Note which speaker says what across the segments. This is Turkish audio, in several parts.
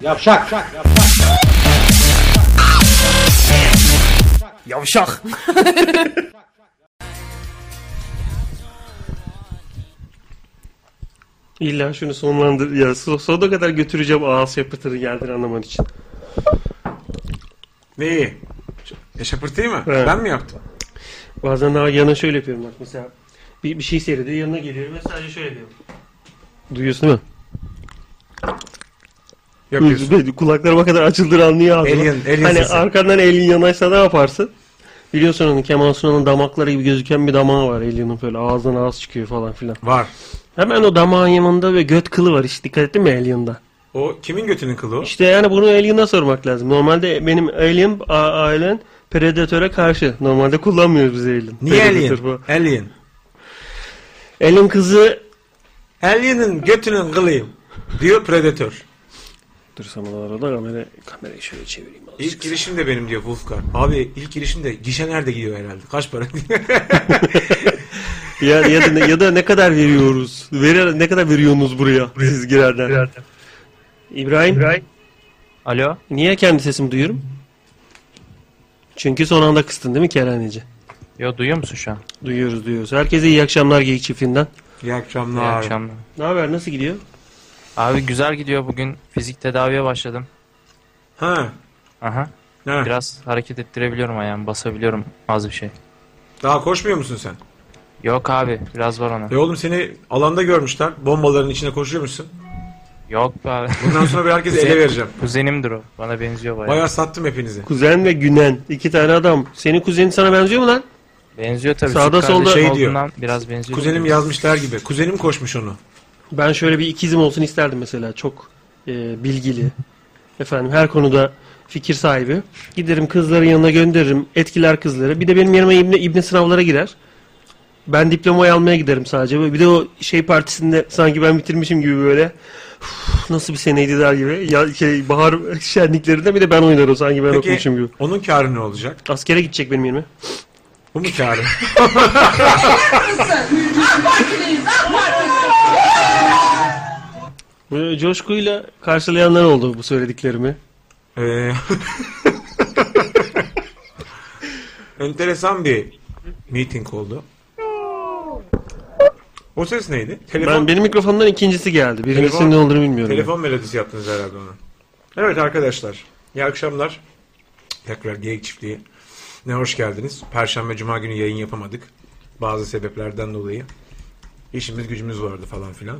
Speaker 1: Yavşak.
Speaker 2: Yavşak.
Speaker 3: İlla şunu sonlandır. Ya so- sonuna kadar götüreceğim ağız yapıtını geldiğini anlaman için.
Speaker 2: Neyi? E şapırtıyı mı?
Speaker 3: Evet.
Speaker 2: Ben mi yaptım?
Speaker 3: Bazen daha yana şöyle yapıyorum bak mesela. Bir, bir şey seyrediyor yanına geliyorum ve sadece şöyle yapıyorum. Duyuyorsun değil mi?
Speaker 2: Yapıyorsun.
Speaker 3: Ve Kulaklarıma kadar açıldır anlıyor ağzıma.
Speaker 2: Alien- alien
Speaker 3: hani
Speaker 2: sesi.
Speaker 3: arkandan elin yanaşsa ne yaparsın? Biliyorsun onun Kemal Sunal'ın damakları gibi gözüken bir damağı var Alien'ın böyle ağzından ağız çıkıyor falan filan.
Speaker 2: Var.
Speaker 3: Hemen o damağın yanında ve göt kılı var hiç dikkat ettin mi Alien'da?
Speaker 2: O kimin götünün kılı o?
Speaker 3: İşte yani bunu Alien'a sormak lazım. Normalde benim Alien a- ailen Predator'a karşı. Normalde kullanmıyoruz biz Alien.
Speaker 2: Niye
Speaker 3: Predator
Speaker 2: alien?
Speaker 3: bu.
Speaker 2: Alien.
Speaker 3: Alien kızı...
Speaker 2: Alien'in götünün kılıyım. Diyor Predator.
Speaker 3: Dur sana da arada kamera, kamerayı şöyle çevireyim.
Speaker 2: İlk girişim de benim diyor Wolfgar. Abi ilk girişim de gişe nerede gidiyor herhalde? Kaç para?
Speaker 3: ya, ya, da ne, ya da ne kadar veriyoruz? Verir, ne kadar veriyorsunuz buraya siz girerden? İbrahim,
Speaker 4: Alo.
Speaker 3: niye kendi sesimi duyuyorum? Çünkü son anda kıstın değil mi Kerhaneci?
Speaker 4: Yo duyuyor musun şu an?
Speaker 3: Duyuyoruz duyuyoruz. Herkese iyi akşamlar Geyik Çiftliği'nden.
Speaker 2: İyi
Speaker 4: İyi
Speaker 2: akşamlar.
Speaker 4: akşamlar.
Speaker 3: Ne haber nasıl gidiyor?
Speaker 4: Abi güzel gidiyor bugün. Fizik tedaviye başladım.
Speaker 2: Ha.
Speaker 4: Aha.
Speaker 2: ha.
Speaker 4: Biraz hareket ettirebiliyorum ayağımı. Basabiliyorum az bir şey.
Speaker 2: Daha koşmuyor musun sen?
Speaker 4: Yok abi. Biraz var ona.
Speaker 2: E oğlum seni alanda görmüşler. Bombaların içine koşuyormuşsun.
Speaker 4: Yok be abi.
Speaker 2: Bundan sonra bir herkese ele vereceğim.
Speaker 4: Kuzenimdir o. Bana benziyor bayağı.
Speaker 2: Bayağı sattım hepinizi.
Speaker 3: Kuzen ve Günen. iki tane adam. Senin kuzenin sana benziyor mu lan?
Speaker 4: Benziyor tabii.
Speaker 3: Sağda
Speaker 4: Süt
Speaker 3: solda-
Speaker 4: kardeşim
Speaker 2: Şey diyor.
Speaker 4: olduğundan Biraz benziyor.
Speaker 2: Kuzenim yazmışlar gibi. Kuzenim koşmuş onu.
Speaker 3: Ben şöyle bir ikizim olsun isterdim mesela. Çok e, bilgili. Efendim her konuda fikir sahibi. Giderim kızların yanına gönderirim. Etkiler kızları. Bir de benim yanıma İbne, İbne sınavlara girer. Ben diplomayı almaya giderim sadece. Böyle Bir de o şey partisinde sanki ben bitirmişim gibi böyle. "Uf, Nasıl bir seneydi der gibi. Ya şey bahar şenliklerinde bir de ben oynarım sanki ben
Speaker 2: Peki
Speaker 3: okumuşum gibi.
Speaker 2: onun karı ne olacak?
Speaker 3: Askere gidecek benim yerime.
Speaker 2: Bu mu karı?
Speaker 3: Böyle coşkuyla karşılayanlar oldu bu söylediklerimi.
Speaker 2: Ee, Enteresan bir meeting oldu. O ses neydi? Telefon,
Speaker 3: Ben benim mikrofondan ikincisi geldi. Birincisinin
Speaker 2: Telefon-
Speaker 3: ne olduğunu bilmiyorum.
Speaker 2: telefon melodisi yaptınız herhalde ona. Evet arkadaşlar. İyi akşamlar. Tekrar Geyik Çiftliği. Ne hoş geldiniz. Perşembe Cuma günü yayın yapamadık. Bazı sebeplerden dolayı. İşimiz gücümüz vardı falan filan.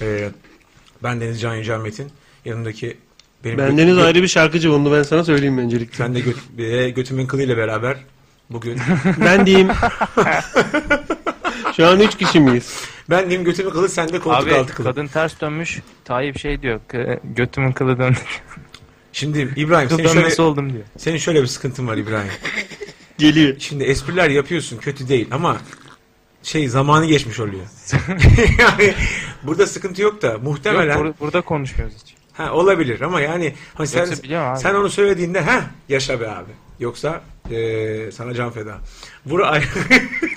Speaker 2: Ee, ben Deniz Can Yücel Metin. Yanımdaki benim
Speaker 3: Ben Deniz ayrı bir şarkıcı bunu ben sana söyleyeyim öncelikle.
Speaker 2: Sen de göt- e, götümün kılıyla beraber bugün.
Speaker 3: ben diyeyim. Şu an üç kişi miyiz?
Speaker 2: ben diyeyim götümün kılı sende koltuk
Speaker 4: Abi
Speaker 2: altı kılı.
Speaker 4: kadın ters dönmüş. Tayyip şey diyor. "Kı- Götümün kılı döndü.
Speaker 2: Şimdi İbrahim
Speaker 4: Kıl
Speaker 2: senin şöyle,
Speaker 4: dönmesi oldum diyor.
Speaker 2: senin şöyle bir sıkıntın var İbrahim.
Speaker 3: Geliyor.
Speaker 2: Şimdi espriler yapıyorsun kötü değil ama şey zamanı geçmiş oluyor. yani burada sıkıntı yok da
Speaker 4: Yok,
Speaker 2: muhtemelen
Speaker 4: bur- burada konuşmuyoruz hiç.
Speaker 2: ha, olabilir ama yani hani sen,
Speaker 4: Yoksa biliyorum abi.
Speaker 2: sen onu söylediğinde ha yaşa be abi. Yoksa e, sana can feda. Bura ayrı.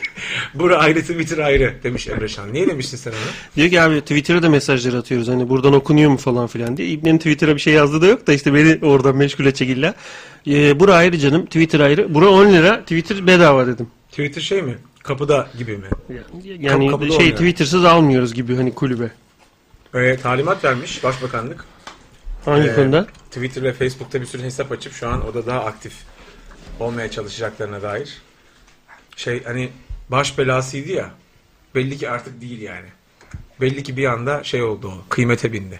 Speaker 2: Bura ayrıtı bitir ayrı demiş Emre Şan. Niye demiştin sen onu?
Speaker 3: Diyor ki abi Twitter'a da mesajlar atıyoruz. Hani buradan okunuyor mu falan filan diye. İbnenin Twitter'a bir şey yazdığı da yok da işte beni oradan meşgule çekiller. Ee, bura ayrı canım. Twitter ayrı. Bura 10 lira. Twitter bedava dedim.
Speaker 2: Twitter şey mi? Kapıda gibi mi?
Speaker 3: Yani
Speaker 2: Kapı- kapıda
Speaker 3: şey
Speaker 2: olmuyor.
Speaker 3: Twitter'sız almıyoruz gibi hani kulübe.
Speaker 2: Ee, talimat vermiş başbakanlık.
Speaker 3: Hangi
Speaker 2: Ee,
Speaker 3: konuda?
Speaker 2: Twitter ve Facebook'ta bir sürü hesap açıp şu an orada daha aktif olmaya çalışacaklarına dair. Şey hani baş belasıydı ya. Belli ki artık değil yani. Belli ki bir anda şey oldu o. Kıymete bindi.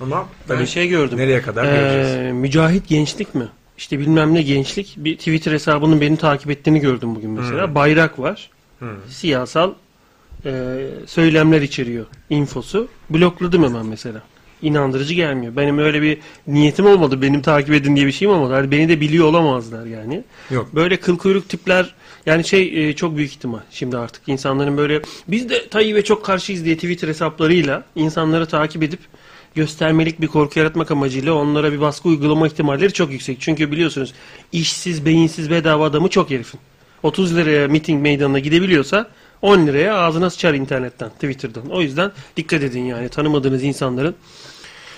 Speaker 2: Ama
Speaker 3: Ben
Speaker 2: tabii
Speaker 3: şey gördüm.
Speaker 2: nereye kadar göreceğiz.
Speaker 3: Ee, Mücahit Gençlik mi? İşte bilmem ne gençlik. Bir Twitter hesabının beni takip ettiğini gördüm bugün mesela.
Speaker 2: Hmm.
Speaker 3: Bayrak var. Siyasal e, söylemler içeriyor infosu. Blokladım hemen mesela. İnandırıcı gelmiyor. Benim öyle bir niyetim olmadı. Benim takip edin diye bir şeyim olmadı. Hani beni de biliyor olamazlar yani.
Speaker 2: Yok.
Speaker 3: Böyle kıl kuyruk tipler yani şey e, çok büyük ihtimal şimdi artık insanların böyle biz de Tayyip'e çok karşıyız diye Twitter hesaplarıyla insanları takip edip göstermelik bir korku yaratmak amacıyla onlara bir baskı uygulama ihtimalleri çok yüksek. Çünkü biliyorsunuz işsiz, beyinsiz, bedava adamı çok herifin. 30 liraya miting meydanına gidebiliyorsa 10 liraya ağzına sıçar internetten, Twitter'dan. O yüzden dikkat edin yani tanımadığınız insanların.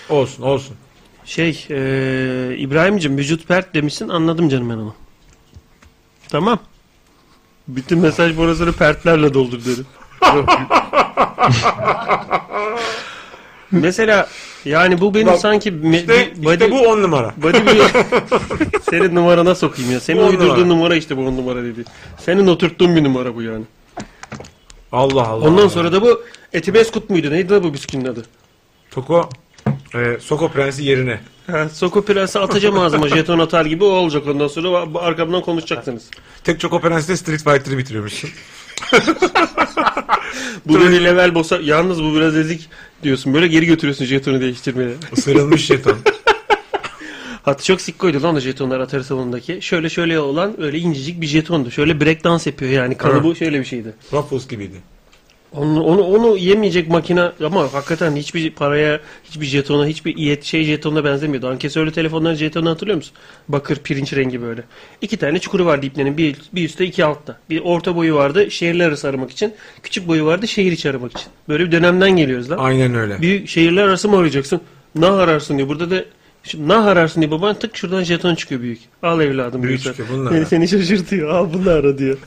Speaker 2: Olsun olsun.
Speaker 3: Şey, e, İbrahim'cim vücut pert demişsin anladım canım ben onu. Tamam. Bütün mesaj borasını pertlerle doldur dedim. Mesela yani bu benim
Speaker 2: Bak,
Speaker 3: sanki me-
Speaker 2: İşte,
Speaker 3: bir body,
Speaker 2: işte bu on numara.
Speaker 3: body bir- senin numarana sokayım ya. Senin
Speaker 2: Bu on
Speaker 3: uydurduğun
Speaker 2: numara.
Speaker 3: numara. işte bu on numara dedi. Senin oturttuğun bir numara bu yani.
Speaker 2: Allah Allah.
Speaker 3: Ondan sonra da bu Etibeskut muydu? Neydi lan bu bisküvinin adı?
Speaker 2: Toko e, Soko Prensi yerine.
Speaker 3: Ha, Soko Prensi atacağım ağzıma jeton atar gibi o olacak ondan sonra va- bu arkamdan konuşacaksınız.
Speaker 2: Tek Soko Prensi de Street Fighter'ı bitiriyormuşsun.
Speaker 3: Bu böyle level bossa yalnız bu biraz ezik diyorsun böyle geri götürüyorsun jetonu değiştirmeye.
Speaker 2: Isırılmış jeton.
Speaker 3: Hatta çok sikkoydu lan o jetonlar atar salonundaki. Şöyle şöyle olan öyle incecik bir jetondu. Şöyle breakdance yapıyor yani kalıbı şöyle bir şeydi.
Speaker 2: Ruffles gibiydi.
Speaker 3: Onu, onu, onu yemeyecek makine ama hakikaten hiçbir paraya, hiçbir jetona, hiçbir iyet şey jetonuna benzemiyordu. Ankesörlü telefonların jetonunu hatırlıyor musun? Bakır pirinç rengi böyle. İki tane çukuru vardı iplerin. Bir, bir üstte iki altta. Bir orta boyu vardı şehirler arası aramak için. Küçük boyu vardı şehir içi aramak için. Böyle bir dönemden geliyoruz lan.
Speaker 2: Aynen öyle.
Speaker 3: Büyük şehirler arası mı arayacaksın? Ne ararsın diyor. Burada da şu, ne ararsın diyor baban tık şuradan jeton çıkıyor büyük. Al evladım.
Speaker 2: Büyük
Speaker 3: diyor.
Speaker 2: çıkıyor, bunu da
Speaker 3: Seni-
Speaker 2: ara.
Speaker 3: Seni şaşırtıyor. Al bunu ara diyor.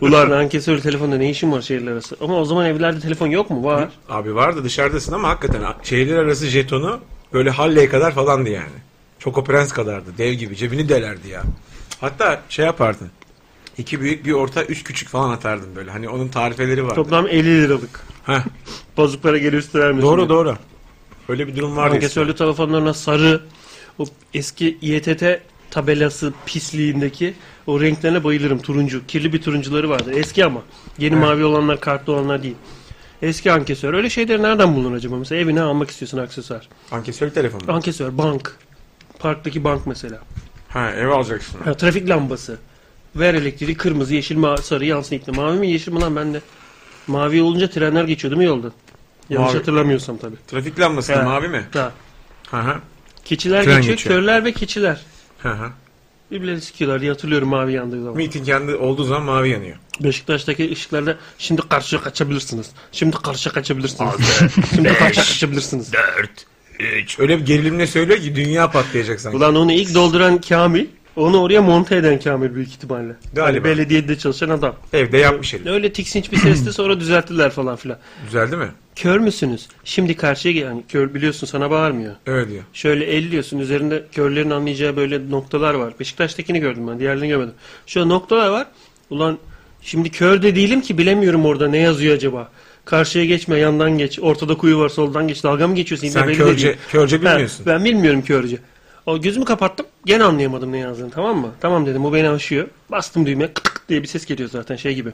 Speaker 3: Ulan ankesörlü telefonda ne işin var şehirler arası? Ama o zaman evlerde telefon yok mu? Var.
Speaker 2: Abi vardı dışarıdasın ama hakikaten şehirler arası jetonu böyle Halley'e kadar falandı yani. Çoko Prens kadardı. Dev gibi. Cebini delerdi ya. Hatta şey yapardın. İki büyük bir orta üç küçük falan atardın böyle. Hani onun tarifeleri vardı.
Speaker 3: Toplam 50 liralık.
Speaker 2: Heh,
Speaker 3: Bozuk para geri üstü vermiyorsun.
Speaker 2: doğru
Speaker 3: diyor.
Speaker 2: doğru. Öyle bir durum vardı.
Speaker 3: Ankesörlü telefonlarına sarı o eski İETT tabelası pisliğindeki o renklerine bayılırım. Turuncu. Kirli bir turuncuları vardır. Eski ama. Yeni mavi olanlar kartlı olanlar değil. Eski ankesör. Öyle şeyleri nereden bulunur acaba? Mesela evine almak istiyorsun aksesuar.
Speaker 2: Ankesörlü telefonu.
Speaker 3: Ankesör, bank. Parktaki bank mesela.
Speaker 2: Ha ev alacaksın.
Speaker 3: Ya, trafik lambası. Ver elektriği kırmızı, yeşil, ma- sarı yansın ikna. Mavi mi yeşil mi lan bende? Mavi olunca trenler geçiyor değil mi yolda? Yanlış
Speaker 2: Mavi.
Speaker 3: hatırlamıyorsam tabii.
Speaker 2: Trafik lambası da
Speaker 3: Ha.
Speaker 2: mavi mi?
Speaker 3: Ha.
Speaker 2: Hı hı.
Speaker 3: Keçiler
Speaker 2: Tren
Speaker 3: geçiyor,
Speaker 2: geçiyor.
Speaker 3: körler ve keçiler.
Speaker 2: Hı hı.
Speaker 3: Birbirlerini sikiyorlar diye hatırlıyorum mavi yandığı zaman.
Speaker 2: Meeting yandı olduğu zaman mavi yanıyor.
Speaker 3: Beşiktaş'taki ışıklarda şimdi karşıya kaçabilirsiniz. Şimdi karşıya kaçabilirsiniz. şimdi karşıya kaçabilirsiniz.
Speaker 2: 4 3 Öyle bir gerilimle söylüyor ki dünya patlayacak sanki.
Speaker 3: Ulan onu ilk dolduran Kamil, onu oraya monte eden Kamil büyük ihtimalle.
Speaker 2: Galiba.
Speaker 3: Yani belediyede çalışan adam.
Speaker 2: Evde yapmış herif.
Speaker 3: Öyle tiksinç bir sesti sonra düzelttiler falan filan.
Speaker 2: Düzeldi mi?
Speaker 3: Kör müsünüz? Şimdi karşıya gel- yani kör biliyorsun sana bağırmıyor.
Speaker 2: Öyle diyor.
Speaker 3: Şöyle elliyorsun üzerinde körlerin anlayacağı böyle noktalar var. Beşiktaş'takini gördüm ben diğerlerini görmedim. Şöyle noktalar var. Ulan şimdi kör de değilim ki bilemiyorum orada ne yazıyor acaba. Karşıya geçme yandan geç ortada kuyu var soldan geç dalga mı geçiyorsun? yine
Speaker 2: Sen
Speaker 3: belli
Speaker 2: körce-
Speaker 3: değil.
Speaker 2: körce
Speaker 3: Ha,
Speaker 2: bilmiyorsun.
Speaker 3: Ben, bilmiyorum körce. O gözümü kapattım gene anlayamadım ne yazdığını tamam mı? Tamam dedim bu beni aşıyor. Bastım düğmeye kık kık diye bir ses geliyor zaten şey gibi.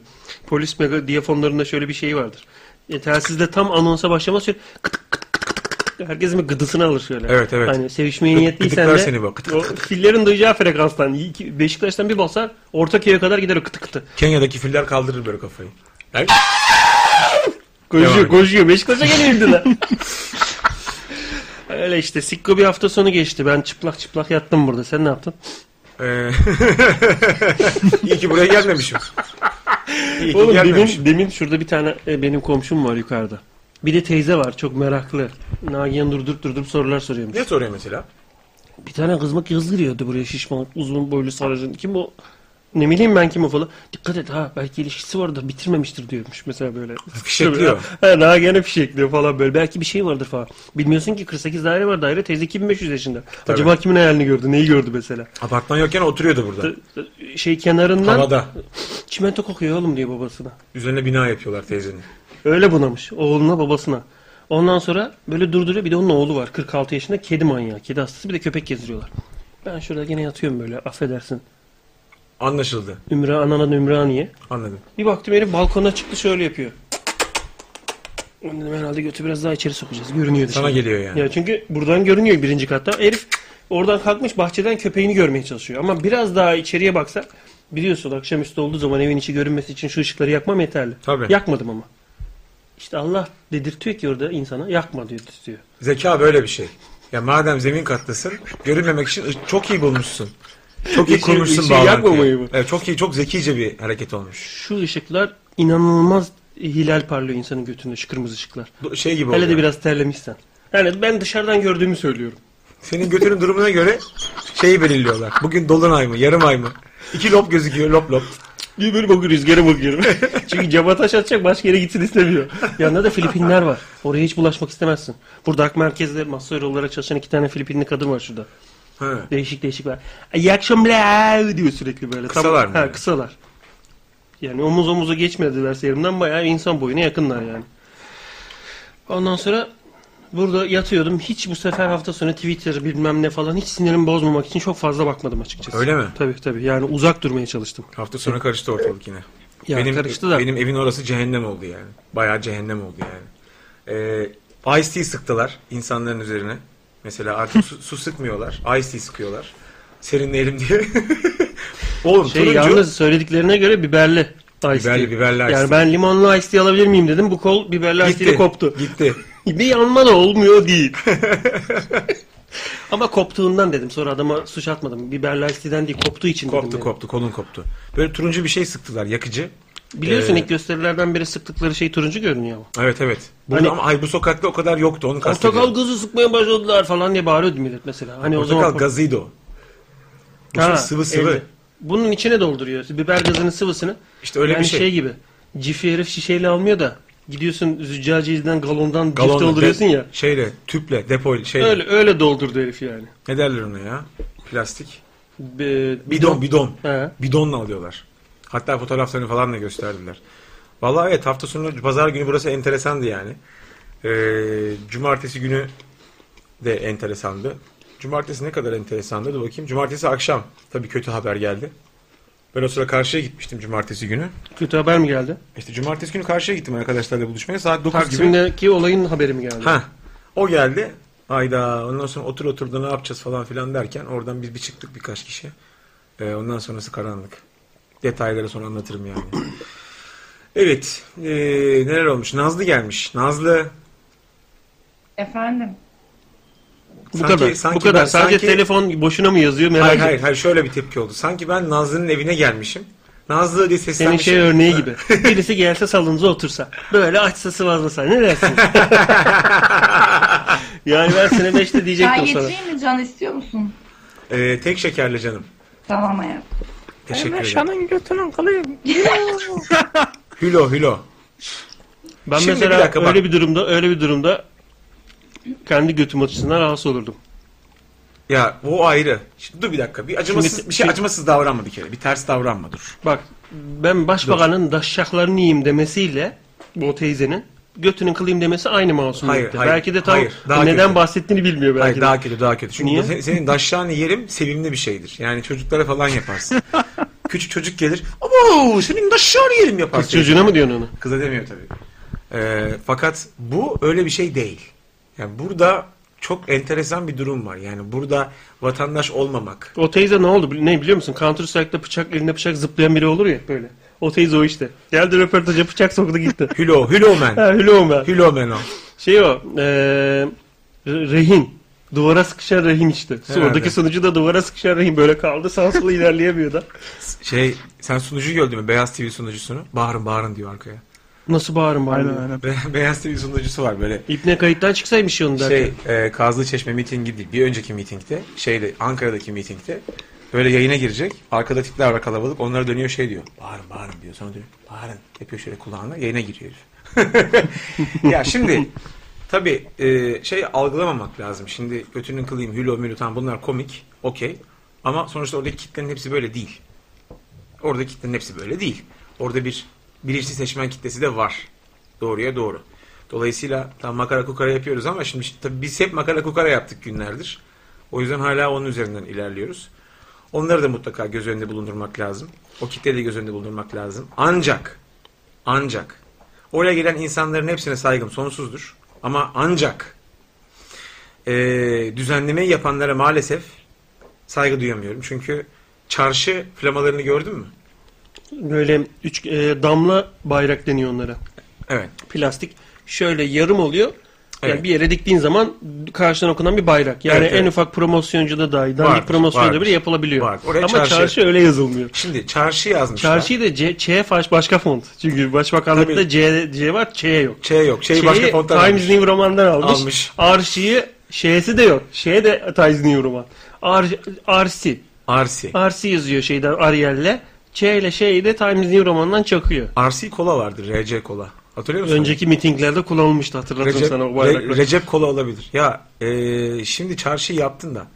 Speaker 3: Polis mega diyafonlarında şöyle bir şey vardır. E, telsizde tam anonsa başlama süre kıt kıt kıt kıt kıt. Herkesin bir gıdısını alır şöyle.
Speaker 2: Evet, evet.
Speaker 3: Hani sevişmeye
Speaker 2: Gıd-
Speaker 3: niyetliysen
Speaker 2: gıdıklar
Speaker 3: de
Speaker 2: seni bak. Gıdık,
Speaker 3: o fillerin duyacağı frekanstan iki- Beşiktaş'tan bir basar Ortaköy'e kadar gider o kıtı kıtı.
Speaker 2: Kenya'daki filler kaldırır böyle kafayı. Ay,
Speaker 3: Koşuyor
Speaker 2: Devam.
Speaker 3: koşuyor Beşiktaş'a gelirdi lan. Öyle işte sikko bir hafta sonu geçti. Ben çıplak çıplak yattım burada. Sen ne yaptın?
Speaker 2: eee, Ee, İyi ki buraya gelmemişim. İyi ki
Speaker 3: Oğlum
Speaker 2: gelmemişim.
Speaker 3: demin, demin şurada bir tane e, benim komşum var yukarıda. Bir de teyze var çok meraklı. Nagihan durdurup durdurup sorular soruyormuş.
Speaker 2: Ne soruyor mesela?
Speaker 3: Bir tane kız mı kız giriyordu buraya şişman uzun boylu sarıcın. Kim o? Ne bileyim ben kim o falan. Dikkat et ha belki ilişkisi vardır bitirmemiştir diyormuş mesela böyle.
Speaker 2: Fişekliyor.
Speaker 3: Ha, daha gene fişekliyor falan böyle. Belki bir şey vardır falan. Bilmiyorsun ki 48 daire var daire teyze 2500 yaşında.
Speaker 2: Tabii.
Speaker 3: Acaba kimin hayalini gördü neyi gördü mesela.
Speaker 2: Apartman yokken oturuyordu burada.
Speaker 3: Şey kenarından
Speaker 2: Havada.
Speaker 3: çimento kokuyor oğlum diyor babasına.
Speaker 2: Üzerine bina yapıyorlar teyzenin.
Speaker 3: Öyle bunamış. Oğluna babasına. Ondan sonra böyle durduruyor. Bir de onun oğlu var. 46 yaşında kedi manyağı. Kedi hastası bir de köpek gezdiriyorlar. Ben şurada gene yatıyorum böyle affedersin.
Speaker 2: Anlaşıldı.
Speaker 3: Ümra, ananın Ümraniye.
Speaker 2: Anladım.
Speaker 3: Bir baktım herif balkona çıktı şöyle yapıyor. Ben dedim herhalde götü biraz daha içeri sokacağız. Görünüyor
Speaker 2: Sana
Speaker 3: dışarı.
Speaker 2: geliyor yani.
Speaker 3: Şey- Ya çünkü buradan görünüyor birinci katta. Herif oradan kalkmış bahçeden köpeğini görmeye çalışıyor. Ama biraz daha içeriye baksa biliyorsun akşamüstü olduğu zaman evin içi görünmesi için şu ışıkları yakmam yeterli.
Speaker 2: Tabii.
Speaker 3: Yakmadım ama. İşte Allah dedirtiyor ki orada insana yakma diyor diyor.
Speaker 2: Zeka böyle bir şey. Ya madem zemin kattasın, görünmemek için ı- çok iyi bulmuşsun. Çok iyi
Speaker 3: İşi-
Speaker 2: kurmuşsun
Speaker 3: işi
Speaker 2: bağlantıyı.
Speaker 3: yakmamayı bu.
Speaker 2: Evet, çok iyi, çok zekice bir hareket olmuş.
Speaker 3: Şu ışıklar inanılmaz hilal parlıyor insanın götünde şu kırmızı ışıklar.
Speaker 2: Do- Şey gibi
Speaker 3: Hele
Speaker 2: oluyor.
Speaker 3: de biraz terlemişsen. Yani ben dışarıdan gördüğümü söylüyorum.
Speaker 2: Senin götünün durumuna göre şeyi belirliyorlar. Bugün dolunay mı, yarım ay mı? İki lop gözüküyor, lop lop.
Speaker 3: Diye böyle bakıyor rüzgara bakıyorum. Çünkü cama taş atacak başka yere gitsin istemiyor. Yanında da Filipinler var. Oraya hiç bulaşmak istemezsin. Burada AK Merkez'de masör olarak çalışan iki tane Filipinli kadın var şurada.
Speaker 2: Ha.
Speaker 3: Değişik değişik var. İyi akşamlar diyor sürekli böyle.
Speaker 2: Kısalar mı
Speaker 3: Ha,
Speaker 2: yani?
Speaker 3: kısalar. Yani omuz omuza geçmedilerse yerimden bayağı insan boyuna yakınlar yani. Ondan sonra burada yatıyordum. Hiç bu sefer hafta sonu Twitter bilmem ne falan hiç sinirimi bozmamak için çok fazla bakmadım açıkçası.
Speaker 2: Öyle mi?
Speaker 3: Tabii tabii. Yani uzak durmaya çalıştım.
Speaker 2: Hafta sonu karıştı ortalık yine.
Speaker 3: Ya
Speaker 2: benim,
Speaker 3: karıştı da.
Speaker 2: Benim evin orası cehennem oldu yani. Bayağı cehennem oldu yani. Ee, Ice tea sıktılar insanların üzerine. Mesela artık su, su sıkmıyorlar. Ice tea sıkıyorlar. Serinleyelim diye. Oğlum
Speaker 3: Şey
Speaker 2: turuncu.
Speaker 3: yalnız söylediklerine göre biberli ice
Speaker 2: Biberli,
Speaker 3: tea.
Speaker 2: biberli ice
Speaker 3: yani
Speaker 2: tea.
Speaker 3: ben limonlu ice tea alabilir miyim dedim. Bu kol biberli ice tea ile
Speaker 2: gitti.
Speaker 3: koptu.
Speaker 2: Gitti.
Speaker 3: Bir yanma da olmuyor değil. Ama koptuğundan dedim. Sonra adama suç atmadım. Biberli ice tea'den değil koptuğu için
Speaker 2: Koptu
Speaker 3: dedim. yani.
Speaker 2: koptu kolun koptu. Böyle turuncu bir şey sıktılar yakıcı.
Speaker 3: Biliyorsun
Speaker 2: Ee,
Speaker 3: ilk gösterilerden beri sıktıkları şey turuncu görünüyor ama.
Speaker 2: Evet evet. Burada
Speaker 3: Hani-
Speaker 2: ama ay bu sokakta o kadar yoktu onu
Speaker 3: Portakal
Speaker 2: kastediyorum.
Speaker 3: gazı sıkmaya başladılar falan diye bağırıyordu millet mesela. Hani o
Speaker 2: Portakal,
Speaker 3: zaman
Speaker 2: gazıydı o. Bu şey
Speaker 3: Ha,
Speaker 2: sıvı sıvı.
Speaker 3: elde. Bunun içine dolduruyor. Biber gazının sıvısını.
Speaker 2: İşte öyle
Speaker 3: yani
Speaker 2: bir şey.
Speaker 3: gibi. Cifi herif şişeyle almıyor da gidiyorsun züccaciyeden galondan
Speaker 2: Galonla,
Speaker 3: cif dolduruyorsun
Speaker 2: de-
Speaker 3: ya.
Speaker 2: Şeyle, tüple, depoyla, şeyle.
Speaker 3: Öyle öyle doldurdu herif yani.
Speaker 2: Ne derler ona ya? Plastik.
Speaker 3: Be-
Speaker 2: Bidon, bidon.
Speaker 3: He.
Speaker 2: Bidonla alıyorlar. Hatta fotoğraflarını falan da gösterdiler. Vallahi evet hafta sonu, pazar günü burası enteresandı yani. Ee, cumartesi günü de enteresandı. Cumartesi ne kadar enteresandı? Dur bakayım. Cumartesi akşam tabii kötü haber geldi. Ben o sıra karşıya gitmiştim cumartesi günü.
Speaker 3: Kötü haber mi geldi?
Speaker 2: İşte cumartesi günü karşıya gittim arkadaşlarla buluşmaya. Saat 9 gibi.
Speaker 3: Taksim'deki olayın haberi mi geldi?
Speaker 2: Ha. O geldi. Hayda. Ondan sonra otur otur da ne yapacağız falan filan derken oradan biz bir çıktık birkaç kişi. Ee, ondan sonrası karanlık. Detayları sonra anlatırım yani. evet. Ee, neler olmuş? Nazlı gelmiş. Nazlı.
Speaker 1: Efendim.
Speaker 3: bu
Speaker 2: sanki-
Speaker 3: kadar.
Speaker 2: sanki
Speaker 3: bu kadar.
Speaker 2: ben-
Speaker 3: Sadece
Speaker 2: sanki-
Speaker 3: telefon boşuna mı yazıyor merak
Speaker 2: Hayır
Speaker 3: ettim.
Speaker 2: hayır hayır şöyle bir tepki oldu. Sanki ben Nazlı'nın evine gelmişim. Nazlı diye
Speaker 3: Senin
Speaker 2: seslenmişim.
Speaker 3: şey örneği gibi. Birisi gelse salınıza otursa. Böyle açsa sıvazlasa. Ne dersin? yani ben sene 5'te
Speaker 1: Ben
Speaker 3: diyecektim sana.
Speaker 1: getireyim mi can istiyor musun?
Speaker 2: Ee, tek şekerli canım.
Speaker 1: Tamam hayatım.
Speaker 2: Teşekkür ederim.
Speaker 4: götünün kılıyım.
Speaker 2: Hülo hülo.
Speaker 3: Ben
Speaker 2: Şimdi
Speaker 3: mesela
Speaker 2: bir dakika bak.
Speaker 3: öyle bir durumda öyle bir durumda kendi götüm açısından rahatsız olurdum.
Speaker 2: Ya o ayrı. Şimdi dur bir dakika. Bir acımasız
Speaker 3: Şimdi-
Speaker 2: bir şey acımasız davranma bir kere. Bir ters davranma dur.
Speaker 3: Bak ben başbakanın daşşaklarını yiyeyim demesiyle bu teyzenin götünün kılayım demesi aynı masumlukta.
Speaker 2: Hayır, hayır,
Speaker 3: belki de tam
Speaker 2: hayır, daha
Speaker 3: neden
Speaker 2: kötü.
Speaker 3: bahsettiğini bilmiyor belki
Speaker 2: Hayır
Speaker 3: de.
Speaker 2: daha kötü daha kötü. Çünkü
Speaker 3: Niye?
Speaker 2: se- senin daşşağını yerim sevimli bir şeydir. Yani çocuklara falan yaparsın. Küçük çocuk gelir. Abo senin daşşağını yerim yapar.
Speaker 3: Kız çocuğuna mı diyorsun onu?
Speaker 2: Kıza demiyor tabii. Ee, fakat bu öyle bir şey değil. Yani burada çok enteresan bir durum var. Yani burada vatandaş olmamak.
Speaker 3: O teyze ne oldu? Ne biliyor musun? Counter Strike'da bıçak elinde bıçak zıplayan biri olur ya böyle. O teyze o işte. Geldi röportaja bıçak soktu gitti.
Speaker 2: Hülo, hülomen.
Speaker 3: ha hello ben.
Speaker 2: Hülomen o.
Speaker 3: Şey o. eee, re- rehin. Duvara sıkışan rehin işte.
Speaker 2: Herhalde.
Speaker 3: Oradaki sunucu da duvara sıkışan rehin böyle kaldı. Sağ sola ilerleyemiyor da.
Speaker 2: Şey sen sunucu gördün mü? Beyaz TV sunucusunu. Bağırın bağırın diyor arkaya.
Speaker 3: Nasıl bağırın bağırın.
Speaker 4: Aynen aynen.
Speaker 2: Be- Beyaz TV sunucusu var böyle.
Speaker 3: İpne kayıttan çıksaymış yolun derken.
Speaker 2: Şey, e, Kazlıçeşme mitingi değil. Bir önceki mitingde, şeyde Ankara'daki mitingde böyle yayına girecek. Arkada tipler var kalabalık. Onlara dönüyor şey diyor. Bağırın bağırın diyor. Sonra diyor bağırın. Yapıyor şöyle kulağına. Yayına giriyor. herif. ya şimdi tabii e, şey algılamamak lazım. Şimdi götünün kılayım, hülo mülü tamam bunlar komik. Okey. Ama sonuçta oradaki kitlenin hepsi böyle değil. Oradaki kitlenin hepsi böyle değil. Orada bir bilinçli seçmen kitlesi de var. Doğruya doğru. Dolayısıyla tam makara kukara yapıyoruz ama şimdi işte tabii biz hep makara kukara yaptık günlerdir. O yüzden hala onun üzerinden ilerliyoruz. Onları da mutlaka göz önünde bulundurmak lazım. O kitleyi de göz önünde bulundurmak lazım. Ancak ancak oraya gelen insanların hepsine saygım sonsuzdur. Ama ancak eee düzenlemeyi yapanlara maalesef saygı duyamıyorum. Çünkü çarşı flamalarını gördün mü?
Speaker 3: Böyle üç, e, damla bayrak deniyor onlara.
Speaker 2: Evet.
Speaker 3: Plastik. Şöyle yarım oluyor. Yani
Speaker 2: Evet.
Speaker 3: bir yere diktiğin zaman karşıdan okunan bir bayrak. Yani
Speaker 2: Evet,
Speaker 3: en
Speaker 2: evet.
Speaker 3: ufak promosyoncuda dahi, dandik
Speaker 2: Vardır,
Speaker 3: promosyonda
Speaker 2: vardır.
Speaker 3: bile yapılabiliyor.
Speaker 2: Vardır. Oraya
Speaker 3: Ama
Speaker 2: çarşı-
Speaker 3: çarşı. öyle yazılmıyor.
Speaker 2: Şimdi çarşı yazmışlar.
Speaker 3: Çarşıyı da C, Ç baş- başka font. Çünkü başbakanlıkta
Speaker 2: Tabii.
Speaker 3: C, C var, Ç yok.
Speaker 2: Şey yok. Şey
Speaker 3: Ç'yi
Speaker 2: başka fontlar
Speaker 3: Times New Roman'dan almış.
Speaker 2: Almış.
Speaker 3: Arşiyi Ş'si de yok. Ş de Times New Roman. Ar, Arsi.
Speaker 2: Arsi.
Speaker 3: Arsi yazıyor şeyden Ariel'le. Ç ile şey de Times New Roman'dan çakıyor.
Speaker 2: Arsi kola vardır. RC kola. Hatırlıyor musun?
Speaker 3: Önceki mitinglerde kullanılmıştı hatırlatırım
Speaker 2: Recep,
Speaker 3: sana o
Speaker 2: Re-
Speaker 3: bayrakları.
Speaker 2: Recep kola olabilir. Ya e, şimdi çarşıyı yaptın da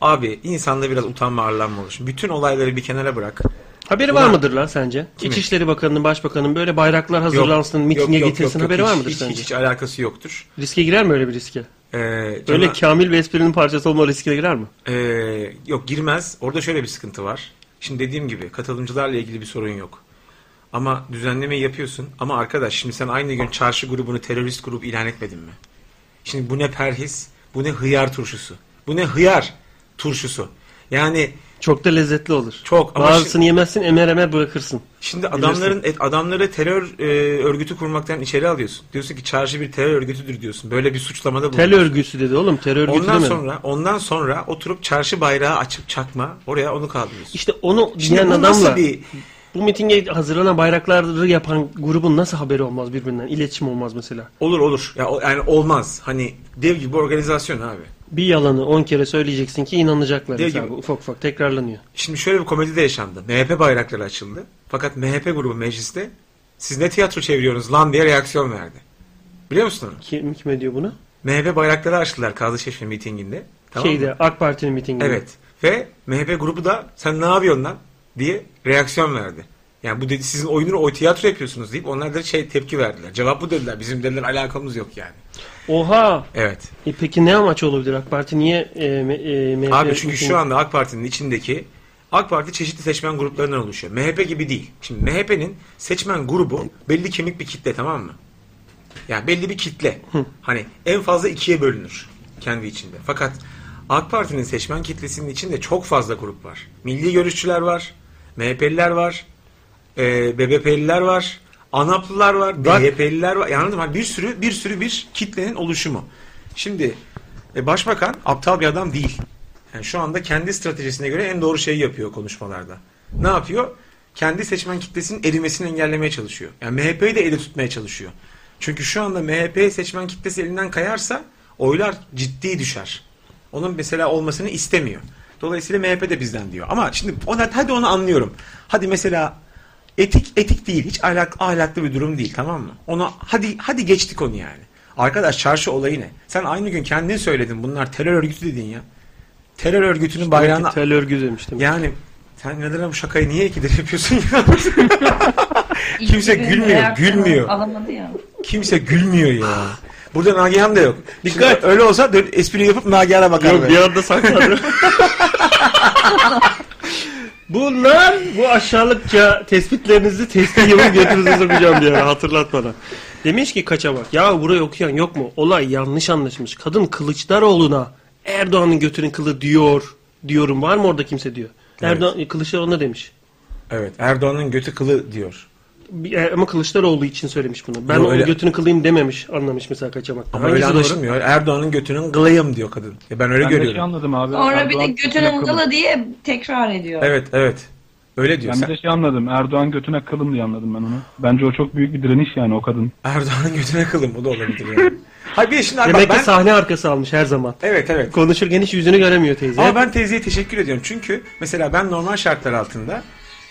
Speaker 2: abi insanda biraz utanma arlanma olur. Şimdi Bütün olayları bir kenara bırak.
Speaker 3: Haberi
Speaker 2: Ulan-
Speaker 3: var mıdır lan sence?
Speaker 2: Kimin?
Speaker 3: İçişleri Bakanı'nın, Başbakan'ın böyle bayraklar hazırlansın,
Speaker 2: Yok,
Speaker 3: mitinge
Speaker 2: yok, yok,
Speaker 3: getirilsin
Speaker 2: yok,
Speaker 3: haberi
Speaker 2: hiç-
Speaker 3: var mıdır
Speaker 2: hiç,
Speaker 3: sence?
Speaker 2: Hiç, alakası yoktur.
Speaker 3: Riske girer mi öyle bir riske?
Speaker 2: E,
Speaker 3: Öyle
Speaker 2: Cana-
Speaker 3: kamil bir esprinin parçası olma riskine girer mi?
Speaker 2: Ee, yok girmez. Orada şöyle bir sıkıntı var. Şimdi dediğim gibi katılımcılarla ilgili bir sorun yok. Ama düzenlemeyi yapıyorsun. Ama arkadaş şimdi sen aynı gün çarşı grubunu terörist grup ilan etmedin mi? Şimdi bu ne perhis, bu ne hıyar turşusu. Bu ne hıyar turşusu. Yani
Speaker 3: Çok da lezzetli olur.
Speaker 2: Çok, ama
Speaker 3: Bazısını
Speaker 2: şimdi-
Speaker 3: yemezsin, emer emer bırakırsın.
Speaker 2: şimdi adamların et, adamları terör e, örgütü kurmaktan içeri alıyorsun. Diyorsun ki çarşı bir terör örgütüdür diyorsun. Böyle bir suçlamada
Speaker 3: Tel
Speaker 2: bulunuyorsun.
Speaker 3: örgüsü dedi oğlum, terör örgütü
Speaker 2: Ondan
Speaker 3: demedi.
Speaker 2: sonra ondan sonra oturup çarşı bayrağı açıp çakma oraya onu kaldırıyorsun.
Speaker 3: İşte onu
Speaker 2: Şimdi
Speaker 3: diyen
Speaker 2: bu nasıl
Speaker 3: adamla
Speaker 2: bir
Speaker 3: bu mitinge hazırlanan bayrakları yapan grubun nasıl haberi olmaz birbirinden? İletişim olmaz mesela.
Speaker 2: Olur olur. Ya o- yani olmaz. Hani dev gibi organizasyon abi.
Speaker 3: Bir yalanı 10 kere söyleyeceksin ki inanacaklar.
Speaker 2: Değil
Speaker 3: mesela
Speaker 2: gibi.
Speaker 3: bu ufak ufak tekrarlanıyor.
Speaker 2: Şimdi şöyle bir komedi de yaşandı. MHP bayrakları açıldı. Fakat MHP grubu mecliste siz ne tiyatro çeviriyorsunuz lan diye reaksiyon verdi. Biliyor musun onu?
Speaker 3: Kim kime diyor bunu?
Speaker 2: MHP bayrakları açtılar Kazlıçeşme mitinginde. Tamam
Speaker 3: Şeyde
Speaker 2: mı?
Speaker 3: AK Parti'nin mitinginde.
Speaker 2: Evet. Ve MHP grubu da sen ne yapıyorsun lan diye reaksiyon verdi. Yani bu dedi sizin oyunu o tiyatro yapıyorsunuz deyip onlar da şey tepki verdiler. Cevap bu dediler. Bizim dediler alakamız yok yani.
Speaker 3: Oha!
Speaker 2: Evet.
Speaker 3: E peki ne amaç olabilir AK Parti? Niye e, me- e, MHP
Speaker 2: Abi çünkü
Speaker 3: mitingi-
Speaker 2: şu anda AK Parti'nin içindeki AK Parti çeşitli seçmen gruplarından oluşuyor. MHP gibi değil. Şimdi MHP'nin seçmen grubu belli kemik bir kitle tamam mı? Yani belli bir kitle. Hani en fazla ikiye bölünür kendi içinde. Fakat AK Parti'nin seçmen kitlesinin içinde çok fazla grup var. Milli görüşçüler var, MHP'liler var, e, BBP'liler var, ANAP'lılar var,
Speaker 3: Bak-
Speaker 2: DYP'liler var. Yani anladın mı? Hani bir sürü bir sürü bir kitlenin oluşumu. Şimdi e, başbakan aptal bir adam değil. Yani şu anda kendi stratejisine göre en doğru şeyi yapıyor konuşmalarda. Ne yapıyor? Kendi seçmen kitlesinin erimesini engellemeye çalışıyor. Yani MHP'yi de eli tutmaya çalışıyor. Çünkü şu anda MHP seçmen kitlesi elinden kayarsa oylar ciddi düşer. Onun mesela olmasını istemiyor. Dolayısıyla MHP de bizden diyor. Ama şimdi ona hadi onu anlıyorum. Hadi mesela etik etik değil. Hiç ahlak, ahlaklı bir durum değil tamam mı? Ona hadi hadi geçtik onu yani. Arkadaş çarşı olayı ne? Sen aynı gün kendin söyledin bunlar terör örgütü dedin ya. Terör örgütünün bayrağını...
Speaker 3: Demek ki Tel örgü demiş demek.
Speaker 2: Yani sen neden bu şakayı niye ikidir yapıyorsun ya?
Speaker 1: İyi
Speaker 2: Kimse
Speaker 1: ki
Speaker 2: gülmüyor,
Speaker 1: reaksiyonu
Speaker 2: gülmüyor.
Speaker 1: Alamadı ya.
Speaker 2: Kimse gülmüyor ya. Burada Nagihan da yok.
Speaker 3: Dikkat!
Speaker 2: Şimdi öyle olsa dön, espri yapıp Nagihan'a bakar.
Speaker 3: Yok
Speaker 2: be.
Speaker 3: bir anda sakladı. Bunlar bu aşağılıkça tespitlerinizi tespih yapıp götünüze sokacağım bir ara hatırlat bana. Demiş ki kaçamak ya burayı okuyan yok mu? Olay yanlış anlaşılmış. Kadın Kılıçdaroğlu'na Erdoğan'ın götünün kılı diyor diyorum var mı orada kimse diyor.
Speaker 2: Evet.
Speaker 3: Erdoğan e, Kılıçdaroğlu'na demiş.
Speaker 2: Evet Erdoğan'ın götü kılı diyor.
Speaker 3: Bir- e, Ama Kılıçdaroğlu için söylemiş bunu. Ben
Speaker 2: Yok,
Speaker 3: onun
Speaker 2: öyle-
Speaker 3: götünü kılayım dememiş anlamış mesela kaçamak.
Speaker 2: Ama öyle anlaşılmıyor. Erdoğan'ın götünün kılayım diyor kadın. Ya ben öyle
Speaker 5: Ben de şey
Speaker 2: görüyorum.
Speaker 5: anladım abi.
Speaker 1: Sonra bir de
Speaker 5: Erdoğan
Speaker 1: götünün
Speaker 5: kılın.
Speaker 1: kılı diye tekrar ediyor.
Speaker 2: Evet evet. Öyle diyor.
Speaker 5: Ben bir
Speaker 2: Sen-
Speaker 5: de şey anladım. Erdoğan götüne kılın diye anladım ben onu. Bence o çok büyük bir direniş yani o kadın.
Speaker 2: Erdoğan'ın götüne kılın bu da olabilir yani. Hayır bir de şimdi
Speaker 3: Demek
Speaker 2: bak
Speaker 3: ki
Speaker 2: ben...
Speaker 3: sahne arkası almış her zaman.
Speaker 2: Evet evet.
Speaker 3: Konuşurken hiç yüzünü göremiyor teyze.
Speaker 2: Ama ben teyzeye teşekkür ediyorum. Çünkü mesela ben normal şartlar altında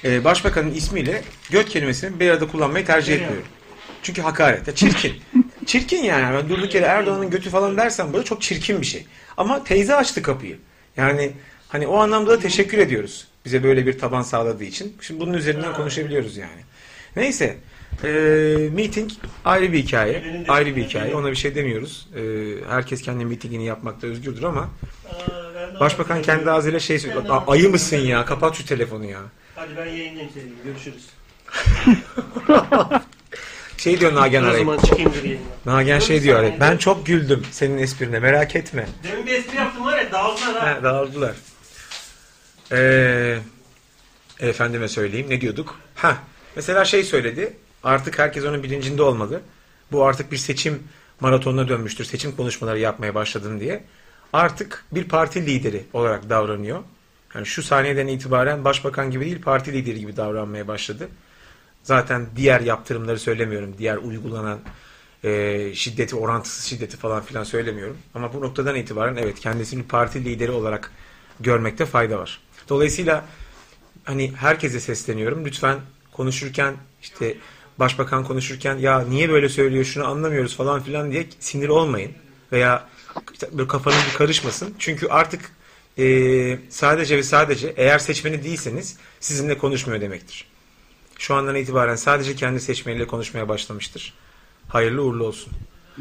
Speaker 2: e, başbakanın ismiyle göt kelimesini bir arada kullanmayı tercih etmiyorum. Çünkü hakaret. Ya çirkin. çirkin yani. Ben durduk yere Erdoğan'ın götü falan dersen böyle çok çirkin bir şey. Ama teyze açtı kapıyı. Yani hani o anlamda da teşekkür ediyoruz. Bize böyle bir taban sağladığı için. Şimdi bunun üzerinden konuşabiliyoruz yani. Neyse. E, meeting ayrı bir hikaye. Ayrı bir hikaye. Ona bir şey demiyoruz. E, herkes kendi meetingini yapmakta özgürdür ama Başbakan kendi ağzıyla şey söylüyor. Bak, a- Ayı mısın ya? Kapat şu telefonu ya.
Speaker 3: Hadi ben yayınlayayım seni. Görüşürüz.
Speaker 2: Şey diyor Nagen
Speaker 3: O
Speaker 2: arayıp.
Speaker 3: zaman çıkayım bir yayına.
Speaker 2: Nagen şey diyor arayıp. Ben çok güldüm senin esprine merak etme.
Speaker 3: Demin bir espri yaptım var ya dağıldılar
Speaker 2: He, dağıldılar. Ee, efendime söyleyeyim. Ne diyorduk? Ha. Mesela şey söyledi. Artık herkes onun bilincinde olmalı. Bu artık bir seçim maratonuna dönmüştür seçim konuşmaları yapmaya başladın diye. Artık bir parti lideri olarak davranıyor. Yani şu saniyeden itibaren başbakan gibi değil parti lideri gibi davranmaya başladı. Zaten diğer yaptırımları söylemiyorum. Diğer uygulanan e, şiddeti, orantısız şiddeti falan filan söylemiyorum. Ama bu noktadan itibaren evet kendisini parti lideri olarak görmekte fayda var. Dolayısıyla hani herkese sesleniyorum. Lütfen konuşurken işte başbakan konuşurken ya niye böyle söylüyor şunu anlamıyoruz falan filan diye sinir olmayın. Veya işte böyle kafanız bir karışmasın. Çünkü artık e, sadece ve sadece eğer seçmeni değilseniz sizinle konuşmuyor demektir. Şu andan itibaren sadece kendi seçmeniyle konuşmaya başlamıştır. Hayırlı uğurlu olsun.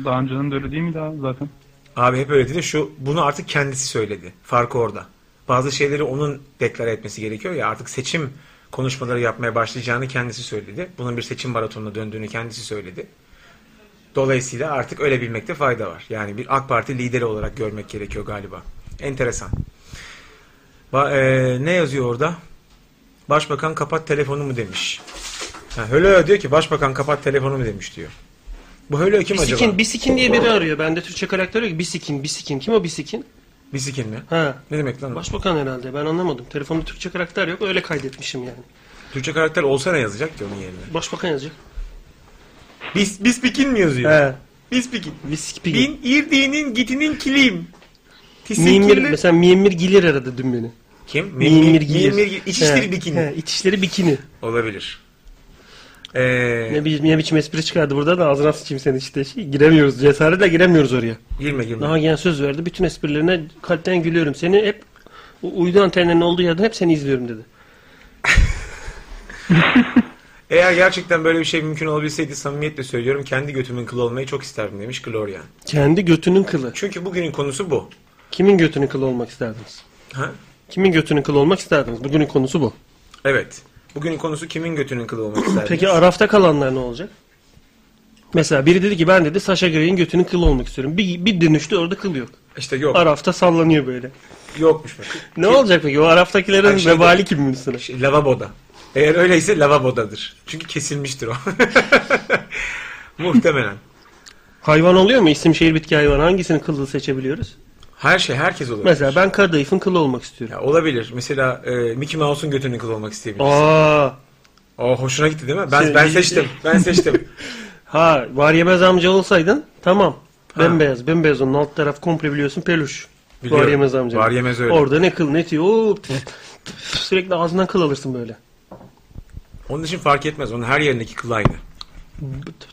Speaker 5: Daha önceden de öyle değil miydi abi zaten?
Speaker 2: Abi hep öyle dedi. Şu bunu artık kendisi söyledi. Farkı orada. Bazı şeyleri onun deklar etmesi gerekiyor ya artık seçim konuşmaları yapmaya başlayacağını kendisi söyledi. Bunun bir seçim maratonuna döndüğünü kendisi söyledi. Dolayısıyla artık öyle bilmekte fayda var. Yani bir AK Parti lideri olarak görmek gerekiyor galiba. Enteresan. Ba- e, ne yazıyor orada? Başbakan kapat telefonumu demiş. Ha, Hölö diyor ki başbakan kapat telefonumu demiş diyor. Bu Hölö kim acaba?
Speaker 3: Bisikin, bisikin diye biri arıyor. Bende Türkçe karakter yok. ki. Bisikin, bisikin. Kim o bisikin?
Speaker 2: Bisikin mi?
Speaker 3: Ha.
Speaker 2: Ne demek lan o?
Speaker 3: Başbakan herhalde. Ben anlamadım. Telefonda Türkçe karakter yok. Öyle kaydetmişim yani.
Speaker 2: Türkçe karakter olsa ne yazacak ki onun yerine?
Speaker 3: Başbakan yazacak.
Speaker 2: Bis, bispikin mi yazıyor?
Speaker 3: He.
Speaker 2: Bispikin.
Speaker 3: Bisikpigin.
Speaker 2: Bin irdinin gitinin kiliyim.
Speaker 3: Mimir,
Speaker 2: Tisinkirli.
Speaker 3: mesela Mimir Gilir aradı dün beni.
Speaker 2: Kim?
Speaker 3: Mimir Gilir.
Speaker 2: Mimir- İçişleri
Speaker 3: He,
Speaker 2: bikini.
Speaker 3: He, İçişleri Bikini.
Speaker 2: Olabilir.
Speaker 3: Ne,
Speaker 2: Ee,
Speaker 3: bi- ne biçim espri çıkardı burada da ağzına sıçayım senin işte. Şey, giremiyoruz. Cesaretle giremiyoruz oraya.
Speaker 2: girme girme.
Speaker 3: Daha genel söz verdi. Bütün esprilerine kalpten gülüyorum. Seni hep u- uydu antenlerinin olduğu yerde hep seni izliyorum dedi.
Speaker 2: Eğer gerçekten böyle bir şey mümkün olabilseydi samimiyetle söylüyorum kendi götümün kılı olmayı çok isterdim demiş Gloria.
Speaker 3: Kendi götünün kılı.
Speaker 2: Çünkü bugünün konusu bu.
Speaker 3: Kimin götünün kılı olmak isterdiniz?
Speaker 2: Ha?
Speaker 3: Kimin götünün kılı olmak isterdiniz? Bugünün konusu bu.
Speaker 2: Evet. Bugünün konusu kimin götünün kılı olmak isterdi?
Speaker 3: Peki Araf'ta kalanlar ne olacak? Mesela biri dedi ki ben dedi Sasha Grey'in götünün kılı olmak istiyorum. Bir, bir dönüştü orada kıl yok.
Speaker 2: İşte yok.
Speaker 3: Araf'ta sallanıyor böyle.
Speaker 2: Yokmuş bak.
Speaker 3: Ne olacak peki? O Araf'takilerin
Speaker 2: Ay, şey
Speaker 3: vebali kimin üstüne?
Speaker 2: Şey, lavaboda. Eğer öyleyse lavabodadır. Çünkü kesilmiştir o. Muhtemelen.
Speaker 3: Hayvan oluyor mu? İsim şehir bitki hayvan. Hangisinin kılını seçebiliyoruz?
Speaker 2: Her şey herkes olabilir.
Speaker 3: Mesela ben kadayıfın kılı olmak istiyorum.
Speaker 2: Ya olabilir. Mesela e, Mickey Mouse'un götünün kıl olmak isteyebilirsin.
Speaker 3: Aa,
Speaker 2: Aa, hoşuna gitti değil mi? Ben
Speaker 3: Şey-
Speaker 2: ben seçtim. Ben seçtim.
Speaker 3: ha var yemez amca olsaydın tamam.
Speaker 2: Ha.
Speaker 3: Bembeyaz, bembeyaz onun alt taraf komple biliyorsun peluş.
Speaker 2: Biliyorum.
Speaker 3: Var yemez amca.
Speaker 2: Var yemez öyle.
Speaker 3: Orada ne kıl ne tüy. Oo, pf, pf, sürekli ağzından kıl alırsın böyle.
Speaker 2: Onun için fark etmez. Onun her yerindeki kıl aynı.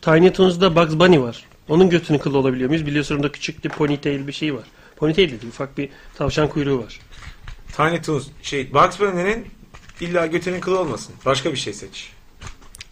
Speaker 3: Tiny Toons'da Bugs Bunny var. Onun götünü kıl olabiliyor muyuz? Biliyorsun orada küçük bir ponytail bir şey var. Ponytail değil, ufak bir tavşan kuyruğu var.
Speaker 2: Tiny Toons şey Bugs Bunny'nin illa götünün kılı olmasın. Başka bir şey seç.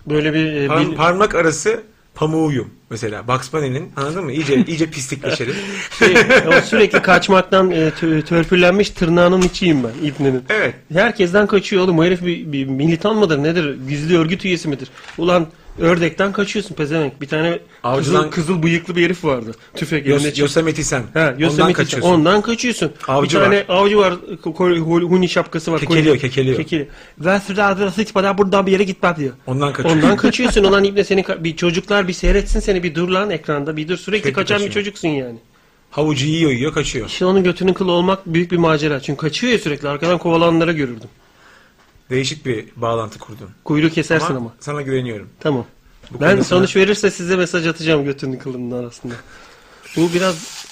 Speaker 3: Böyle bir... e,
Speaker 2: Par-
Speaker 3: bil-
Speaker 2: parmak arası pamuğuyum mesela. Bugs Bunny'nin anladın mı? İyice iyice pislikleşelim.
Speaker 3: şey, o sürekli kaçmaktan e, tö- törpülenmiş tırnağının içiyim ben İbni'nin.
Speaker 2: evet.
Speaker 3: Herkesten kaçıyor oğlum. O herif bir, bir militan mıdır nedir? Gizli örgüt üyesi midir? Ulan ördekten kaçıyorsun pezevenk. Bir tane
Speaker 2: Avcıdan-
Speaker 3: kızıl, kızıl bıyıklı bir herif vardı. Tüfek
Speaker 2: Yos-
Speaker 3: eline çek-
Speaker 2: Yosemite Sam.
Speaker 3: Ha,
Speaker 2: Ondan
Speaker 3: Yosemite-
Speaker 2: kaçıyorsun.
Speaker 3: Ondan kaçıyorsun.
Speaker 2: Avcı
Speaker 3: bir tane avcı var. ko- ko- Huni şapkası var.
Speaker 2: Kekeliyor,
Speaker 3: Koy-
Speaker 2: kekeliyor.
Speaker 3: Kekeliyor. Ben sürdü ağzına sıçmadan buradan bir yere gitmem diyor.
Speaker 2: Ondan kaçıyorsun.
Speaker 3: Ondan kaçıyorsun. Ulan ibne seni ka- bir çocuklar bir seyretsin seni bir dur lan ekranda. Bir dur sürekli
Speaker 2: Sürekli
Speaker 3: kaçan bir
Speaker 2: kaçıyor.
Speaker 3: çocuksun yani.
Speaker 2: Havucu yiyor yiyor kaçıyor.
Speaker 3: İşte onun götünün kılı olmak büyük bir macera. Çünkü kaçıyor ya sürekli. Arkadan kovalananlara görürdüm.
Speaker 2: Değişik bir bağlantı kurdun.
Speaker 3: Kuyruğu kesersin ama.
Speaker 2: Sana güveniyorum.
Speaker 3: Tamam.
Speaker 2: Bu
Speaker 3: ben
Speaker 2: konuda sana-
Speaker 3: sonuç verirse size mesaj atacağım götünün kılının arasında. Bu biraz...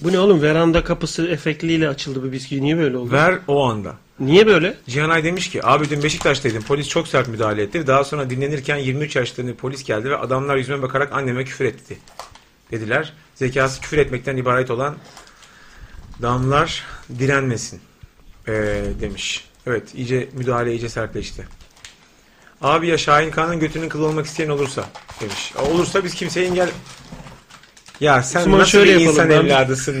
Speaker 3: Bu ne oğlum? Veranda kapısı efektiyle açıldı bu bisküvi. Niye böyle oldu?
Speaker 2: Ver o anda.
Speaker 3: Niye böyle?
Speaker 2: Cihanay demiş ki abi dün Beşiktaş'taydım polis çok sert müdahale etti. Daha sonra dinlenirken 23 yaşlarında polis geldi ve adamlar yüzüme bakarak anneme küfür etti dediler. Zekası küfür etmekten ibaret olan damlar direnmesin ee, demiş. Evet iyice müdahale iyice sertleşti. Abi ya Şahin Kağan'ın götünün kılı olmak isteyen olursa demiş. Olursa biz kimseye engel... Ya sen
Speaker 3: Osman
Speaker 2: nasıl
Speaker 3: şöyle
Speaker 2: bir
Speaker 3: yapalım,
Speaker 2: insan
Speaker 3: ben-
Speaker 2: evladısın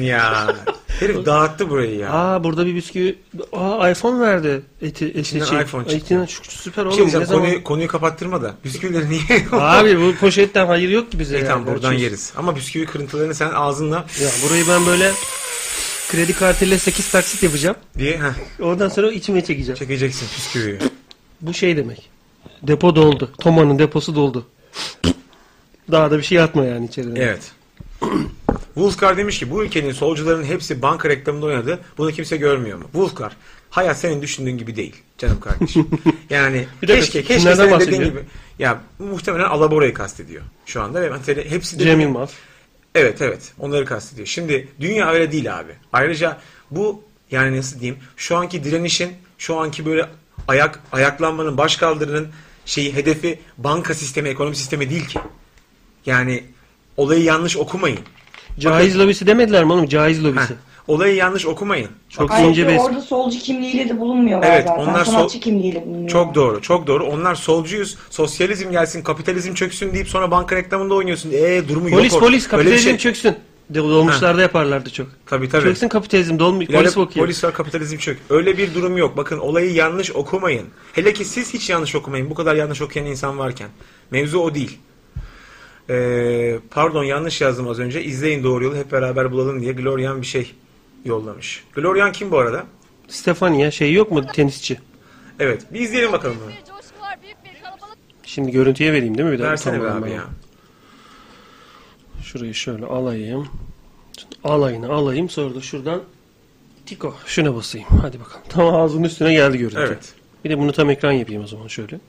Speaker 2: ya. Herif dağıttı burayı ya.
Speaker 3: Aa burada bir bisküvi... Aa iPhone verdi eti, eti
Speaker 2: İçinden
Speaker 3: şey.
Speaker 2: iPhone
Speaker 3: Ay,
Speaker 2: çıktı.
Speaker 3: içinden şu- süper
Speaker 2: Bir şey
Speaker 3: oğlum. ne
Speaker 2: diyeceğim,
Speaker 3: zaman...
Speaker 2: konuyu, konuyu kapattırma da. Bisküvileri niye?
Speaker 3: Abi bu poşetten hayır şey- yok ki bize.
Speaker 2: E
Speaker 3: yani.
Speaker 2: tamam buradan
Speaker 3: Ölçüyoruz.
Speaker 2: yeriz. Ama bisküvi kırıntılarını sen ağzınla
Speaker 3: Ya burayı ben böyle kredi kartıyla 8 taksit yapacağım.
Speaker 2: diye heh,
Speaker 3: Oradan sonra içime çekeceğim.
Speaker 2: çekeceksin bisküviyi.
Speaker 3: Bu şey demek. Depo doldu. Toma'nın deposu doldu. Daha da bir şey atma yani içeride.
Speaker 2: Evet. Wolfgar demiş ki bu ülkenin solcuların hepsi banka reklamında oynadı. Bunu kimse görmüyor mu? Wolfgar hayat senin düşündüğün gibi değil canım kardeşim. Yani
Speaker 3: Bir dakika,
Speaker 2: keşke keşke
Speaker 3: kimlerden
Speaker 2: senin dediğin
Speaker 3: bahsediyor?
Speaker 2: gibi. Ya muhtemelen Alabora'yı kastediyor şu anda ve ben seni- hepsi de
Speaker 3: Cem Yılmaz.
Speaker 2: Evet evet onları kastediyor. Şimdi dünya öyle değil abi. Ayrıca bu yani nasıl diyeyim şu anki direnişin şu anki böyle ayak ayaklanmanın baş kaldırının şeyi hedefi banka sistemi ekonomi sistemi değil ki. Yani olayı yanlış okumayın.
Speaker 3: Caiz lobisi demediler mi oğlum? Caiz
Speaker 2: Heh,
Speaker 3: lobisi.
Speaker 2: olayı yanlış okumayın.
Speaker 3: Çok ince
Speaker 1: Ayrıca
Speaker 3: bir
Speaker 1: orada solcu kimliğiyle de bulunmuyorlar
Speaker 2: Evet,
Speaker 1: zaten.
Speaker 2: onlar sol-
Speaker 1: Sanatçı kimliğiyle bulunuyorlar.
Speaker 2: Çok doğru, çok doğru. Onlar solcuyuz. Sosyalizm gelsin, kapitalizm çöksün deyip sonra banka reklamında oynuyorsun. Ee durumu yok.
Speaker 3: Polis
Speaker 2: orada.
Speaker 3: polis
Speaker 2: Öyle bir
Speaker 3: kapitalizm
Speaker 2: şey-
Speaker 3: çöksün. De- Dolmuşlarda yaparlardı çok.
Speaker 2: Tabii tabii.
Speaker 3: Çöksün kapitalizm dolmuş.
Speaker 2: Lale-
Speaker 3: Polis bakıyor.
Speaker 2: polis var kapitalizm çök. Öyle bir durum yok. Bakın olayı yanlış okumayın. Hele ki siz hiç yanlış okumayın. Bu kadar yanlış okuyan insan varken. Mevzu o değil. Ee, pardon yanlış yazdım az önce. İzleyin doğru yolu hep beraber bulalım diye Glorian bir şey yollamış. Glorian kim bu arada?
Speaker 3: Stefani ya şey yok mu tenisçi?
Speaker 2: Evet. Bir izleyelim bakalım bunu.
Speaker 6: Bir coşkular, büyük bir kalabalık.
Speaker 3: Şimdi görüntüye vereyim değil mi bir daha?
Speaker 2: Versene be
Speaker 3: Tamam,
Speaker 2: abi
Speaker 3: ben
Speaker 2: ya.
Speaker 3: Şurayı şöyle alayım. Alayını alayım sonra da şuradan Tiko şuna basayım. Hadi bakalım. Tam ağzının üstüne geldi görüntü.
Speaker 2: Evet.
Speaker 3: Bir de bunu tam ekran yapayım o zaman şöyle.
Speaker 6: var.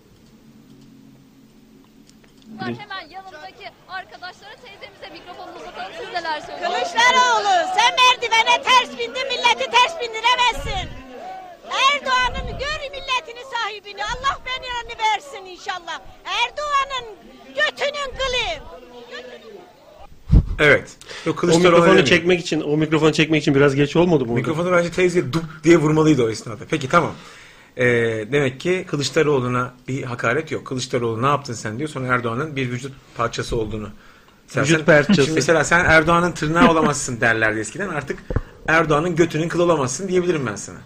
Speaker 6: Hemen yanımdaki arkadaşlara teyzemize mikrofonu uzatalım. Siz neler söylüyorsunuz?
Speaker 7: Kılıçdaroğlu sen merdivene ters bindin milleti ters bindiremezsin. Erdoğan'ın gör milletini sahibini Allah belanı versin inşallah. Erdoğan'ın götünün kılı.
Speaker 2: Evet. Yok
Speaker 3: O
Speaker 2: Kılıçdaroğlu
Speaker 3: mikrofonu
Speaker 2: demiyor.
Speaker 3: çekmek için o mikrofonu çekmek için biraz geç olmadı mı? orada?
Speaker 2: Mikrofonu bence teyze dup diye vurmalıydı o esnada. Peki tamam. Ee, demek ki Kılıçdaroğlu'na bir hakaret yok. Kılıçdaroğlu ne yaptın sen diyor. Sonra Erdoğan'ın bir vücut parçası olduğunu. Sen-
Speaker 3: Vücut
Speaker 2: sen-
Speaker 3: parçası.
Speaker 2: Şimdi mesela sen Erdoğan'ın tırnağı olamazsın derlerdi eskiden. Artık Erdoğan'ın götünün kılı olamazsın diyebilirim ben sana.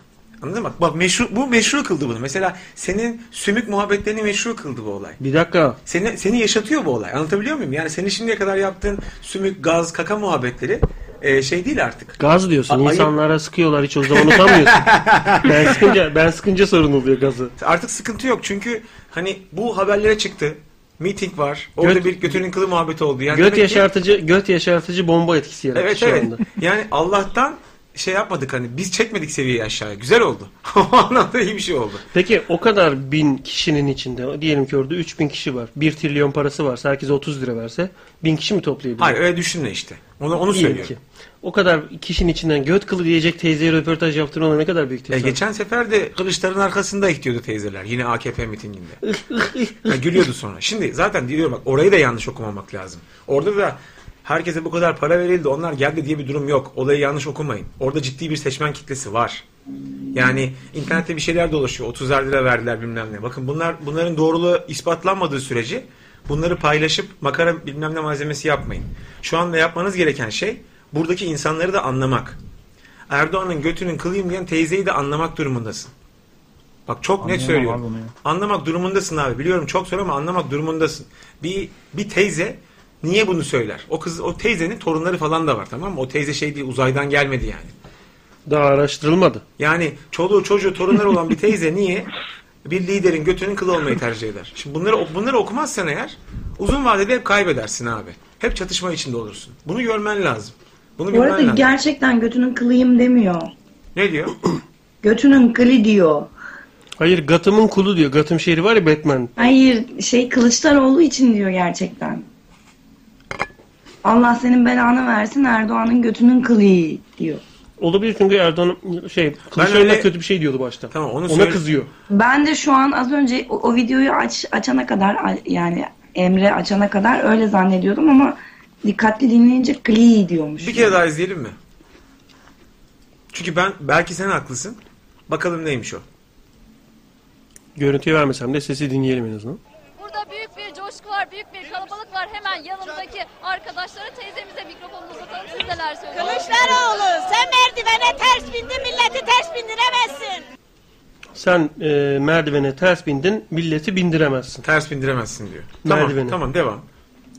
Speaker 2: Anladın mı? Bak, bak meşru, bu meşru kıldı bunu. Mesela senin sümük muhabbetlerini meşru kıldı bu olay.
Speaker 3: Bir dakika.
Speaker 2: Seni, seni yaşatıyor bu olay. Anlatabiliyor muyum? Yani senin şimdiye kadar yaptığın sümük, gaz, kaka muhabbetleri e, şey değil artık.
Speaker 3: Gaz diyorsun.
Speaker 2: A- ayıp.
Speaker 3: İnsanlara sıkıyorlar hiç o zaman utanmıyorsun. ben sıkınca ben sıkınca sorun oluyor gazı.
Speaker 2: Artık sıkıntı yok çünkü hani bu haberlere çıktı. Meeting var. Orada
Speaker 3: Göt-
Speaker 2: bir götünün kılı muhabbeti oldu. Yani
Speaker 3: göt şey
Speaker 2: demek ki-
Speaker 3: yaşartıcı göt yaşartıcı bomba etkisi yarattı
Speaker 2: Evet
Speaker 3: şu
Speaker 2: evet.
Speaker 3: anda.
Speaker 2: Yani Allah'tan şey yapmadık hani biz çekmedik seviyeyi aşağıya. Güzel oldu. o anlamda iyi bir şey oldu.
Speaker 3: Peki o kadar bin kişinin içinde diyelim ki orada 3000 kişi var. 1 trilyon parası varsa herkes 30 lira verse 1000 kişi mi toplayabilir?
Speaker 2: Hayır öyle düşünme işte. Onu onu
Speaker 3: Diyelim
Speaker 2: söylüyorum.
Speaker 3: ki. O kadar kişinin içinden göt kılı diyecek teyzeye röportaj yaptığına ona ne kadar büyük
Speaker 2: E,
Speaker 3: tesadüf.
Speaker 2: geçen sefer de Kılıçların arkasında ihtiyordu teyzeler. Yine AKP mitinginde. Ya, gülüyordu sonra. Şimdi zaten diyorum bak orayı da yanlış okumamak lazım. Orada da herkese bu kadar para verildi onlar geldi diye bir durum yok. Olayı yanlış okumayın. Orada ciddi bir seçmen kitlesi var. Yani internette bir şeyler dolaşıyor. 30 lira verdiler bilmem ne. Bakın bunlar bunların doğruluğu ispatlanmadığı sürece bunları paylaşıp makara bilmem ne malzemesi yapmayın. Şu anda yapmanız gereken şey buradaki insanları da anlamak. Erdoğan'ın götünün kılıyım diyen teyzeyi de anlamak durumundasın. Bak çok net
Speaker 5: Anlayamam
Speaker 2: söylüyorum.
Speaker 5: abi onu ya.
Speaker 2: Anlamak durumundasın abi. Biliyorum çok zor ama anlamak durumundasın. Bir bir teyze niye bunu söyler? O kız o teyzenin torunları falan da var tamam mı? O teyze şey değil uzaydan gelmedi yani.
Speaker 3: Daha araştırılmadı.
Speaker 2: Yani çoluğu çocuğu torunları olan bir teyze niye bir liderin götünün kılı olmayı tercih eder? Şimdi bunları bunları okumazsan eğer uzun vadede hep kaybedersin abi. Hep çatışma içinde olursun. Bunu görmen lazım. Bunu
Speaker 1: Bu
Speaker 2: bilmen
Speaker 1: arada
Speaker 2: lazım.
Speaker 1: gerçekten götünün kılıyım demiyor.
Speaker 2: Ne diyor?
Speaker 1: Götünün kılı diyor.
Speaker 3: Hayır Gotham'ın kulu diyor. Gotham şehri var ya Batman.
Speaker 1: Hayır şey Kılıçdaroğlu için diyor gerçekten. Allah senin belanı versin Erdoğan'ın götünün kılıyı diyor.
Speaker 3: Olabilir çünkü Erdoğan şey Kılıçdaroğlu
Speaker 2: öyle-
Speaker 3: kötü bir şey diyordu başta.
Speaker 2: Tamam, onu
Speaker 3: Ona
Speaker 2: söyle-
Speaker 3: kızıyor.
Speaker 1: Ben de şu an az önce o, o videoyu aç açana kadar a- yani Emre açana kadar öyle zannediyordum ama dikkatli dinleyince kli diyormuş.
Speaker 2: Bir kere daha izleyelim mi? Çünkü ben belki sen haklısın. Bakalım neymiş o.
Speaker 3: Görüntüyü vermesem de sesi dinleyelim en azından.
Speaker 6: Burada büyük bir coşku var, büyük bir kalabalık var. Hemen yanımdaki arkadaşlara teyzemize mikrofonu uzatalım. Siz neler söylüyorsunuz?
Speaker 7: Kılıçdaroğlu sen merdivene ters bindin milleti ters bindiremezsin.
Speaker 3: Sen e, merdivene ters bindin, milleti bindiremezsin.
Speaker 2: Ters bindiremezsin diyor. Tamam,
Speaker 3: Merdiveni.
Speaker 2: tamam devam.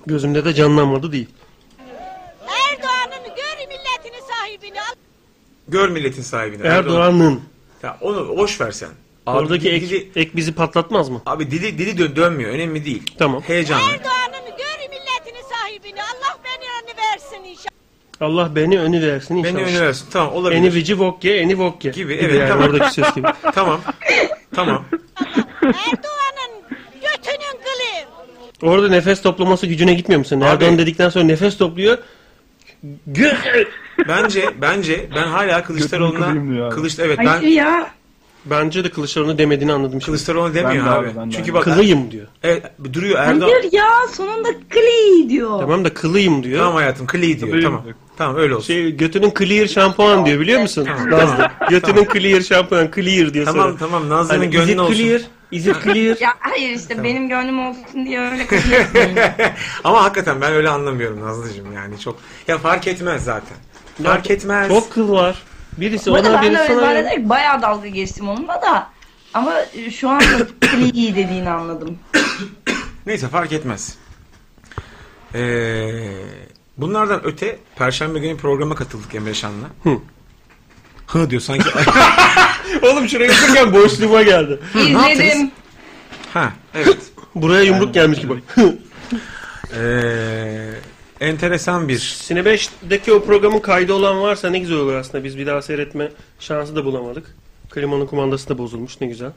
Speaker 3: Gözümde de canlanmadı değil.
Speaker 7: Erdoğan'ın gör milletini sahibini Allah
Speaker 2: Gör milletin sahibini.
Speaker 3: Erdoğan'ın
Speaker 2: Ya onu boş versen.
Speaker 3: oradaki ek, ek bizi patlatmaz mı?
Speaker 2: abi dili dili dön, dönmüyor. Önemli değil.
Speaker 3: Tamam.
Speaker 2: Heyecanlı.
Speaker 7: Erdoğan'ın gör milletini sahibini Allah belanı versin inşallah.
Speaker 3: Allah beni önü versin inşallah.
Speaker 2: Beni önüne versin. Tamam olabilir.
Speaker 3: Eni vici vokke, eni vokke.
Speaker 2: Gibi, evet, tamam.
Speaker 3: oradaki ses gibi.
Speaker 2: Tamam. tamam.
Speaker 7: Erdoğan'ın götünün kılı.
Speaker 3: Orada nefes toplaması gücüne gitmiyor musun?
Speaker 2: Abi-
Speaker 3: Erdoğan dedikten sonra nefes topluyor. Gö
Speaker 2: Bence bence ben
Speaker 5: kılayım diyor
Speaker 2: hala Kılıçdaroğlu'na
Speaker 5: abi.
Speaker 2: Kılıç evet
Speaker 1: Hayır
Speaker 2: ben
Speaker 1: ya.
Speaker 3: Bence de Kılıçdaroğlu'na demediğini anladım şimdi.
Speaker 2: Kılıçdaroğlu demiyor
Speaker 5: Ben de
Speaker 2: abi.
Speaker 5: abi, ben de
Speaker 2: Çünkü
Speaker 5: abi.
Speaker 2: bak
Speaker 3: Kılıyım diyor.
Speaker 2: evet, duruyor Erdoğan.
Speaker 1: Hayır ya sonunda Kli diyor.
Speaker 3: Tamam da kılıyım diyor.
Speaker 2: Tamam hayatım Kli diyor.
Speaker 5: Kılayım
Speaker 2: Tamam.
Speaker 5: diyor.
Speaker 2: Tamam öyle olsun.
Speaker 3: Şey, götünün clear şampuan diyor biliyor musun? Nazlı. Götünün clear şampuan clear diyor
Speaker 2: tamam
Speaker 3: sonra.
Speaker 2: tamam Nazlı'nın
Speaker 3: Hani is it
Speaker 2: gönlün olsun.
Speaker 3: clear? Is it clear?
Speaker 1: Ya hayır işte benim gönlüm olsun diye öyle kaçıyorsun.
Speaker 2: Ama hakikaten ben öyle anlamıyorum Nazlıcığım yani çok. Ya fark etmez zaten. Fark etmez.
Speaker 3: Çok kıl var. Birisi
Speaker 1: Bu arada
Speaker 3: ona
Speaker 1: ben de
Speaker 3: birisi
Speaker 1: öyle
Speaker 3: sana.
Speaker 1: zannederek bayağı dalga geçtim onunla da. Ama e, şu an Kli dediğini anladım.
Speaker 2: Neyse fark etmez. Ee, bunlardan öte Perşembe günü programa katıldık Emre Şan'la. Hı. Hı diyor sanki.
Speaker 3: Oğlum şuraya otururken boşluğuma geldi.
Speaker 1: İzledim.
Speaker 2: ha evet.
Speaker 3: Buraya yumruk gelmiş gibi. Hı.
Speaker 2: Ee, enteresan bir
Speaker 3: Sine 5'deki o programın kaydı olan varsa ne güzel olur aslında. Biz bir daha seyretme şansı da bulamadık. Klimanın kumandası da bozulmuş ne güzel.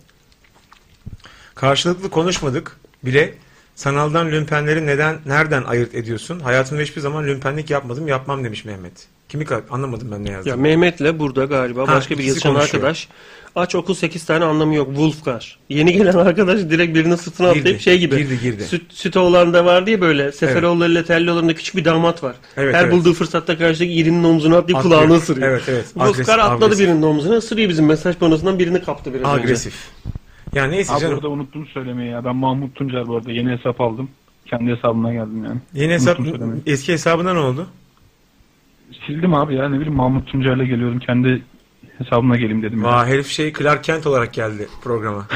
Speaker 2: Karşılıklı konuşmadık bile. Sanaldan lümpenleri neden nereden ayırt ediyorsun? Hayatımda hiçbir zaman lümpenlik yapmadım, yapmam demiş Mehmet. Kimi ka- anlamadım ben ne yazdım.
Speaker 3: Ya Mehmet'le burada galiba
Speaker 2: Ha,
Speaker 3: başka bir
Speaker 2: ikisi
Speaker 3: yazışan
Speaker 2: konuşuyor.
Speaker 3: arkadaş. Aç okul 8 tane anlamı yok. Wolfgar. Yeni gelen arkadaş direkt birinin sırtına
Speaker 2: Girdi,
Speaker 3: atlayıp şey gibi.
Speaker 2: girdi, girdi.
Speaker 3: Süt, süt oğlanda vardı ya böyle. Seferoğulları ile Terlioğulları'nda küçük bir damat var.
Speaker 2: Evet,
Speaker 3: Her
Speaker 2: evet.
Speaker 3: bulduğu fırsatta karşıdaki irinin omzuna atlayıp
Speaker 2: Atlıyor.
Speaker 3: kulağını ısırıyor.
Speaker 2: Evet, evet. Agresif,
Speaker 3: Wolfgar atladı
Speaker 2: agresif.
Speaker 3: birinin omzuna ısırıyor bizim mesaj panosundan birini kaptı biraz önce.
Speaker 2: Agresif. Ya neyse
Speaker 5: Abi
Speaker 2: canım.
Speaker 5: burada unuttum söylemeyi ya. Ben Mahmut Tuncer bu arada yeni hesap aldım. Kendi hesabımdan geldim yani.
Speaker 2: Yeni hesap,
Speaker 5: Unuttum söylemeyi.
Speaker 2: eski hesabına ne oldu?
Speaker 5: Sildim abi ya ne bileyim Mahmut Tuncer'le geliyorum. Kendi hesabımla geleyim dedim. ya.
Speaker 2: Vah herif şey Clark Kent olarak geldi programa.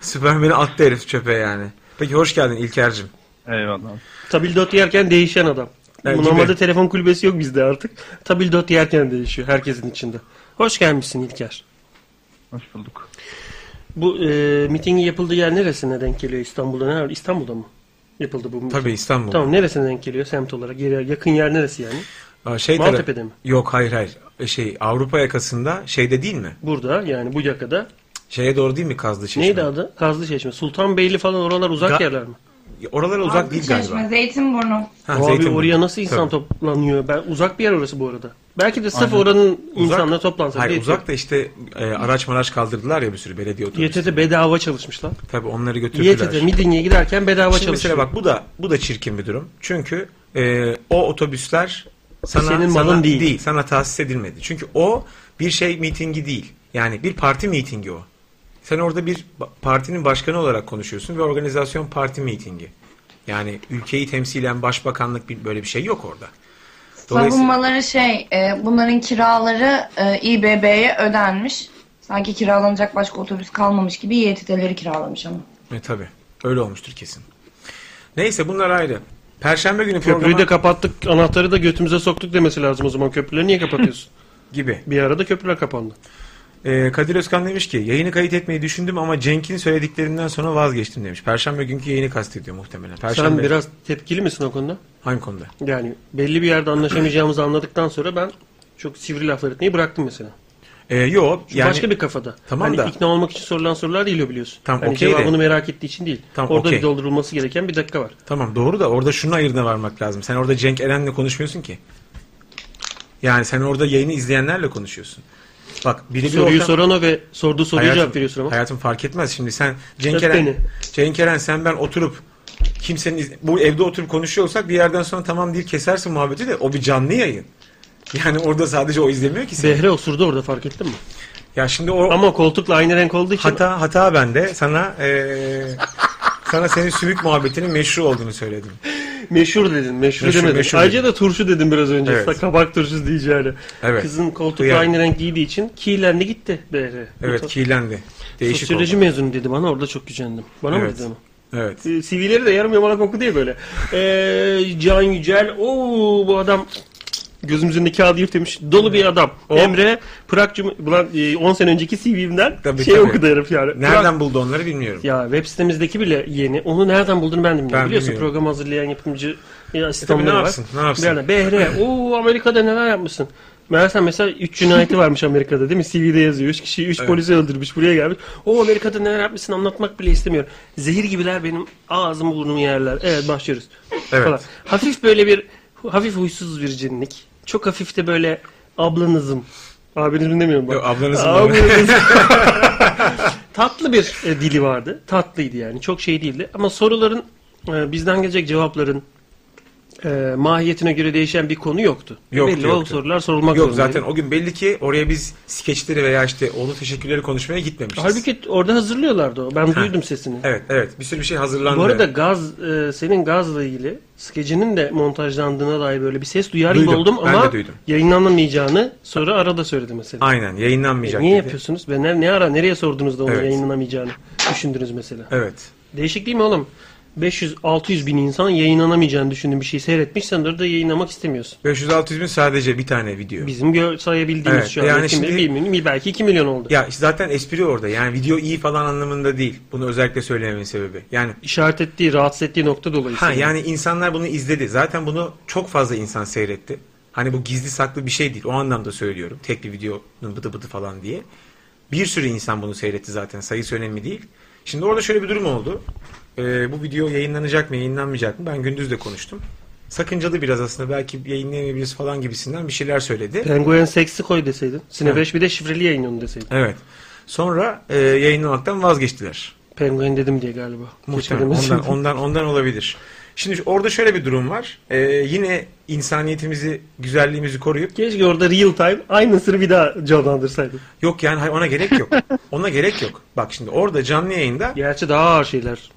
Speaker 2: Süpermen'i attı herif çöpe yani. Peki hoş geldin İlker'cim.
Speaker 5: Eyvallah. abi.
Speaker 3: Tabildot yerken değişen adam.
Speaker 2: Yani
Speaker 3: Bu
Speaker 2: gibi.
Speaker 3: Normalde telefon kulübesi yok bizde artık. Tabildot yerken değişiyor herkesin içinde. Hoş gelmişsin İlker.
Speaker 5: Hoş bulduk.
Speaker 3: Bu e, mitingin yapıldığı yer neresine denk geliyor İstanbul'da? Ne, İstanbul'da mı yapıldı bu miting?
Speaker 2: Tabii İstanbul.
Speaker 3: Tamam neresine denk geliyor semt olarak? Yeri- yakın yer neresi yani?
Speaker 2: Aa, Şey taraf-
Speaker 3: Maltepe'de mi?
Speaker 2: Yok hayır hayır. E, Şey Avrupa yakasında şeyde değil mi?
Speaker 3: Burada yani bu yakada.
Speaker 2: Şeye doğru değil mi Kazlı Çeşme?
Speaker 3: Neydi adı? Kazlı Çeşme. Sultanbeyli falan oralar uzak
Speaker 2: Ga-
Speaker 3: yerler mi?
Speaker 2: Oralara uzak değil
Speaker 1: Çeşme,
Speaker 2: galiba.
Speaker 1: Zeytinburnu.
Speaker 2: Ha,
Speaker 3: Abi
Speaker 2: Zeytinburnu.
Speaker 3: oraya nasıl insan
Speaker 2: Tabii.
Speaker 3: toplanıyor? Ben uzak bir yer orası bu arada. Belki de sırf
Speaker 5: Aynen.
Speaker 3: oranın
Speaker 2: Uzak-
Speaker 3: insanları toplansa.
Speaker 2: Hayır
Speaker 3: bile
Speaker 2: uzak da işte e, araç maraç kaldırdılar ya bir sürü belediye
Speaker 3: yetiyor.
Speaker 2: otobüsü.
Speaker 3: YTT bedava çalışmışlar.
Speaker 2: Tabii onları götürdüler.
Speaker 3: YTT Midin'e giderken bedava
Speaker 2: Şimdi
Speaker 3: çalışıyor.
Speaker 2: mesela bak bu da bu da çirkin bir durum. Çünkü e, o otobüsler sana
Speaker 3: Senin
Speaker 2: sana
Speaker 3: malın değil.
Speaker 2: Sana tahsis edilmedi. Çünkü o bir şey mitingi değil. Yani bir parti mitingi o. Sen orada bir ba- partinin başkanı olarak konuşuyorsun ve organizasyon parti mitingi. Yani ülkeyi temsilen başbakanlık bir, böyle bir şey yok orada. Dolayısıyla
Speaker 1: Savunmaları şey, e, bunların kiraları e, İBB'ye ödenmiş. Sanki kiralanacak başka otobüs kalmamış gibi YTT'leri kiralamış ama.
Speaker 2: e, tabii öyle olmuştur kesin. Neyse bunlar ayrı. Perşembe günü
Speaker 3: Köprüyü
Speaker 2: programı
Speaker 3: de kapattık, anahtarı da götümüze soktuk demesi lazım o zaman. Köprüleri niye kapatıyorsun?
Speaker 2: gibi.
Speaker 3: bir arada köprüler kapandı.
Speaker 2: Ee, Kadir Özkan demiş ki yayını kayıt etmeyi düşündüm ama Cenk'in söylediklerinden sonra vazgeçtim demiş. Perşembe günkü yayını kastediyor muhtemelen. Perşembe
Speaker 3: Sen biraz tepkili misin o konuda?
Speaker 2: hangi konuda?
Speaker 3: Yani belli bir yerde anlaşamayacağımızı anladıktan sonra ben çok sivri laflar etmeyi bıraktım mesela.
Speaker 2: Ee, yo
Speaker 3: Şu
Speaker 2: yani
Speaker 3: başka bir kafada.
Speaker 2: Tamam
Speaker 3: hani
Speaker 2: da-
Speaker 3: ikna olmak için sorulan sorular değil o biliyorsun.
Speaker 2: Tamam,
Speaker 3: hani
Speaker 2: okey de-
Speaker 3: cevabını merak ettiği için değil.
Speaker 2: Tamam,
Speaker 3: Orada
Speaker 2: okey.
Speaker 3: bir doldurulması gereken bir dakika var.
Speaker 2: tamam doğru da orada şunun ayırdına varmak lazım. Sen orada Cenk Eren'le konuşmuyorsun ki. Yani sen orada yayını izleyenlerle konuşuyorsun. Bak biri bir
Speaker 3: Soruyu
Speaker 2: ortam-
Speaker 3: sorana ve sorduğu soruya cevap veriyorsun ama.
Speaker 2: Hayatım fark etmez. Şimdi sen Cenk
Speaker 3: Öp
Speaker 2: Eren,
Speaker 3: beni.
Speaker 2: Cenk Eren sen ben oturup kimsenin iz- bu evde oturup konuşuyorsak bir yerden sonra tamam dil kesersin muhabbeti de o bir canlı yayın. Yani orada sadece o izlemiyor ki seni.
Speaker 3: Behre osurdu orada fark ettin mi?
Speaker 2: Ya şimdi o
Speaker 3: Ama koltukla aynı renk olduğu için
Speaker 2: Hata hata bende. Sana eee, sana senin sümük muhabbetinin meşru olduğunu söyledim.
Speaker 3: meşhur dedin. Meşhur,
Speaker 2: Meşhur,
Speaker 3: demedin.
Speaker 2: meşhur
Speaker 3: Ayrıca da turşu dedim biraz önce.
Speaker 2: Evet.
Speaker 3: Sa- Kabak turşusu diyeceğine.
Speaker 2: Evet.
Speaker 3: Kızın koltukla
Speaker 2: Kıyam.
Speaker 3: aynı renk giydiği için kirlendi gitti Behre.
Speaker 2: Evet, kirlendi. Değişik
Speaker 3: Sosyoloji
Speaker 2: oldu.
Speaker 3: mezunu dedi bana orada çok gücendim. Bana mı
Speaker 2: Evet.
Speaker 3: dedi onu?
Speaker 2: Evet.
Speaker 3: E, CV'leri de yarım yamalak oku diye böyle. Ee, Can Yücel, ooo bu adam gözümüzün önünde kağıdı yırtmış. Dolu bir adam. Emre, Prag Cum- ulan, e, 10 sene önceki CV'mden
Speaker 2: Tabii,
Speaker 3: şey
Speaker 2: tabii.
Speaker 3: okudu herif yani. Prag-
Speaker 2: Nereden buldu onları bilmiyorum.
Speaker 3: ya web sitemizdeki bile yeni. Onu nereden bulduğunu ben de bilmiyorum.
Speaker 2: Ben
Speaker 3: Biliyorsun
Speaker 2: bilmiyorum. E
Speaker 3: program hazırlayan yapımcı Ya
Speaker 2: Tabii ne
Speaker 3: asistanları var.
Speaker 2: yapsın? Ne
Speaker 3: Bir
Speaker 2: yapsın?
Speaker 3: yerden Behre. Oo Amerika'da neler yapmışsın. Meğerse mesela 3 cinayeti varmış Amerika'da değil mi? CV'de yazıyor. 3 kişiyi 3
Speaker 2: Evet.
Speaker 3: polisi öldürmüş. Buraya gelmiş. O Amerika'da neler yapmışsın anlatmak bile istemiyorum. Zehir gibiler benim ağzımı burnumu yerler. Evet başlıyoruz.
Speaker 2: Evet.
Speaker 3: Falan. Hafif böyle bir hafif huysuz bir cinlik. Çok hafif de böyle ablanızm. Abinizin demiyorum bak.
Speaker 2: Yok, ablanızın da-
Speaker 3: Ablanızın. Tatlı bir e, dili vardı. Tatlıydı yani. Çok şey değildi. Ama soruların e, bizden gelecek cevapların e, mahiyetine göre değişen bir konu yoktu. E,
Speaker 2: Yok,
Speaker 3: Belli o
Speaker 2: yoktu.
Speaker 3: sorular sorulmak
Speaker 2: Yok
Speaker 3: zorundaydı.
Speaker 2: zaten o gün belli ki oraya biz skeçleri veya işte oğlu teşekkürleri konuşmaya gitmemişiz.
Speaker 3: Halbuki orada hazırlıyorlardı o. Ben duydum sesini.
Speaker 2: Evet evet bir sürü bir şey hazırlandı.
Speaker 3: Bu arada gaz e, senin gazla ilgili skecinin de montajlandığına dair böyle bir ses duyar gibi
Speaker 2: Duydum,
Speaker 3: oldum
Speaker 2: ben
Speaker 3: ama
Speaker 2: de duydum.
Speaker 3: yayınlanamayacağını sonra arada söyledi mesela.
Speaker 2: Aynen yayınlanmayacak.
Speaker 3: E, niye
Speaker 2: dedi.
Speaker 3: yapıyorsunuz? Ve ne, ne ara nereye sordunuz da onu
Speaker 2: Evet.
Speaker 3: yayınlanamayacağını düşündünüz mesela.
Speaker 2: Evet.
Speaker 3: Değişik değil mi oğlum? 500-600 bin insan yayınlanamayacağını düşündüğün bir şeyi seyretmiş sen de orada yayınlamak istemiyorsun.
Speaker 2: 500-600 bin sadece bir tane video.
Speaker 3: Bizim gö- sayabildiğimiz
Speaker 2: Evet,
Speaker 3: şu an
Speaker 2: yani
Speaker 3: kim bilir,
Speaker 2: şimdi-
Speaker 3: bir milyon- belki 2 milyon oldu.
Speaker 2: Ya işte zaten espri orada. Yani video iyi falan anlamında değil. Bunu özellikle söylememin sebebi. Yani
Speaker 3: İşaret ettiği, rahatsız ettiği nokta dolayısıyla.
Speaker 2: ha yani insanlar bunu izledi. Zaten bunu çok fazla insan seyretti. Hani bu gizli saklı bir şey değil. O anlamda söylüyorum. Tek bir videonun bıdı bıdı falan diye. Bir sürü insan bunu seyretti zaten. Sayısı önemli değil. Şimdi orada şöyle bir durum oldu. Ee, bu video yayınlanacak mı yayınlanmayacak mı? Ben gündüz de konuştum. Sakıncalı biraz aslında. Belki yayınlayamayabiliriz falan gibisinden bir şeyler söyledi.
Speaker 3: Penguen seksi koy deseydin. Sine
Speaker 2: Evet.
Speaker 3: 5 bir de şifreli yayın onu deseydin.
Speaker 2: Evet. Sonra e, yayınlamaktan vazgeçtiler.
Speaker 3: Penguen dedim diye galiba.
Speaker 2: Muhtemelen
Speaker 3: Geçelim.
Speaker 2: ondan, ondan, ondan olabilir. Şimdi orada şöyle bir durum var. Ee, yine insaniyetimizi, güzelliğimizi koruyup
Speaker 3: Keşke orada real time aynısını bir daha canlandırsaydın.
Speaker 2: yok yani hayır, ona gerek yok. Ona gerek yok. Bak şimdi orada canlı yayında
Speaker 3: Gerçi daha ağır şeyler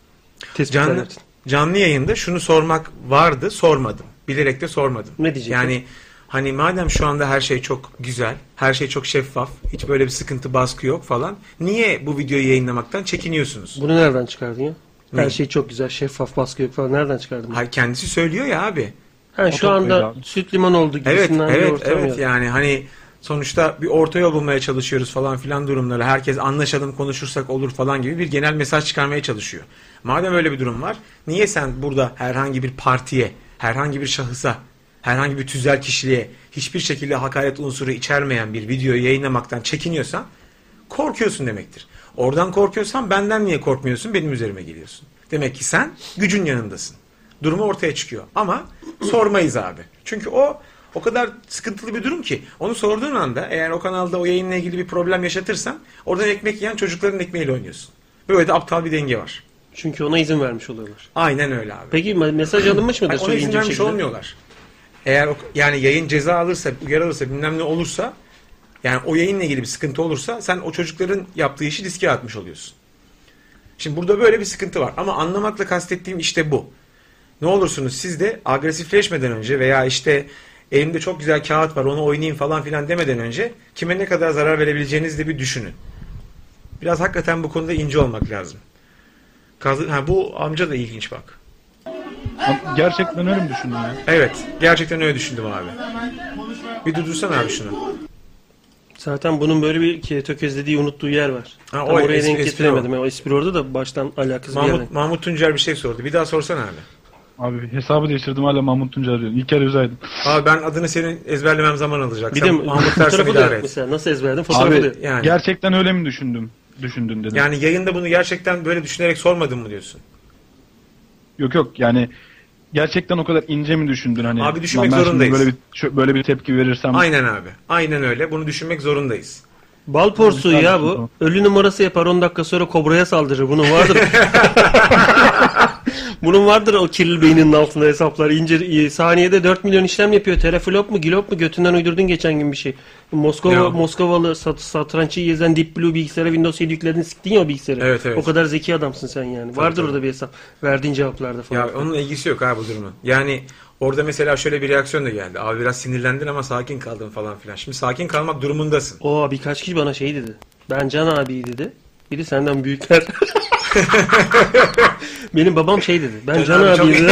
Speaker 3: tespitler
Speaker 2: canlı
Speaker 3: yaptın.
Speaker 2: canlı yayında şunu sormak vardı, sormadım. Bilerek de sormadım.
Speaker 3: Ne diyecektin?
Speaker 2: Yani hani madem şu anda her şey çok güzel, her şey çok şeffaf, hiç böyle bir sıkıntı, baskı yok falan. Niye bu videoyu yayınlamaktan çekiniyorsunuz?
Speaker 3: Bunu nereden çıkardın ya? Her
Speaker 2: Ne?
Speaker 3: şey çok güzel, şeffaf, baskı yok falan. Nereden çıkardın? bunu?
Speaker 2: Hayır, kendisi söylüyor ya abi.
Speaker 3: Ha, şu
Speaker 5: Otobüs
Speaker 3: anda
Speaker 5: abi.
Speaker 3: süt liman oldu
Speaker 2: Evet,
Speaker 3: gibisinden bir
Speaker 2: evet,
Speaker 3: ortam
Speaker 2: evet.
Speaker 3: yok.
Speaker 2: Yani hani sonuçta bir orta yol bulmaya çalışıyoruz falan filan durumları. Herkes anlaşalım, konuşursak olur falan gibi bir genel mesaj çıkarmaya çalışıyor. Madem öyle bir durum var, niye sen burada herhangi bir partiye, herhangi bir şahısa, herhangi bir tüzel kişiliğe hiçbir şekilde hakaret unsuru içermeyen bir videoyu yayınlamaktan çekiniyorsan korkuyorsun demektir. Oradan korkuyorsan benden niye korkmuyorsun? Benim üzerime geliyorsun. Demek ki sen gücün yanındasın. Durumu ortaya çıkıyor. Ama sormayız abi. Çünkü o o kadar sıkıntılı bir durum ki onu sorduğun anda eğer o kanalda o yayınla ilgili bir problem yaşatırsan oradan ekmek yiyen çocukların ekmeğiyle oynuyorsun. Böyle de aptal bir denge var.
Speaker 3: Çünkü ona izin vermiş oluyorlar.
Speaker 2: Aynen öyle abi.
Speaker 3: Peki me- mesaj alınmış mıdır?
Speaker 2: Hayır, ona izin
Speaker 3: söyleyince bir
Speaker 2: vermiş
Speaker 3: şekilde?
Speaker 2: olmuyorlar. Eğer o- yani yayın ceza alırsa, uyarı alırsa, bilmem ne olursa yani o yayınla ilgili bir sıkıntı olursa sen o çocukların yaptığı işi riske atmış oluyorsun. Şimdi burada böyle bir sıkıntı var ama anlamakla kastettiğim işte bu. Ne olursunuz siz de agresifleşmeden önce veya işte elimde çok güzel kağıt var onu oynayayım falan filan demeden önce kime ne kadar zarar verebileceğinizi de bir düşünün. Biraz hakikaten bu konuda ince olmak lazım. Kaz- Ha, bu amca da ilginç bak.
Speaker 5: Ama Gerçekten öyle mi düşündün ya?
Speaker 2: Evet. Gerçekten öyle düşündüm abi. Bir durdursana abi şunu.
Speaker 3: Zaten bunun böyle bir ke- tökezlediği, unuttuğu yer var.
Speaker 2: Ha,
Speaker 3: Tam
Speaker 2: o
Speaker 3: oraya
Speaker 2: espri-
Speaker 3: denk
Speaker 2: espri
Speaker 3: getiremedim. O espri orada da baştan alakasız bir yerden.
Speaker 2: Mahmut, Mahmut Tuncer bir şey sordu. Bir daha sorsana abi.
Speaker 5: Abi hesabı değiştirdim hala Mahmut Tuncer arıyorum. İlker Özay'dım.
Speaker 2: Abi ben adını senin ezberlemem zaman alacak.
Speaker 3: Bir
Speaker 2: Sen
Speaker 3: de
Speaker 2: Mahmut Tersen
Speaker 3: fotoğrafı da yok
Speaker 2: idare et.
Speaker 3: mesela. Nasıl ezberledin? Fotoğrafı da
Speaker 5: Abi
Speaker 3: yok.
Speaker 2: yani.
Speaker 5: gerçekten öyle mi düşündüm? Düşündüm dedim.
Speaker 2: Yani yayında bunu gerçekten böyle düşünerek sormadın mı diyorsun?
Speaker 5: Yok yok yani gerçekten o kadar ince mi düşündün hani?
Speaker 2: Abi düşünmek
Speaker 5: "Lan ben şimdi
Speaker 2: zorundayız."
Speaker 5: Böyle bir, şu- böyle bir tepki verirsem
Speaker 2: Aynen abi. Aynen öyle. Bunu düşünmek zorundayız.
Speaker 3: Bal porsuğu ya bu. Ölü numarası yapar 10 dakika sonra kobraya saldırır. Bunun vardır. Bunun vardır o kirli beyninin altında hesaplar. İnce, e, saniyede 4 milyon işlem yapıyor. Teraflop mu, gilop mu götünden uydurdun geçen gün bir şey. Moskova
Speaker 2: Ya.
Speaker 3: Moskovalı sat, satrançı gezen Deep Blue bilgisayara Windows 7 yükledin siktin ya o bilgisayarı.
Speaker 2: Evet, evet.
Speaker 3: O kadar zeki adamsın sen yani. vardır
Speaker 2: tabii.
Speaker 3: orada bir hesap. Verdiğin cevaplarda falan.
Speaker 2: Ya onun ilgisi yok abi bu durumun. Yani orada mesela şöyle bir reaksiyon da geldi. Abi biraz sinirlendin ama sakin kaldın falan filan. Şimdi sakin kalmak durumundasın.
Speaker 3: Oo birkaç kişi bana şey dedi. Ben Can abi dedi. Biri senden büyükler. Benim babam şey dedi. Ben
Speaker 2: Can
Speaker 3: Can
Speaker 2: abi çok
Speaker 3: abi
Speaker 2: iyi.
Speaker 3: dedi.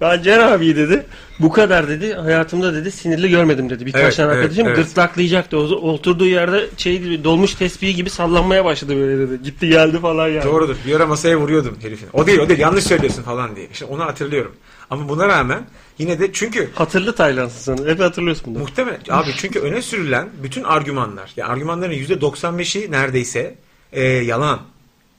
Speaker 3: ben Can abi dedi. Bu kadar dedi. Hayatımda dedi sinirli görmedim dedi. Birkaç
Speaker 2: Evet,
Speaker 3: tane
Speaker 2: evet,
Speaker 3: arkadaşım
Speaker 2: evet.
Speaker 3: gırtlaklayacaktı. O, oturduğu yerde şey gibi, dolmuş tespihi gibi sallanmaya başladı böyle dedi. Gitti geldi falan yani.
Speaker 2: Doğrudur. Bir ara masaya vuruyordum herifin. O değil o değil yanlış söylüyorsun falan diye. İşte onu hatırlıyorum. Ama buna rağmen yine de çünkü
Speaker 3: Hatırlı Taylansın sen. Hep hatırlıyorsun bunu.
Speaker 2: Muhtemelen abi çünkü öne sürülen bütün argümanlar, yani argümanların %95'i neredeyse e, yalan.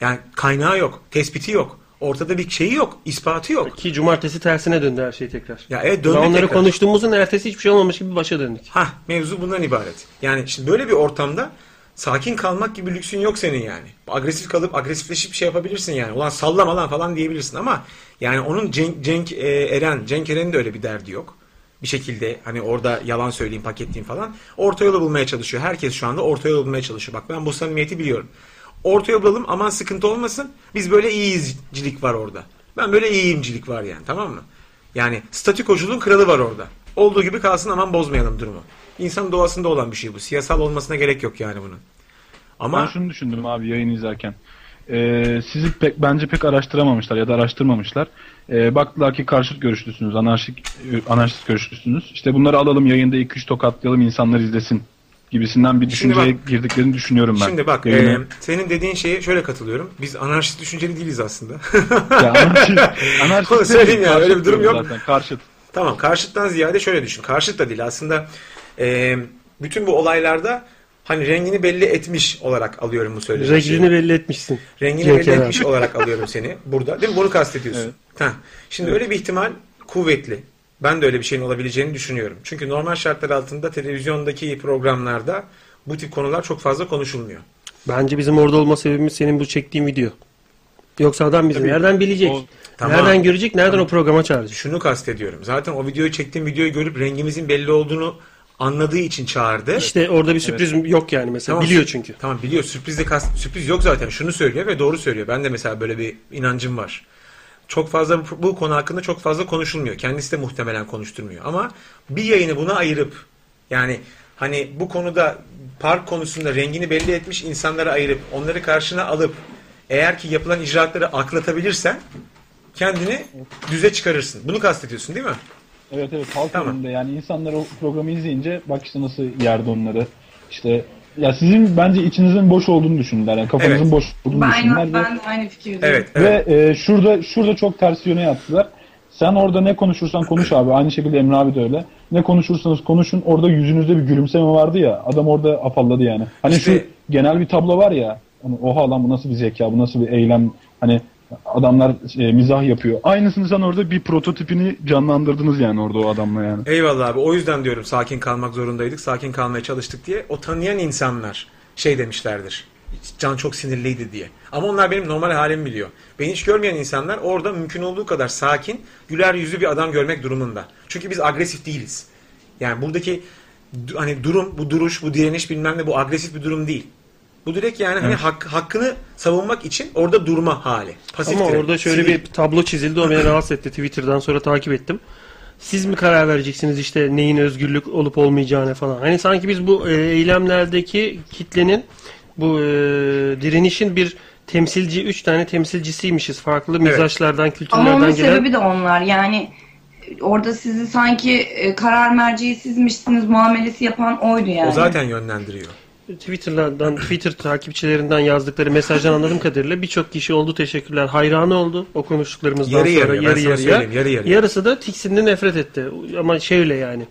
Speaker 2: Yani kaynağı yok, tespiti yok. Ortada bir şeyi yok, ispatı yok.
Speaker 3: Ki cumartesi tersine döndü her şey tekrar.
Speaker 2: Ya evet
Speaker 3: Daha
Speaker 2: döndü
Speaker 3: onları
Speaker 2: tekrar.
Speaker 3: konuştuğumuzun ertesi hiçbir şey olmamış gibi başa döndük.
Speaker 2: Hah mevzu bundan ibaret. Yani şimdi böyle bir ortamda sakin kalmak gibi lüksün yok senin yani. Agresif kalıp agresifleşip şey yapabilirsin yani. Ulan sallama lan falan diyebilirsin ama yani onun Cenk, Cenk e, Eren, Cenk Eren'in de öyle bir derdi yok. Bir şekilde hani orada yalan söyleyeyim, paketleyeyim falan. Orta yolu bulmaya çalışıyor. Herkes şu anda orta yolu bulmaya çalışıyor. Bak ben bu samimiyeti biliyorum. Ortaya bulalım aman sıkıntı olmasın. Biz böyle iyiyizcilik var orada. Ben böyle iyiyimcilik var yani tamam mı? Yani statükoculuğun kralı var orada. Olduğu gibi kalsın aman bozmayalım durumu. İnsan doğasında olan bir şey bu. Siyasal olmasına gerek yok yani bunun. Ama
Speaker 5: Ben şunu düşündüm abi yayın izlerken. Ee, sizi pek bence pek araştıramamışlar ya da araştırmamışlar. Ee, baktılar ki karşıt görüşlüsünüz, anarşik e, anarşist görüşlüsünüz. İşte bunları alalım yayında 2 3 tokatlayalım insanlar izlesin gibisinden bir
Speaker 2: Şimdi
Speaker 5: düşünceye
Speaker 2: bak-
Speaker 5: girdiklerini düşünüyorum ben.
Speaker 2: şimdi bak
Speaker 5: Yayına-
Speaker 2: e, senin dediğin şeye şöyle katılıyorum. Biz anarşist düşünceli değiliz aslında.
Speaker 5: Ya anarşist, anarşist
Speaker 2: Oğlum söyleyeyim ya,
Speaker 5: değil,
Speaker 2: öyle bir
Speaker 5: karşıt
Speaker 2: durum
Speaker 5: diyorum
Speaker 2: yok.
Speaker 5: Zaten, karşıt.
Speaker 2: Tamam karşıttan ziyade şöyle düşün. Karşıt da değil aslında e, bütün bu olaylarda hani rengini belli etmiş olarak alıyorum bu söylediğim şeyi.
Speaker 3: Reglini belli etmişsin.
Speaker 2: Rengini
Speaker 3: Cenk
Speaker 2: belli
Speaker 3: Eren.
Speaker 2: etmiş olarak alıyorum seni burada. Değil mi? Bunu kastediyorsun. Heh. Şimdi öyle bir ihtimal kuvvetli. Ben de öyle bir şeyin olabileceğini düşünüyorum. Çünkü normal şartlar altında televizyondaki programlarda bu tip konular çok fazla konuşulmuyor.
Speaker 3: Bence bizim orada olma sebebimiz senin bu çektiğin video. Yoksa adam bizi nereden bilecek?
Speaker 4: O-
Speaker 2: Tamam.
Speaker 3: Nereden görecek? Nereden o programa çağıracak?
Speaker 2: Şunu kastediyorum. Zaten o videoyu çektiğim videoyu görüp rengimizin belli olduğunu anladığı için çağırdı.
Speaker 3: İşte orada bir sürpriz yok yani mesela.
Speaker 2: Tamam.
Speaker 3: Biliyor çünkü.
Speaker 2: Tamam biliyor. Sürprizle kas- sürpriz yok zaten. Şunu söylüyor ve doğru söylüyor. Ben de mesela böyle bir inancım var. Çok fazla bu, bu konu hakkında çok fazla konuşulmuyor. Kendisi de muhtemelen konuşturmuyor. Ama bir yayını buna ayırıp yani hani bu konuda park konusunda rengini belli etmiş insanlara ayırıp onları karşına alıp eğer ki yapılan icraatları aklatabilirsen kendini düze çıkarırsın. Bunu kastediyorsun değil mi?
Speaker 5: Evet evet halk
Speaker 2: Tamam.
Speaker 5: önünde yani insanlar o programı izleyince bak işte nasıl yerdi onları. İşte ya sizin bence içinizin boş olduğunu düşündüler. Yani kafanızın
Speaker 2: Evet.
Speaker 5: boş olduğunu düşündüler.
Speaker 1: Ben,
Speaker 5: ve-
Speaker 1: ben de aynı fikirdeyim.
Speaker 2: Evet. evet.
Speaker 5: Ve e, şurada şurada çok ters yöne yaptılar. Sen orada ne konuşursan konuş abi. Aynı şekilde Emre abi de öyle. Ne konuşursanız konuşun. Orada yüzünüzde bir gülümseme vardı ya. Adam orada afalladı yani. Hani
Speaker 2: İşte-
Speaker 5: şu genel bir tablo var ya. Hani, Oha lan bu nasıl bir zeka, bu nasıl bir eylem. Hani adamlar e, mizah yapıyor. Aynısını sen orada bir prototipini canlandırdınız yani orada o adamla yani.
Speaker 2: Eyvallah abi. O yüzden diyorum sakin kalmak zorundaydık. Sakin kalmaya çalıştık diye. O tanıyan insanlar şey demişlerdir. Can çok sinirliydi diye. Ama onlar benim normal halimi biliyor. Beni hiç görmeyen insanlar orada mümkün olduğu kadar sakin, güler yüzlü bir adam görmek durumunda. Çünkü biz agresif değiliz. Yani buradaki du- hani durum, bu duruş, bu direniş bilmem ne bu agresif bir durum değil. Bu direkt yani hani hak- hakkını savunmak için orada durma hali. Pasif
Speaker 3: Ama
Speaker 2: direkt.
Speaker 3: orada şöyle
Speaker 2: Sinir-
Speaker 3: bir tablo çizildi. O beni rahatsız etti. Twitter'dan sonra takip ettim. Siz mi karar vereceksiniz işte neyin özgürlük olup olmayacağına falan. Hani sanki biz bu e, eylemlerdeki kitlenin bu e, direnişin bir temsilci, üç tane temsilcisiymişiz. Farklı mizaçlardan,
Speaker 1: Ama onun
Speaker 3: kültürlerden gelen.
Speaker 1: sebebi de onlar. Yani e, orada sizi sanki e, karar merceği sizmişsiniz muamelesi yapan oydu yani.
Speaker 2: O zaten yönlendiriyor.
Speaker 3: Twitter'dan, Twitter takipçilerinden yazdıkları mesajdan anladığım kadarıyla birçok kişi oldu teşekkürler. Hayranı oldu o konuştuklarımızdan
Speaker 2: Yarı
Speaker 3: sonra
Speaker 2: yarıya, ben sana söyleyeyim, yarı yarıya.
Speaker 3: Yarısı da tiksindi nefret etti. Ama şöyle yani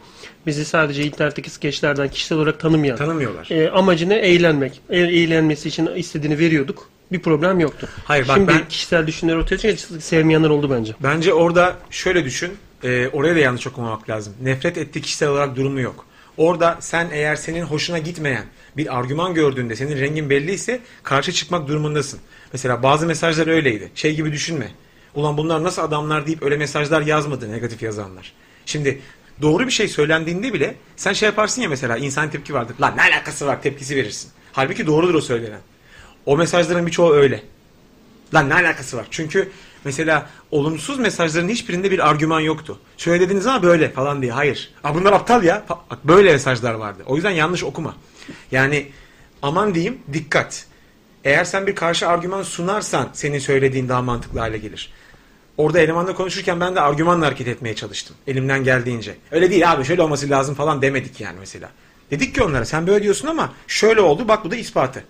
Speaker 3: bizi sadece internetteki skeçlerden kişisel olarak tanımayan.
Speaker 2: Tanımıyorlar.
Speaker 3: E, amacı ne? Eğlenmek. E, eğlenmesi için istediğini veriyorduk. Bir problem yoktu.
Speaker 2: Hayır, bak
Speaker 3: Şimdi
Speaker 2: ben-
Speaker 3: kişisel düşünceler ortaya çıkınca sevmeyenler oldu bence.
Speaker 2: Bence orada şöyle düşün. e, oraya da yanlış okumamak lazım. Nefret ettiği kişisel olarak durumu yok. Orada sen eğer senin hoşuna gitmeyen bir argüman gördüğünde senin rengin belliyse karşı çıkmak durumundasın. Mesela bazı mesajlar öyleydi. Şey gibi düşünme. Ulan bunlar nasıl adamlar deyip öyle mesajlar yazmadı negatif yazanlar. Şimdi doğru bir şey söylendiğinde bile sen şey yaparsın ya mesela insan tepki vardır. Lan ne alakası var tepkisi verirsin. Halbuki doğrudur o söylenen. O mesajların birçoğu öyle. Lan ne alakası var? Çünkü mesela olumsuz mesajların hiçbirinde bir argüman yoktu. Şöyle dediniz ama böyle falan diye. Hayır. Aa bunlar aptal ya. Fa- Bak böyle mesajlar vardı. O yüzden yanlış okuma. Yani aman diyeyim dikkat. Eğer sen bir karşı argüman sunarsan senin söylediğin daha mantıklı hale gelir. Orada elemanla konuşurken ben de argümanla hareket etmeye çalıştım. Elimden geldiğince. Öyle değil abi şöyle olması lazım falan demedik yani mesela. Dedik ki onlara sen böyle diyorsun ama şöyle oldu bak bu da ispatı.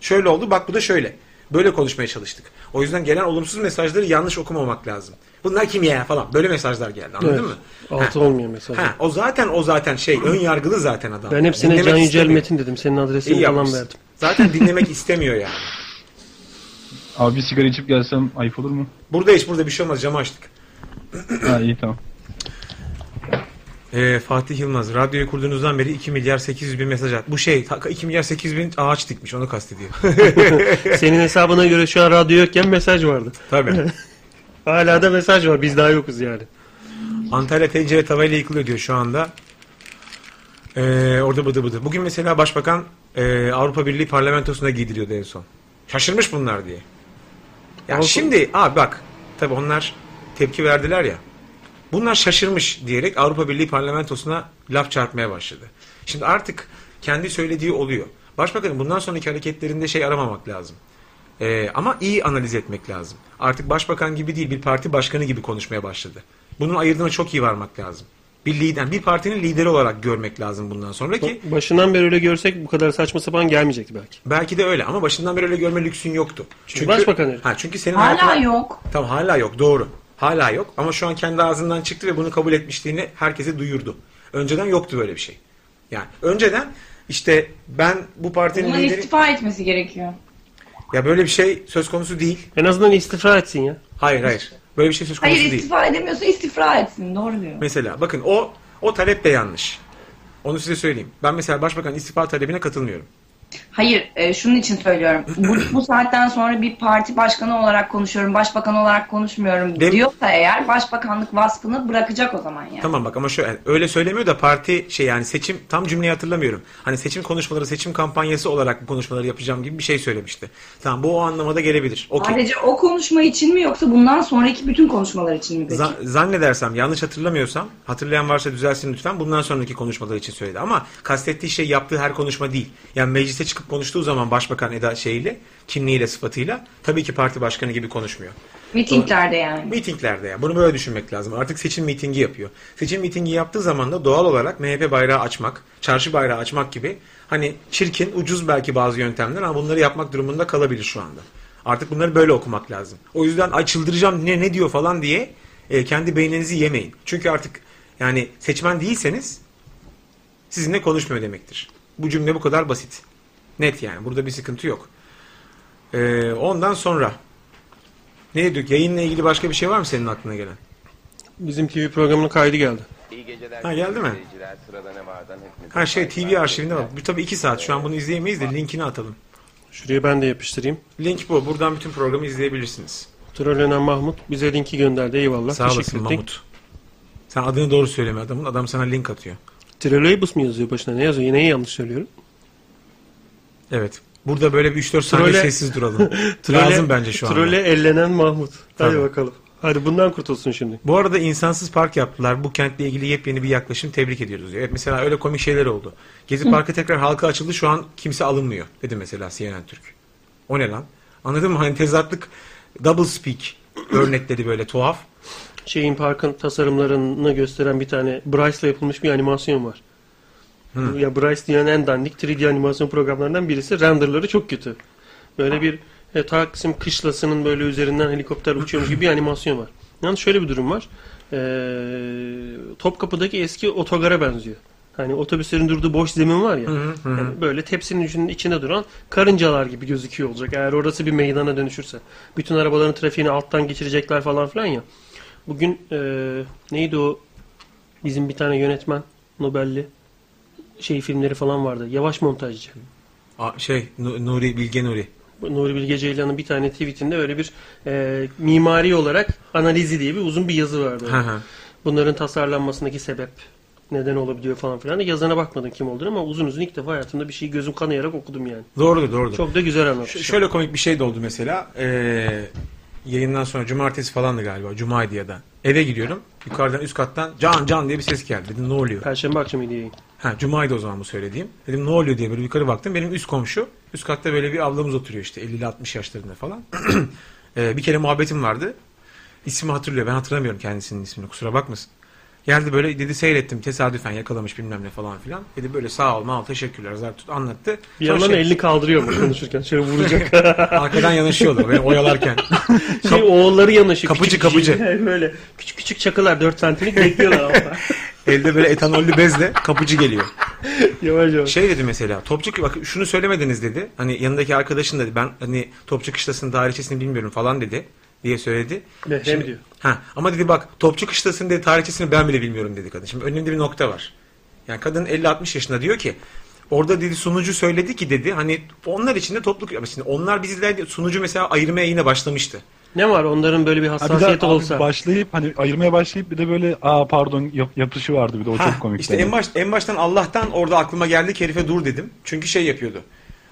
Speaker 2: Şöyle oldu bak bu da şöyle. Böyle konuşmaya çalıştık. O yüzden gelen olumsuz mesajları yanlış okumamak lazım. Bunlar kim ya falan. Böyle mesajlar geldi anladın
Speaker 3: Evet.
Speaker 2: mı?
Speaker 3: Altı olmuyor mesela.
Speaker 2: Ha, o zaten o zaten şey ön yargılı zaten adam.
Speaker 3: Ben hepsine
Speaker 2: Dinlemek
Speaker 3: Can Yücel
Speaker 2: istemiyor.
Speaker 3: Metin dedim. Senin adresini
Speaker 2: İyi
Speaker 3: falan
Speaker 2: yapmışsın.
Speaker 3: verdim.
Speaker 2: Zaten dinlemek istemiyor yani.
Speaker 5: Abi bir sigara içip gelsem ayıp olur mu?
Speaker 2: Burada hiç burada bir şey olmaz camı açtık.
Speaker 5: ha iyi tamam.
Speaker 2: Ee, Fatih Yılmaz radyoyu kurduğunuzdan beri 2 milyar 800 bin mesaj at. Bu şey ta- 2 milyar 800 bin ağaç dikmiş onu kastediyor.
Speaker 3: Senin hesabına göre şu an radyo yokken mesaj vardı.
Speaker 2: Tabii.
Speaker 3: Hala da mesaj var. Biz daha yokuz yani.
Speaker 2: Antalya tencere tavayla yıkılıyor diyor şu anda. Ee, orada bıdı bıdı. Bugün mesela başbakan e, Avrupa Birliği parlamentosuna giydiriyordu en son. Şaşırmış bunlar diye. Ya
Speaker 3: Avrupa-
Speaker 2: şimdi abi bak tabi onlar tepki verdiler ya. Bunlar şaşırmış diyerek Avrupa Birliği parlamentosuna laf çarpmaya başladı. Şimdi artık kendi söylediği oluyor. Başbakanın bundan sonraki hareketlerinde şey aramamak lazım. Ee, ama iyi analiz etmek lazım. Artık başbakan gibi değil bir parti başkanı gibi konuşmaya başladı. Bunun ayırdığına çok iyi varmak lazım. Bir lider, bir partinin lideri olarak görmek lazım bundan sonra ki
Speaker 3: Başından beri öyle görsek bu kadar saçma sapan gelmeyecekti belki.
Speaker 2: belki de öyle ama başından beri öyle görme lüksün yoktu.
Speaker 3: Çünkü başbakan herif.
Speaker 2: Ha, çünkü senin
Speaker 1: Hala
Speaker 2: hayatına-
Speaker 1: yok.
Speaker 2: Tam hala yok doğru. Hala yok ama şu an kendi ağzından çıktı ve bunu kabul etmişliğini herkese duyurdu. Önceden yoktu böyle bir şey. Yani önceden işte ben bu partinin
Speaker 8: Buna
Speaker 2: lideri...
Speaker 8: istifa etmesi gerekiyor.
Speaker 2: Ya böyle bir şey söz konusu değil.
Speaker 3: En azından istifra etsin ya.
Speaker 2: Hayır hayır. Böyle bir şey söz konusu
Speaker 8: Hayır
Speaker 2: değil.
Speaker 8: istifa edemiyorsa istifra etsin. Doğru diyor.
Speaker 2: Mesela bakın o o talep de yanlış. Onu size söyleyeyim. Ben mesela başbakan istifa talebine katılmıyorum.
Speaker 8: Hayır e, şunun için söylüyorum. Bu, bu saatten sonra bir parti başkanı olarak konuşuyorum. Başbakan olarak konuşmuyorum
Speaker 2: Dem-
Speaker 8: diyorsa eğer başbakanlık vasfını bırakacak o zaman yani.
Speaker 2: Tamam bak ama şöyle yani öyle söylemiyor da parti şey yani seçim tam cümleyi hatırlamıyorum. Hani seçim konuşmaları, seçim kampanyası olarak bu konuşmaları yapacağım gibi bir şey söylemişti. Tamam bu o anlamada gelebilir. Okey.
Speaker 8: Sadece o konuşma için mi yoksa bundan sonraki bütün konuşmalar için mi peki?
Speaker 2: Za- zannedersem yanlış hatırlamıyorsam hatırlayan varsa düzelsin lütfen bundan sonraki konuşmalar için söyledi ama kastettiği şey yaptığı her konuşma değil. Yani meclise çıkıp konuştuğu zaman başbakan Eda şeyiyle kimliğiyle sıfatıyla tabii ki parti başkanı gibi konuşmuyor.
Speaker 8: Mitinglerde yani.
Speaker 2: Mitinglerde ya bunu böyle düşünmek lazım. Artık seçim mitingi yapıyor. Seçim mitingi yaptığı zaman da doğal olarak MHP bayrağı açmak, çarşı bayrağı açmak gibi hani çirkin, ucuz belki bazı yöntemler ama bunları yapmak durumunda kalabilir şu anda. Artık bunları böyle okumak lazım. O yüzden ay çıldıracağım ne ne diyor falan diye e, kendi beyninizi yemeyin. Çünkü artık yani seçmen değilseniz sizinle konuşmuyor demektir. Bu cümle bu kadar basit. Net yani. Burada bir sıkıntı yok. E, ondan sonra ne diyor? Yayınla ilgili başka bir şey var mı senin aklına gelen?
Speaker 3: Bizim TV programının kaydı geldi.
Speaker 9: İyi geceler.
Speaker 2: Ha, geldi mi?
Speaker 9: Seyirciler, Sırada ne Hani vardan hepinize
Speaker 2: Ha şey
Speaker 9: saygılar.
Speaker 2: TV arşivinde var. Bu tabii 2 saat. Şu an bunu izleyemeyiz de linkini atalım.
Speaker 3: Şuraya ben de yapıştırayım.
Speaker 2: Link bu. Buradan bütün programı izleyebilirsiniz.
Speaker 3: Trollenen Mahmut bize linki gönderdi. Eyvallah.
Speaker 2: Sağ olasın
Speaker 3: Teşekkür ettik.
Speaker 2: Mahmut. Sen adını doğru söyleme adamın. Adam sana link atıyor.
Speaker 3: Trolleybus mu yazıyor başına? Ne yazıyor? Yine yanlış söylüyorum.
Speaker 2: Evet. Burada böyle bir 3-4 saniye
Speaker 3: Trole-
Speaker 2: sessiz duralım.
Speaker 3: Trolle-
Speaker 2: Lazım bence şu anda.
Speaker 3: Trolle ellenen Mahmut. Hadi
Speaker 2: Tamam.
Speaker 3: bakalım. Hadi bundan kurtulsun şimdi.
Speaker 2: Bu arada insansız park yaptılar. Bu kentle ilgili yepyeni bir yaklaşım tebrik ediyoruz diyor. Evet mesela öyle komik şeyler oldu. Gezi Parkı tekrar halka açıldı. Şu an kimse alınmıyor dedi mesela CNN Türk. O ne lan? Anladın mı? Hani tezatlık double speak örnekleri böyle tuhaf.
Speaker 3: Şeyin parkın tasarımlarını gösteren bir tane Bryce'la yapılmış bir animasyon var. Ya Bryce dünyanın en dandik 3D animasyon programlarından birisi. Renderları çok kötü. Böyle bir e, Taksim kışlasının böyle üzerinden helikopter uçuyormuş gibi bir animasyon var. Yalnız şöyle bir durum var. Ee, Topkapı'daki eski otogara benziyor. Hani otobüslerin durduğu boş zemin var ya. yani böyle tepsinin içinin içinde duran karıncalar gibi gözüküyor olacak. Eğer orası bir meydana dönüşürse. Bütün arabaların trafiğini alttan geçirecekler falan filan ya. Bugün e, neydi o bizim bir tane yönetmen Nobel'li şey filmleri falan vardı. Yavaş montajcı.
Speaker 2: Aa, şey Nu- Nuri Bilge Nuri.
Speaker 3: Bu Nuri Bilge Ceylan'ın bir tane tweetinde öyle bir e, mimari olarak analizi diye bir uzun bir yazı vardı.
Speaker 2: Hı hı.
Speaker 3: Bunların tasarlanmasındaki sebep neden olabiliyor falan filan. Yazana bakmadım kim olduğunu ama uzun uzun ilk defa hayatımda bir şeyi gözüm kanayarak okudum yani.
Speaker 2: Doğrudur doğrudur.
Speaker 3: Çok da güzel anlatmış.
Speaker 2: Ş- şöyle komik bir şey de oldu mesela. Ee, yayından sonra cumartesi falandı galiba. Cuma'ydı ya da. Eve gidiyorum. Yukarıdan üst kattan can can diye bir ses geldi. Dedim ne oluyor?
Speaker 3: Perşembe akşamıydı yayın.
Speaker 2: Ha, Cuma'ydı o zaman bu söylediğim. Dedim ne oluyor diye böyle yukarı baktım. Benim üst komşu. Üst katta böyle bir ablamız oturuyor işte 50 ile 60 yaşlarında falan. Ee, bir kere muhabbetim vardı. İsmi hatırlıyor. Ben hatırlamıyorum kendisinin ismini. Kusura bakmasın. Geldi böyle dedi seyrettim tesadüfen yakalamış bilmem ne falan filan. Dedi böyle sağ ol mal teşekkürler zar tut anlattı.
Speaker 3: Bir
Speaker 2: Sonra
Speaker 3: yandan
Speaker 2: şey-
Speaker 3: elini kaldırıyor mu konuşurken? Şöyle vuracak.
Speaker 2: Arkadan yanaşıyorlar beni oyalarken.
Speaker 3: şey, oğulları yanaşıyor.
Speaker 2: Kapıcı,
Speaker 3: Küçük
Speaker 2: kapıcı.
Speaker 3: küçük- Böyle küçük küçük çakılar 4 santimlik bekliyorlar ama.
Speaker 2: Elde böyle etanollü bezle kapıcı geliyor.
Speaker 3: yavaş yavaş.
Speaker 2: Şey dedi mesela topçu bak şunu söylemediniz dedi. Hani yanındaki arkadaşın dedi ben hani topçu kışlasının tarihçesini bilmiyorum falan dedi diye söyledi.
Speaker 3: Mehrem diyor.
Speaker 2: Ha, ama dedi bak topçu kışlasının dedi tarihçesini ben bile bilmiyorum dedi kadın. Şimdi önünde bir nokta var. Yani kadın 50-60 yaşında diyor ki orada dedi sunucu söyledi ki dedi hani onlar için de topluluk Ama şimdi onlar bizler sunucu mesela ayırmaya yine başlamıştı.
Speaker 3: Ne var onların böyle bir
Speaker 5: Ha, bir de
Speaker 3: hassasiyeti
Speaker 5: abi
Speaker 3: olsa.
Speaker 5: başlayıp hani ayırmaya başlayıp bir de böyle aa pardon yap- yapışı vardı bir de o
Speaker 2: Ha,
Speaker 5: çok komikti.
Speaker 2: İşte en,
Speaker 5: Yani.
Speaker 2: baş, en baştan Allah'tan orada aklıma geldi ki herife dur dedim. Çünkü şey yapıyordu.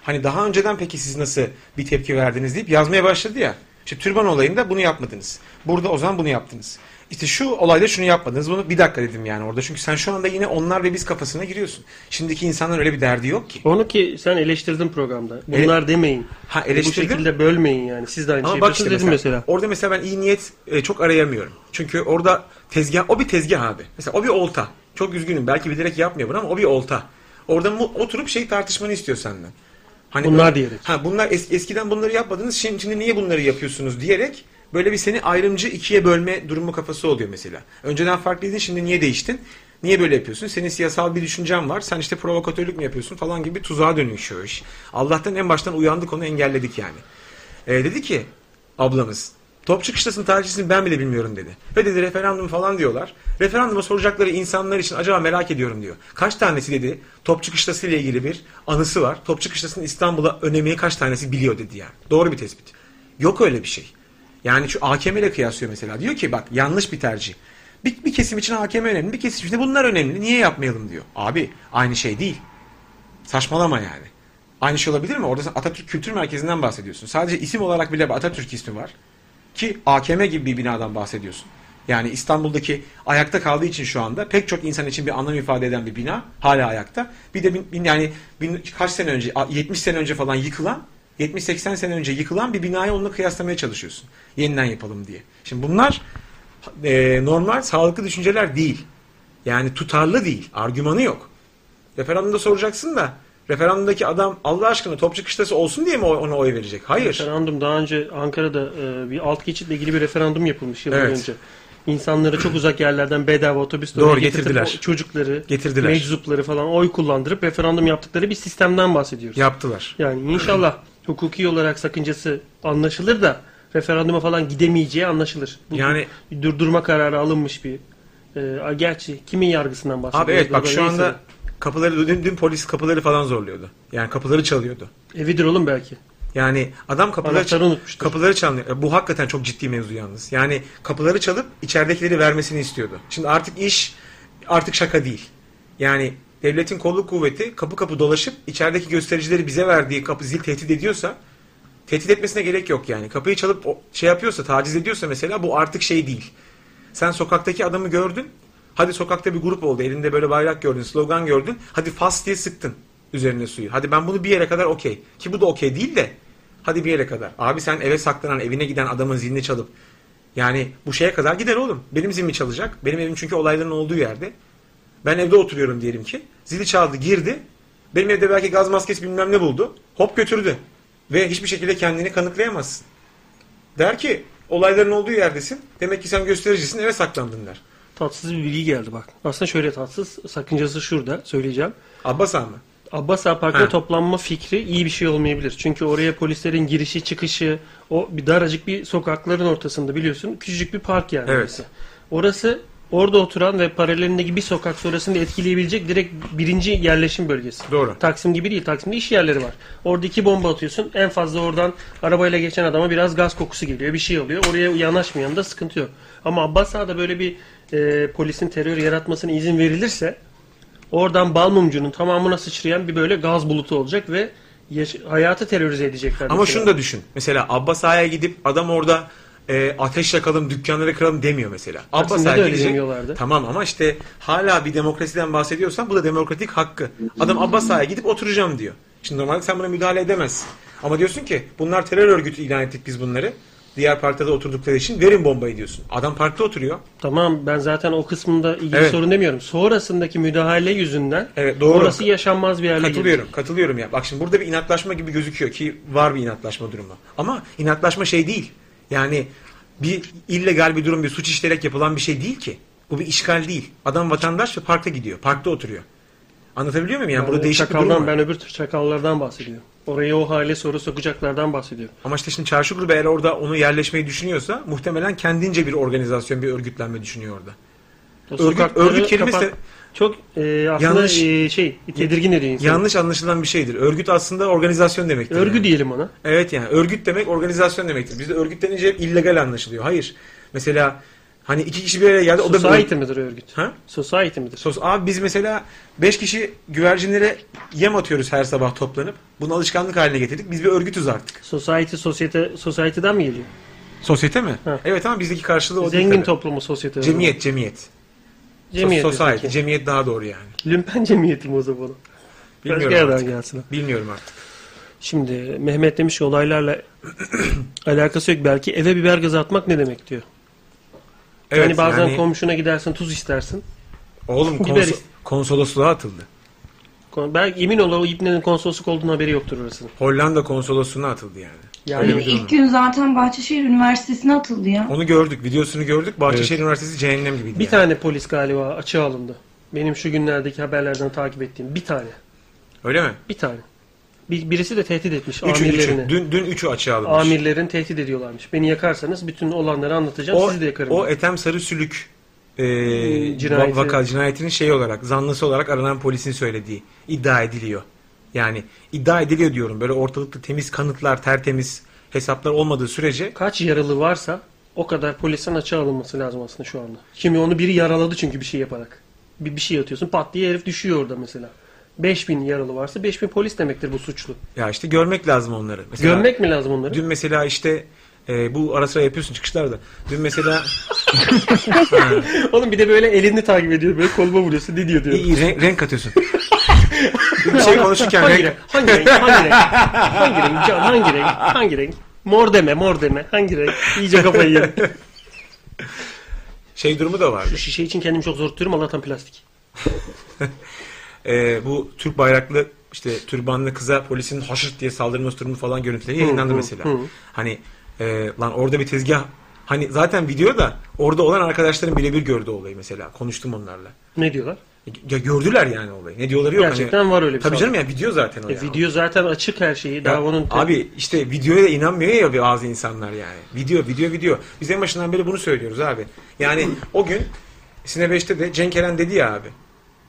Speaker 2: Hani daha önceden peki siz nasıl bir tepki verdiniz deyip yazmaya başladı ya. İşte türban olayında bunu yapmadınız. Burada o zaman bunu yaptınız. İşte şu olayda şunu yapmadınız. Bunu bir dakika dedim yani orada. Çünkü sen şu anda yine onlar ve biz kafasına giriyorsun. Şimdiki insanların öyle bir derdi yok ki.
Speaker 3: Onu ki sen eleştirdin programda. Bunlar demeyin.
Speaker 2: Ha
Speaker 3: Bu
Speaker 2: eleştirdim.
Speaker 3: şekilde bölmeyin yani. Siz de aynı şeyi
Speaker 2: Ama bak
Speaker 3: baktınız
Speaker 2: işte
Speaker 3: dedin
Speaker 2: Şey, mesela,
Speaker 3: mesela.
Speaker 2: Orada mesela ben iyi niyet e, çok arayamıyorum. Çünkü orada tezgah, o bir tezgah abi. Mesela o bir olta. Çok üzgünüm. Belki bilerek yapmıyor bunu ama o bir olta. Orada mu- oturup şey tartışmanı istiyor senden. Hani
Speaker 3: Bunlar
Speaker 2: böyle-
Speaker 3: diyerek.
Speaker 2: Ha bunlar es- eskiden bunları yapmadınız. Şimdi, şimdi niye bunları yapıyorsunuz diyerek böyle bir seni ayrımcı ikiye bölme durumu kafası oluyor mesela. Önceden farklıydın şimdi niye değiştin? Niye böyle yapıyorsun? Senin siyasal bir düşüncen var. Sen işte provokatörlük mü yapıyorsun falan gibi tuzağa dönüşüyor iş. Allah'tan en baştan uyandık onu engelledik yani. E, dedi ki ablamız Topçu Kışlası'nın tarihçesini ben bile bilmiyorum dedi. Ve dedi referandum falan diyorlar. Referanduma soracakları insanlar için acaba merak ediyorum diyor. Kaç tanesi dedi Topçu Kışlası ile ilgili bir anısı var. Topçu Kışlası'nın İstanbul'a önemi kaç tanesi biliyor dedi yani. Doğru bir tespit. Yok öyle bir şey. Yani şu AKM ile kıyaslıyor mesela. Diyor ki bak yanlış bir tercih. Bir, bir kesim için AKM önemli, bir kesim için de bunlar önemli. Niye yapmayalım diyor. Abi aynı şey değil. Saçmalama yani. Aynı şey olabilir mi? Orada sen Atatürk Kültür Merkezi'nden bahsediyorsun. Sadece isim olarak bile Atatürk ismi var. Ki AKM gibi bir binadan bahsediyorsun. Yani İstanbul'daki ayakta kaldığı için şu anda pek çok insan için bir anlam ifade eden bir bina hala ayakta. Bir de bin, bin- yani bin- kaç sene önce 70 sene önce falan yıkılan 70-80 sene önce yıkılan bir binayı onunla kıyaslamaya çalışıyorsun. Yeniden yapalım diye. Şimdi bunlar e, normal sağlıklı düşünceler değil. Yani tutarlı değil. Argümanı yok. Referandumda soracaksın da referandumdaki adam Allah aşkına topçu kışlası olsun diye mi o- ona oy verecek? Hayır.
Speaker 3: Referandum daha önce Ankara'da e, bir alt geçitle ilgili bir referandum yapılmış yıllar
Speaker 2: Evet.
Speaker 3: önce. İnsanları çok uzak yerlerden bedava otobüsle
Speaker 2: Doğru,
Speaker 3: oraya getirtip
Speaker 2: getirdiler.
Speaker 3: o Çocukları,
Speaker 2: Getirdiler.
Speaker 3: meczupları falan oy kullandırıp referandum yaptıkları bir sistemden bahsediyoruz.
Speaker 2: Yaptılar.
Speaker 3: Yani inşallah hukuki olarak sakıncası anlaşılır da referanduma falan gidemeyeceği anlaşılır. Bu
Speaker 2: Yani-
Speaker 3: bir durdurma kararı alınmış bir e, a- gerçi kimin yargısından bahsediyoruz?
Speaker 2: Abi evet bak
Speaker 3: Orada
Speaker 2: şu
Speaker 3: neyse
Speaker 2: anda kapıları dün, dün polis kapıları falan zorluyordu. Yani kapıları çalıyordu.
Speaker 3: de. evidir oğlum belki.
Speaker 2: Yani adam kapıları
Speaker 3: Anahtarı unutmuştur.
Speaker 2: kapıları çalıyor. E, Bu hakikaten çok ciddi mevzu yalnız. Yani kapıları çalıp içeridekileri vermesini istiyordu. Şimdi artık iş artık şaka değil. Yani devletin kolluk kuvveti kapı kapı dolaşıp içerideki göstericileri bize verdiği kapı zil tehdit ediyorsa tehdit etmesine gerek yok yani. Kapıyı çalıp o- şey yapıyorsa, taciz ediyorsa mesela bu artık şey değil. Sen sokaktaki adamı gördün. Hadi sokakta bir grup oldu. Elinde böyle bayrak gördün, slogan gördün. Hadi fas diye sıktın üzerine suyu. Hadi ben bunu bir yere kadar okey. Ki bu da okey değil de. Hadi bir yere kadar. Abi sen eve saklanan, evine giden adamın zilini çalıp yani bu şeye kadar gider oğlum. Benim zilimi çalacak. Benim evim çünkü olayların olduğu yerde. Ben evde oturuyorum diyelim ki. Zili çaldı, girdi. Benim evde belki gaz maskesi bilmem ne buldu. Hop götürdü. Ve hiçbir şekilde kendini kanıtlayamazsın. Der ki olayların olduğu yerdesin. Demek ki sen göstericisin eve saklandın der.
Speaker 3: Tatsız bir bilgi geldi bak. Aslında şöyle tatsız sakıncası şurada söyleyeceğim.
Speaker 2: Abbas Ağa mı?
Speaker 3: Abbas Ağa Parkı'na
Speaker 2: Ha.
Speaker 3: toplanma fikri iyi bir şey olmayabilir. Çünkü oraya polislerin girişi çıkışı o bir daracık bir sokakların ortasında biliyorsun küçücük bir park yani.
Speaker 2: Evet.
Speaker 3: orası. Orası orada oturan ve paralelindeki bir sokak sonrasında etkileyebilecek direkt birinci yerleşim bölgesi.
Speaker 2: Doğru.
Speaker 3: Taksim gibi değil. Taksim'de iş yerleri var. Orada iki bomba atıyorsun. En fazla oradan arabayla geçen adama biraz gaz kokusu geliyor. Bir şey oluyor. Oraya yanaşmayan da sıkıntı yok. Ama Abbas Ağa'da böyle bir e, polisin terör yaratmasına izin verilirse Oradan bal mumcunun tamamına sıçrayan bir böyle gaz bulutu olacak ve yaş- hayatı terörize edecekler.
Speaker 2: Ama
Speaker 3: mesela.
Speaker 2: şunu da düşün. Mesela Abbas Ağa'ya gidip adam orada e, ateş yakalım, dükkanları kıralım demiyor mesela.
Speaker 3: Taksim'de
Speaker 2: Abbas
Speaker 3: de öyle
Speaker 2: gidecek.
Speaker 3: demiyorlardı.
Speaker 2: Tamam ama işte hala bir demokrasiden bahsediyorsan bu da demokratik hakkı. Adam Abbas Ağa'ya gidip oturacağım diyor. Şimdi normalde sen buna müdahale edemezsin. Ama diyorsun ki bunlar terör örgütü ilan ettik biz bunları. Diğer partide oturdukları için verin bombayı diyorsun. Adam parkta oturuyor.
Speaker 3: Tamam ben zaten o kısmında ilgili
Speaker 2: Evet.
Speaker 3: sorun demiyorum. Sonrasındaki müdahale yüzünden
Speaker 2: Evet, doğru.
Speaker 3: orası yaşanmaz bir hale gelecek.
Speaker 2: Katılıyorum, katılıyorum ya. Bak şimdi burada bir inatlaşma gibi gözüküyor ki var bir inatlaşma durumu. Ama inatlaşma şey değil. Yani bir illegal bir durum, bir suç işleyerek yapılan bir şey değil ki. Bu bir işgal değil. Adam vatandaş ve parkta gidiyor, parkta oturuyor. Anlatabiliyor muyum? Yani,
Speaker 3: Yani
Speaker 2: burada
Speaker 3: o
Speaker 2: değişik bir durum
Speaker 3: çakaldan,
Speaker 2: var.
Speaker 3: ben öbür tür çakallardan bahsediyorum. Oraya o hale soru sokacaklardan bahsediyorum.
Speaker 2: Ama işte şimdi çarşı grubu eğer orada onu yerleşmeyi düşünüyorsa muhtemelen kendince bir organizasyon, bir örgütlenme düşünüyor orada.
Speaker 3: O
Speaker 2: Örgüt-
Speaker 3: sokakları
Speaker 2: örgüt kelimesi-
Speaker 3: kapat- çok e, aslında
Speaker 2: Yanlış.
Speaker 3: e, şey tedirgin ediyor insanı.
Speaker 2: Yanlış anlaşılan bir şeydir. Örgüt aslında organizasyon demektir.
Speaker 3: Örgü
Speaker 2: yani.
Speaker 3: diyelim ona.
Speaker 2: Evet yani örgüt demek organizasyon demektir. Bizde örgüt denince hep illegal anlaşılıyor. Hayır. Mesela hani iki kişi bir araya geldi. O da
Speaker 3: Society midir örgüt?
Speaker 2: Ha?
Speaker 3: Society midir?
Speaker 2: Sos abi biz mesela 5 kişi güvercinlere yem atıyoruz her sabah toplanıp. Bunu alışkanlık haline getirdik. Biz bir örgütüz artık.
Speaker 3: Society, sosyete, society'den mi geliyor?
Speaker 2: Sosyete mi?
Speaker 3: Ha.
Speaker 2: Evet ama bizdeki karşılığı o
Speaker 3: Zengin
Speaker 2: değil. tabii.
Speaker 3: toplumu sosyete. o zaman.
Speaker 2: Cemiyet, cemiyet.
Speaker 3: Cemiyet.
Speaker 2: Sos- society,
Speaker 3: peki.
Speaker 2: cemiyet daha doğru yani.
Speaker 3: Lümpen cemiyeti mi o zaman? Başka
Speaker 2: Bilmiyorum
Speaker 3: yerden
Speaker 2: artık.
Speaker 3: gelsin.
Speaker 2: Bilmiyorum artık.
Speaker 3: Şimdi Mehmet demiş ki olaylarla alakası yok. Belki eve biber gazı atmak ne demek diyor.
Speaker 2: Evet,
Speaker 3: yani bazen
Speaker 2: yani-
Speaker 3: komşuna gidersin tuz istersin.
Speaker 2: Oğlum
Speaker 3: Biber
Speaker 2: konso-
Speaker 3: ist-
Speaker 2: konsolosluğa atıldı.
Speaker 3: Kon- Belki emin ol o İbne'nin konsolosluk olduğunu haberi yoktur orasının.
Speaker 2: Hollanda konsolosluğuna atıldı yani.
Speaker 3: Yani
Speaker 2: Öyle bir durum.
Speaker 8: İlk gün zaten Bahçeşehir Üniversitesi'ne atıldı ya.
Speaker 2: Onu gördük, videosunu gördük. Bahçeşehir Üniversitesi cehennem gibiydi.
Speaker 3: bir
Speaker 2: yani.
Speaker 3: tane polis galiba açığa alındı. Benim şu günlerdeki haberlerden takip ettiğim bir tane.
Speaker 2: Öyle mi?
Speaker 3: Bir tane. Bir, birisi de tehdit etmiş
Speaker 2: Üçü,
Speaker 3: amirlerini.
Speaker 2: üçü. Dün, dün üçü açığa alınmış.
Speaker 3: Amirlerin tehdit ediyorlarmış. Beni yakarsanız bütün olanları anlatacağım.
Speaker 2: O,
Speaker 3: sizi de yakarım. Hmm,
Speaker 2: o Ethem Sarı Sülük e,
Speaker 3: Cinayeti.
Speaker 2: va- vaka cinayetinin şey olarak, zanlısı olarak aranan polisin söylediği iddia ediliyor. Yani iddia ediliyor diyorum. Böyle ortalıkta temiz kanıtlar, tertemiz hesaplar olmadığı sürece
Speaker 3: Kaç yaralı varsa o kadar polisten açığa alınması lazım aslında şu anda. Şimdi onu biri yaraladı çünkü bir şey yaparak. Bir, bir şey atıyorsun pat diye herif düşüyor orada mesela. 5000 yaralı varsa 5000 polis demektir bu suçlu.
Speaker 2: ya işte görmek lazım onları. Mesela,
Speaker 3: Gömmek mi lazım onları?
Speaker 2: Dün mesela işte e, bu ara sıra yapıyorsun çıkışlarda. Dün mesela
Speaker 3: Oğlum bir de böyle elini takip ediyor. Böyle koluma vuruyorsun. Ne diyor diyor.
Speaker 2: İyi, iyi, renk, renk atıyorsun. bir şey konuşurken
Speaker 3: hangi
Speaker 2: renk,
Speaker 3: renk? Hangi renk? Hangi renk? Hangi renk? Can, hangi renk? Hangi renk? Mor deme, mor deme. Hangi renk? İyice kafayı yedim.
Speaker 2: şey durumu da vardı.
Speaker 3: Şu şişe için kendimi çok zor tutuyorum. Allah'tan plastik.
Speaker 2: Ee, bu Türk bayraklı işte türbanlı kıza polisin haşırt diye saldırması durumu falan görüntüleri yayınlandı
Speaker 3: hı,
Speaker 2: mesela.
Speaker 3: hı.
Speaker 2: Hani e, lan orada bir tezgah hani zaten video da orada olan arkadaşların birebir gördü olayı mesela. Konuştum onlarla.
Speaker 3: Ne diyorlar?
Speaker 2: Ya gördüler yani olayı. Ne diyorları yok.
Speaker 3: Gerçekten
Speaker 2: hani,
Speaker 3: var öyle bir
Speaker 2: Tabii
Speaker 3: saldırı.
Speaker 2: canım ya video zaten o
Speaker 3: E,
Speaker 2: ya.
Speaker 3: video zaten açık her şeyi.
Speaker 2: Ya,
Speaker 3: Daha onun
Speaker 2: abi işte videoya da inanmıyor ya bazı insanlar yani. Video, video, video. Biz en başından beri bunu söylüyoruz abi. Yani o gün Sine 5'te de Cenk Eren dedi ya abi.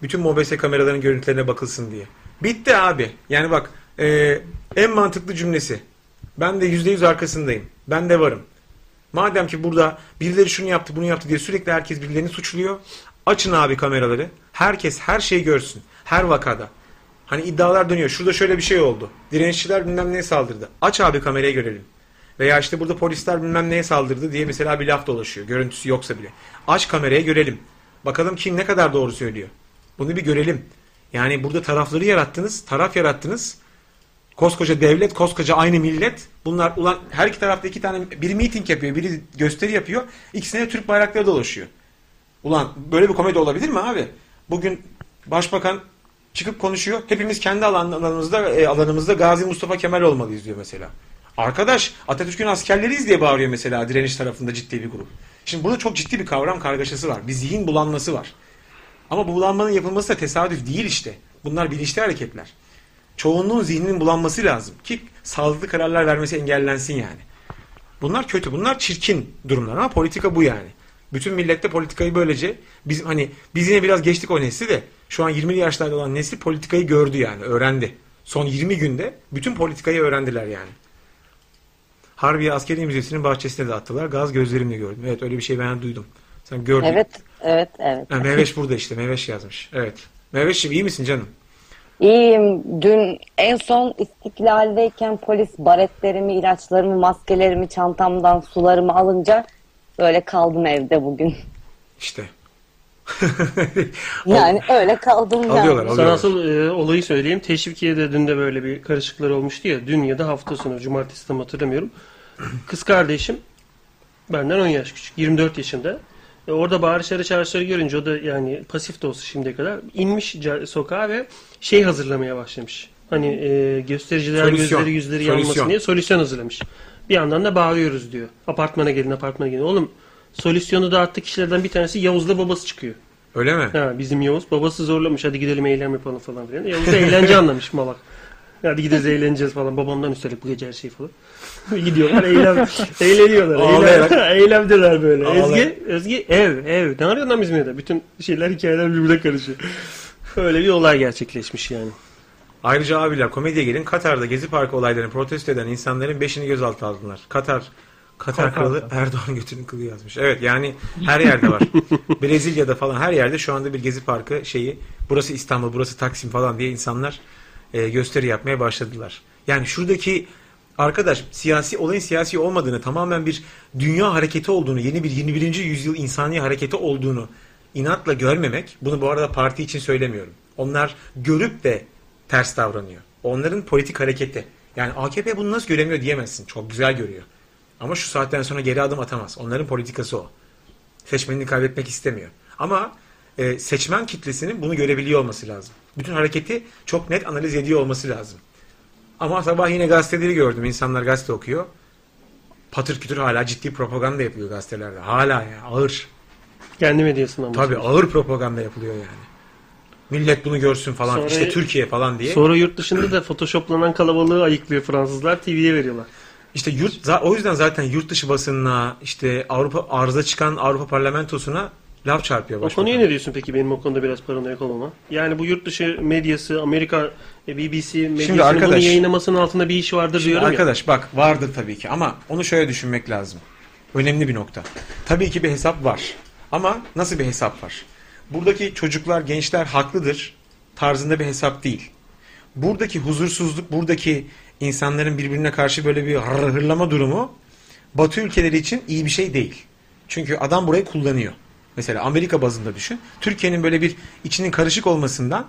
Speaker 2: Bütün mobese kameraların görüntülerine bakılsın diye. Bitti abi. Yani bak e, en mantıklı cümlesi. Ben de %100 arkasındayım. Ben de varım. Madem ki burada birileri şunu yaptı bunu yaptı diye sürekli herkes birilerini suçluyor. Açın abi kameraları. Herkes her şeyi görsün. Her vakada. Hani iddialar dönüyor. Şurada şöyle bir şey oldu. Direnişçiler bilmem neye saldırdı. Aç abi kamerayı görelim. Veya işte burada polisler bilmem neye saldırdı diye mesela bir laf dolaşıyor. Görüntüsü yoksa bile. Aç kameraya görelim. Bakalım kim ne kadar doğru söylüyor. Bunu bir görelim. Yani burada tarafları yarattınız, taraf yarattınız. Koskoca devlet, koskoca aynı millet. Bunlar ulan her iki tarafta iki tane biri miting yapıyor, biri gösteri yapıyor. İkisine de Türk bayrakları dolaşıyor. Ulan böyle bir komedi olabilir mi abi? Bugün başbakan çıkıp konuşuyor. Hepimiz kendi alan- alanımızda e, alanımızda Gazi Mustafa Kemal olmalıyız diyor mesela. Arkadaş Atatürk'ün askerleriyiz diye bağırıyor mesela direniş tarafında ciddi bir grup. Şimdi burada çok ciddi bir kavram kargaşası var. Bir zihin bulanması var. Ama bu bulanmanın yapılması da tesadüf değil işte. Bunlar bilinçli hareketler. Çoğunluğun zihninin bulanması lazım ki sağlıklı kararlar vermesi engellensin yani. Bunlar kötü, bunlar çirkin durumlar ama politika bu yani. Bütün millette politikayı böylece biz hani biz yine biraz geçtik o nesli de şu an 20'li yaşlarda olan nesil politikayı gördü yani öğrendi. Son 20 günde bütün politikayı öğrendiler yani. Harbiye Askeri Müzesi'nin bahçesine de attılar. Gaz gözlerimle gördüm. Evet öyle bir şey ben duydum. Sen gördün.
Speaker 10: Evet, evet, evet.
Speaker 2: Ha, Meveş burada işte. Meveş yazmış. Evet. Meveş'im iyi misin canım?
Speaker 10: İyiyim. Dün en son istiklaldeyken polis baretlerimi, ilaçlarımı, maskelerimi, çantamdan sularımı alınca böyle kaldım evde bugün.
Speaker 2: İşte.
Speaker 10: Yani öyle kaldım yani.
Speaker 2: Alıyorlar,
Speaker 3: Sana
Speaker 2: alıyorlar.
Speaker 3: asıl e, olayı söyleyeyim. Teşvikiye'de dün de böyle bir karışıklar olmuştu ya. Dün ya da hafta sonu cumartesi tam hatırlamıyorum. Kız kardeşim benden 10 yaş küçük. 24 yaşında. E, orada bağırışları çağrışları görünce o da yani pasif de olsa şimdiye kadar inmiş ca- sokağa ve şey hazırlamaya başlamış. Hani e, göstericiler
Speaker 2: Solüsyon.
Speaker 3: gözleri yüzleri yanmasın
Speaker 2: Solüsyon.
Speaker 3: diye solüsyon hazırlamış. Bir yandan da bağırıyoruz diyor. Apartmana gelin apartmana gelin. Oğlum solüsyonu dağıttık kişilerden bir tanesi Yavuz'la babası çıkıyor.
Speaker 2: Öyle mi?
Speaker 3: Ha, bizim Yavuz babası zorlamış hadi gidelim eylem yapalım falan filan. Yavuz da eğlence anlamış malak. Hadi gideceğiz eğleneceğiz falan. Babamdan üstelik bu gece her şey falan. Gidiyorlar eylem. eğleniyorlar.
Speaker 2: Ağlayarak.
Speaker 3: Eylem, eylemdeler böyle.
Speaker 2: Ağlayarak.
Speaker 3: Özge, Özge ev, ev. Ne arıyorsun lan İzmir'de? Bütün şeyler hikayeler birbirine karışıyor. Öyle bir olay gerçekleşmiş yani.
Speaker 2: Ayrıca abiler komediye gelin Katar'da Gezi Parkı olaylarını protesto eden insanların beşini gözaltı aldılar. Katar Katar kralı Erdoğan götünün kılı yazmış. Evet yani her yerde var. Brezilya'da falan her yerde şu anda bir Gezi Parkı şeyi burası İstanbul burası Taksim falan diye insanlar e, gösteri yapmaya başladılar. Yani şuradaki arkadaş siyasi olayın siyasi olmadığını tamamen bir dünya hareketi olduğunu yeni bir 21. yüzyıl insani hareketi olduğunu inatla görmemek bunu bu arada parti için söylemiyorum. Onlar görüp de ters davranıyor. Onların politik hareketi. Yani AKP bunu nasıl göremiyor diyemezsin. Çok güzel görüyor. Ama şu saatten sonra geri adım atamaz. Onların politikası o. Seçmenini kaybetmek istemiyor. Ama e, seçmen kitlesinin bunu görebiliyor olması lazım. Bütün hareketi çok net analiz ediyor olması lazım. Ama sabah yine gazeteleri gördüm. İnsanlar gazete okuyor. Patır kütür hala ciddi propaganda yapıyor gazetelerde. Hala ya ağır.
Speaker 3: Kendi medyasından
Speaker 2: Tabii
Speaker 3: bahsediyor.
Speaker 2: ağır propaganda yapılıyor yani. Millet bunu görsün falan.
Speaker 3: Sonra-
Speaker 2: işte Türkiye falan diye.
Speaker 3: Sonra yurt dışında da photoshoplanan kalabalığı ayıklıyor Fransızlar. TV'ye veriyorlar.
Speaker 2: İşte yurt za- o yüzden zaten yurt dışı basınına işte Avrupa arıza çıkan Avrupa Parlamentosu'na laf çarpıyor
Speaker 3: O
Speaker 2: başbakan.
Speaker 3: konuya ne diyorsun peki benim o konuda biraz paranoyak olmama? Yani bu yurt dışı medyası, Amerika e, BBC medyasının bunu
Speaker 2: arkadaş-
Speaker 3: yayınlamasının altında bir iş vardır
Speaker 2: Şimdi
Speaker 3: diyorum ya.
Speaker 2: arkadaş bak vardır tabii ki ama onu şöyle düşünmek lazım. Önemli bir nokta. Tabii ki bir hesap var. Ama nasıl bir hesap var? Buradaki çocuklar, gençler haklıdır tarzında bir hesap değil. Buradaki huzursuzluk, buradaki insanların birbirine karşı böyle bir hır- hırlama durumu Batı ülkeleri için iyi bir şey değil. Çünkü adam burayı kullanıyor. Mesela Amerika bazında düşün. Türkiye'nin böyle bir içinin karışık olmasından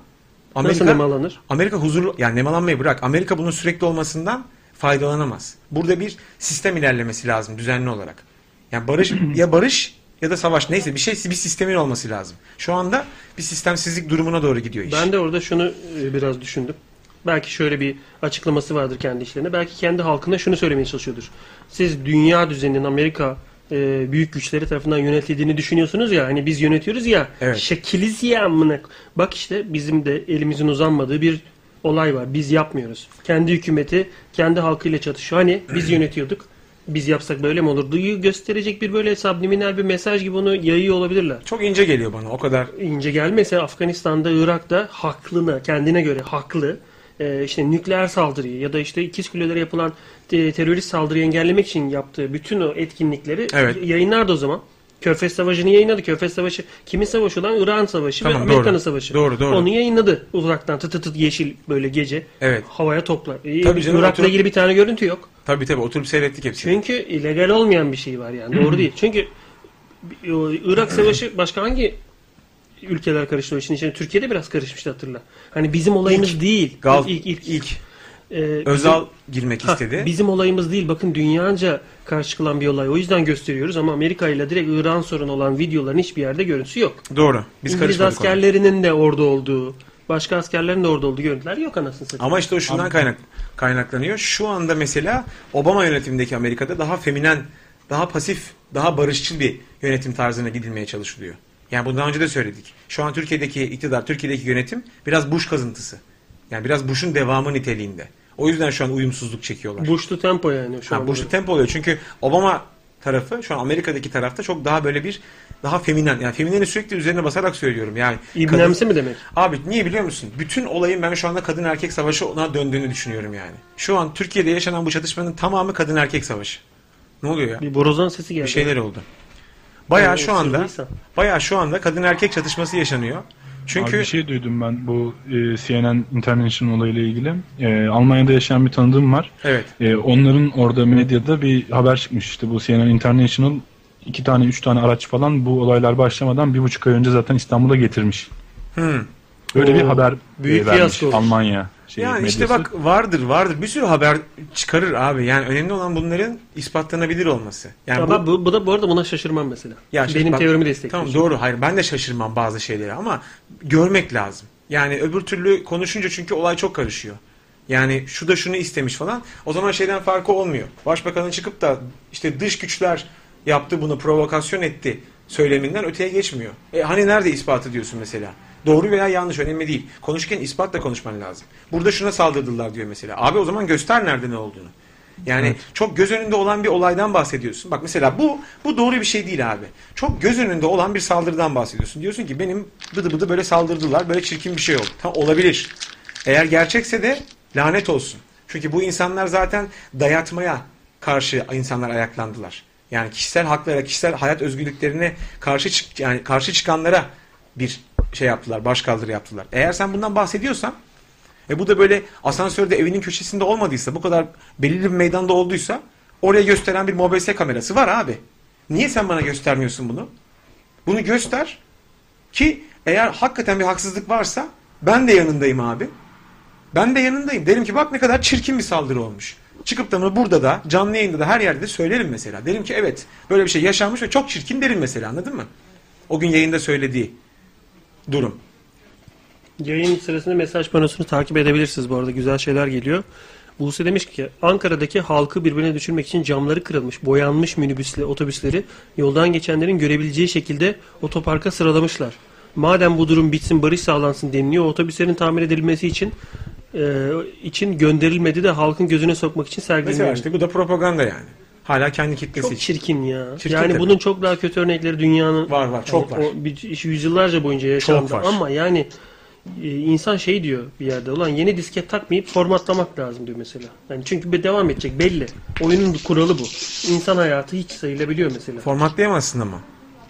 Speaker 3: Nasıl nemalanır?
Speaker 2: Amerika huzurlu yani nemalanmayı bırak. Amerika bunun sürekli olmasından faydalanamaz. Burada bir sistem ilerlemesi lazım düzenli olarak. Yani barış ya barış ya da savaş neyse bir şey bir sistemin olması lazım. Şu anda bir sistemsizlik durumuna doğru gidiyor iş.
Speaker 3: Ben de orada şunu e, biraz düşündüm. Belki şöyle bir açıklaması vardır kendi işlerine. Belki kendi halkına şunu söylemeye çalışıyordur. Siz dünya düzeninin Amerika e, büyük güçleri tarafından yönetildiğini düşünüyorsunuz ya. Hani biz yönetiyoruz ya.
Speaker 2: Evet.
Speaker 3: Şekiliz ya amına. Bak işte bizim de elimizin uzanmadığı bir olay var. Biz yapmıyoruz. Kendi hükümeti kendi halkıyla çatışıyor. Hani biz yönetiyorduk. Biz yapsak böyle mi olur? Duyu gösterecek bir böyle subliminal bir mesaj gibi onu yayıyor olabilirler
Speaker 2: Çok ince geliyor bana o kadar.
Speaker 3: ince gelmese Afganistan'da, Irak'ta haklına, kendine göre haklı e, işte nükleer saldırıyı ya da işte ikiz kulelere yapılan te- terörist saldırıyı engellemek için yaptığı bütün o etkinlikleri
Speaker 2: Evet.
Speaker 3: y- yayınlardı o zaman. Körfez Savaşı'nı yayınladı. Körfez Savaşı kimin savaşı lan? Irak'ın savaşı
Speaker 2: Tamam,
Speaker 3: ve Amerika'nın
Speaker 2: doğru.
Speaker 3: savaşı.
Speaker 2: Doğru, doğru.
Speaker 3: Onu yayınladı uzaktan tı tı tı yeşil böyle gece.
Speaker 2: Evet.
Speaker 3: Havaya topla. E,
Speaker 2: Tabii canım,
Speaker 3: Irak'la
Speaker 2: oturup-
Speaker 3: ilgili bir tane görüntü yok.
Speaker 2: Tabii tabii oturup seyrettik hepsini.
Speaker 3: Çünkü illegal olmayan bir şey var yani. Doğru değil. Çünkü e, Irak Savaşı başka hangi ülkeler karıştı o işin içine? Türkiye'de biraz karışmıştı hatırla. Hani bizim olayımız değil.
Speaker 2: Gal
Speaker 3: İlk- ilk- ilk.
Speaker 2: ilk
Speaker 3: E, bizim-
Speaker 2: Özal girmek
Speaker 3: Ha,
Speaker 2: istedi.
Speaker 3: bizim olayımız değil. Bakın dünyaca karşı çıkılan bir olay. O yüzden gösteriyoruz ama Amerika ile direkt İran sorun olan videoların hiçbir yerde görüntüsü yok.
Speaker 2: Doğru. Biz
Speaker 3: İngiliz
Speaker 2: karışmadık ona.
Speaker 3: askerlerinin de orada olduğu, başka askerlerin de orada olduğu görüntüler yok anasını satayım.
Speaker 2: Ama işte o şundan kaynak kaynaklanıyor. Şu anda mesela Obama yönetimindeki Amerika'da daha feminen, daha pasif, daha barışçıl bir yönetim tarzına gidilmeye çalışılıyor. Yani bunu daha önce de söyledik. Şu an Türkiye'deki iktidar, Türkiye'deki yönetim biraz Bush kazıntısı. Yani biraz Bush'un devamı niteliğinde. O yüzden şu an uyumsuzluk çekiyorlar.
Speaker 3: Bush'lu tempo yani şu
Speaker 2: Ha,
Speaker 3: an.
Speaker 2: Bush'lu tempo oluyor. Çünkü Obama tarafı şu an Amerika'daki tarafta çok daha böyle bir daha feminen. Yani femineni sürekli üzerine basarak söylüyorum. Yani kadın-
Speaker 3: İbnemsi mi demek?
Speaker 2: Abi niye biliyor musun? Bütün olayın ben şu anda kadın erkek savaşına döndüğünü düşünüyorum yani. Şu an Türkiye'de yaşanan bu çatışmanın tamamı kadın erkek savaşı. Ne oluyor ya?
Speaker 3: Bir borazan sesi geldi.
Speaker 2: Bir şeyler oldu. Bayağı
Speaker 3: Yani
Speaker 2: şu anda
Speaker 3: ısırdıysa.
Speaker 2: bayağı şu anda kadın erkek çatışması yaşanıyor. Çünkü
Speaker 5: Abi bir şey duydum ben bu e, CNN International olayıyla ilgili. E, Almanya'da yaşayan bir tanıdığım var.
Speaker 2: Evet.
Speaker 5: E, onların orada medyada bir haber çıkmış işte bu CNN International iki tane üç tane araç falan bu olaylar başlamadan bir buçuk ay önce zaten İstanbul'a getirmiş.
Speaker 2: Hmm.
Speaker 5: Böyle bir
Speaker 2: Oo,
Speaker 5: haber
Speaker 2: büyük
Speaker 5: e, vermiş
Speaker 2: fiyasko olmuş.
Speaker 5: Almanya. şey
Speaker 2: yani işte
Speaker 5: medyası.
Speaker 2: bak vardır vardır bir sürü haber çıkarır abi. Yani önemli olan bunların ispatlanabilir olması. Yani
Speaker 3: Ama bu, bu da bu arada buna şaşırmam mesela.
Speaker 2: Ya şimdi
Speaker 3: Benim
Speaker 2: bak-
Speaker 3: teorimi destekliyor.
Speaker 2: Tamam doğru hayır ben de şaşırmam bazı şeylere ama görmek lazım. Yani öbür türlü konuşunca çünkü olay çok karışıyor. Yani şu da şunu istemiş falan. O zaman şeyden farkı olmuyor. Başbakanın çıkıp da işte dış güçler yaptı bunu provokasyon etti söyleminden öteye geçmiyor. E hani nerede ispatı diyorsun mesela? Doğru veya yanlış önemli değil. Konuşurken ispatla konuşman lazım. Burada şuna saldırdılar diyor mesela. Abi o zaman göster nerede ne olduğunu. Yani çok göz önünde olan bir olaydan bahsediyorsun. Bak mesela bu bu doğru bir şey değil abi. Çok göz önünde olan bir saldırıdan bahsediyorsun. Diyorsun ki benim bıdı bıdı böyle saldırdılar. Böyle çirkin bir şey oldu. Tamam olabilir. Eğer gerçekse de lanet olsun. Çünkü bu insanlar zaten dayatmaya karşı insanlar ayaklandılar. Yani kişisel haklara, kişisel hayat özgürlüklerine karşı çık yani karşı çıkanlara bir şey yaptılar, başkaldırı yaptılar. Eğer sen bundan bahsediyorsan e bu da böyle asansörde evinin köşesinde olmadıysa, bu kadar belirli bir meydanda olduysa oraya gösteren bir MOBS kamerası var abi. Niye sen bana göstermiyorsun bunu? Bunu göster ki eğer hakikaten bir haksızlık varsa ben de yanındayım abi. Ben de yanındayım. Derim ki bak ne kadar çirkin bir saldırı olmuş. Çıkıp da bunu burada da canlı yayında da her yerde de söylerim mesela. Derim ki evet böyle bir şey yaşanmış ve çok çirkin derim mesela anladın mı? O gün yayında söylediği durum.
Speaker 3: Yayın sırasında mesaj panosunu takip edebilirsiniz bu arada. Güzel şeyler geliyor. Buse demiş ki Ankara'daki halkı birbirine düşürmek için camları kırılmış, boyanmış minibüsle otobüsleri yoldan geçenlerin görebileceği şekilde otoparka sıralamışlar. Madem bu durum bitsin barış sağlansın deniliyor. Otobüslerin tamir edilmesi için e, için gönderilmedi de halkın gözüne sokmak için
Speaker 2: Mesela
Speaker 3: sergilenmedi.
Speaker 2: işte bu da propaganda yani. Hala kendi kitlesi
Speaker 3: Çok
Speaker 2: için.
Speaker 3: çirkin ya.
Speaker 2: Çirkin
Speaker 3: yani
Speaker 2: tabii.
Speaker 3: bunun çok daha kötü örnekleri dünyanın
Speaker 2: Var var çok
Speaker 3: o-
Speaker 2: var.
Speaker 3: o bir- yüzyıllarca boyunca yaşandı.
Speaker 2: Çok var.
Speaker 3: Ama yani e, insan şey diyor bir yerde ulan yeni disket takmayıp formatlamak lazım diyor mesela. Yani çünkü bir devam edecek belli. Oyunun kuralı bu. İnsan hayatı hiç sayılabiliyor mesela.
Speaker 2: Formatlayamazsın ama.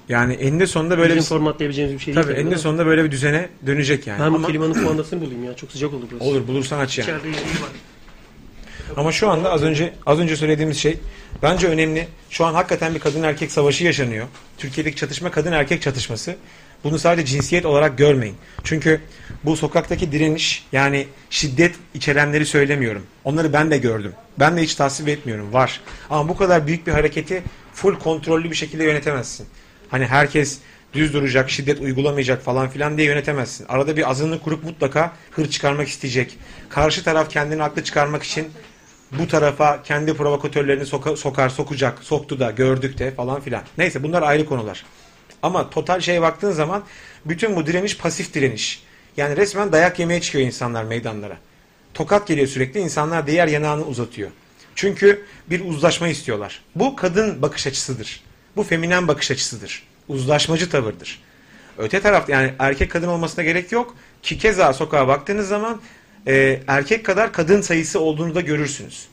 Speaker 2: Yani eninde sonunda böyle
Speaker 3: Bizim
Speaker 2: bir
Speaker 3: formatlayabileceğimiz bir şey
Speaker 2: tabii
Speaker 3: değil.
Speaker 2: eninde
Speaker 3: tabii, değil mi?
Speaker 2: sonunda böyle bir düzene dönecek yani.
Speaker 3: Ben bu
Speaker 2: Ama
Speaker 3: klimanın kumandasını bulayım ya. Çok sıcak olur burası.
Speaker 2: olur bulursan aç yani.
Speaker 3: İçeride yemeği var.
Speaker 2: Ama şu anda az önce az önce söylediğimiz şey bence önemli. Şu an hakikaten bir kadın erkek savaşı yaşanıyor. Türkiye'deki çatışma kadın erkek çatışması. Bunu sadece cinsiyet olarak görmeyin. Çünkü bu sokaktaki direniş yani şiddet içerenleri söylemiyorum. Onları ben de gördüm. Ben de hiç tasvip etmiyorum. Var. Ama bu kadar büyük bir hareketi full kontrollü bir şekilde yönetemezsin. Hani herkes düz duracak, şiddet uygulamayacak falan filan diye yönetemezsin. Arada bir azınlık grup mutlaka hır çıkarmak isteyecek. Karşı taraf kendini haklı çıkarmak için bu tarafa kendi provokatörlerini soka- sokar sokacak soktu da gördük de falan filan. Neyse bunlar ayrı konular. Ama total şeye baktığın zaman bütün bu direniş pasif direniş. Yani resmen dayak yemeye çıkıyor insanlar meydanlara. Tokat geliyor sürekli insanlar diğer yanağını uzatıyor. Çünkü bir uzlaşma istiyorlar. Bu kadın bakış açısıdır. Bu feminen bakış açısıdır. Uzlaşmacı tavırdır. Öte tarafta yani erkek kadın olmasına gerek yok ki keza sokağa baktığınız zaman e, erkek kadar kadın sayısı olduğunu da görürsünüz.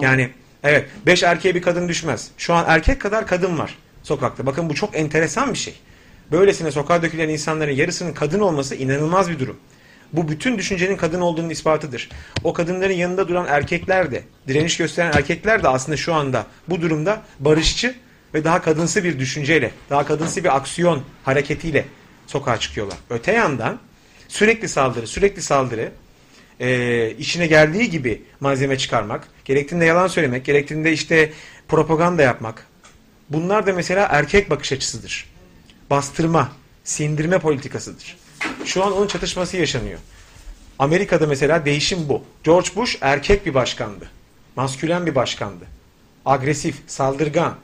Speaker 2: Yani evet 5 erkeğe bir kadın düşmez. Şu an erkek kadar kadın var sokakta. Bakın bu çok enteresan bir şey. Böylesine sokağa dökülen insanların yarısının kadın olması inanılmaz bir durum. Bu bütün düşüncenin kadın olduğunun ispatıdır. O kadınların yanında duran erkekler de, direniş gösteren erkekler de aslında şu anda bu durumda barışçı ve daha kadınsı bir düşünceyle, daha kadınsı bir aksiyon hareketiyle sokağa çıkıyorlar. Öte yandan sürekli saldırı, sürekli saldırı e, işine geldiği gibi malzeme çıkarmak, gerektiğinde yalan söylemek, gerektiğinde işte propaganda yapmak. Bunlar da mesela erkek bakış açısıdır. Bastırma, sindirme politikasıdır. Şu an onun çatışması yaşanıyor. Amerika'da mesela değişim bu. George Bush erkek bir başkandı. Maskülen bir başkandı. Agresif, saldırgan,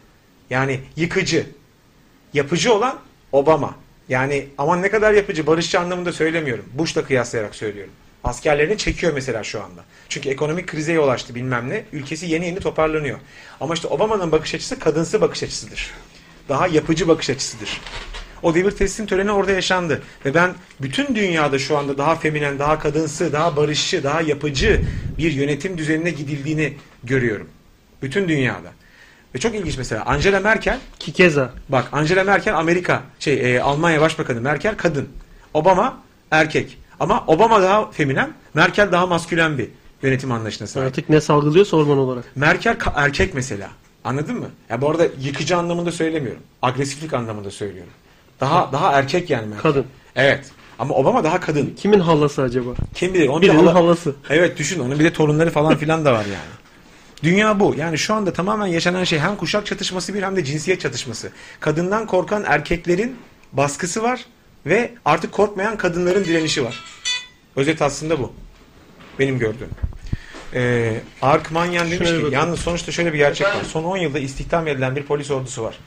Speaker 2: yani yıkıcı, yapıcı olan Obama. Yani aman ne kadar yapıcı barışçı anlamında söylemiyorum. Bush'la kıyaslayarak söylüyorum. Askerlerini çekiyor mesela şu anda. Çünkü ekonomik krize yol açtı bilmem ne. Ülkesi yeni yeni toparlanıyor. Ama işte Obama'nın bakış açısı kadınsı bakış açısıdır. Daha yapıcı bakış açısıdır. O devir teslim töreni orada yaşandı. Ve ben bütün dünyada şu anda daha feminen, daha kadınsı, daha barışçı, daha yapıcı bir yönetim düzenine gidildiğini görüyorum. Bütün dünyada. Ve çok ilginç mesela Angela Merkel
Speaker 3: Ki keza.
Speaker 2: Bak Angela Merkel Amerika şey e, Almanya Başbakanı Merkel kadın. Obama erkek. Ama Obama daha feminen, Merkel daha maskülen bir yönetim anlayışına sahip.
Speaker 3: Artık ne salgılıyorsa orman olarak.
Speaker 2: Merkel ka- erkek mesela. Anladın mı? Ya bu arada yıkıcı anlamında söylemiyorum. Agresiflik anlamında söylüyorum. Daha daha erkek yani Merkel.
Speaker 3: Kadın.
Speaker 2: Evet. Ama Obama daha kadın.
Speaker 3: Kimin hallası acaba?
Speaker 2: Kim bilir? Onun bir de
Speaker 3: Birinin
Speaker 2: hala-
Speaker 3: hallası.
Speaker 2: Evet düşün onun bir de torunları falan filan da var yani. Dünya bu. Yani şu anda tamamen yaşanan şey hem kuşak çatışması bir hem de cinsiyet çatışması. Kadından korkan erkeklerin baskısı var ve artık korkmayan kadınların direnişi var. Özet aslında bu. Benim gördüğüm. Ee, Ark Manyan demiş
Speaker 3: Şöyle
Speaker 2: ki
Speaker 3: bakalım.
Speaker 2: yalnız sonuçta şöyle bir gerçek var. Son 10 yılda istihdam edilen bir polis ordusu var.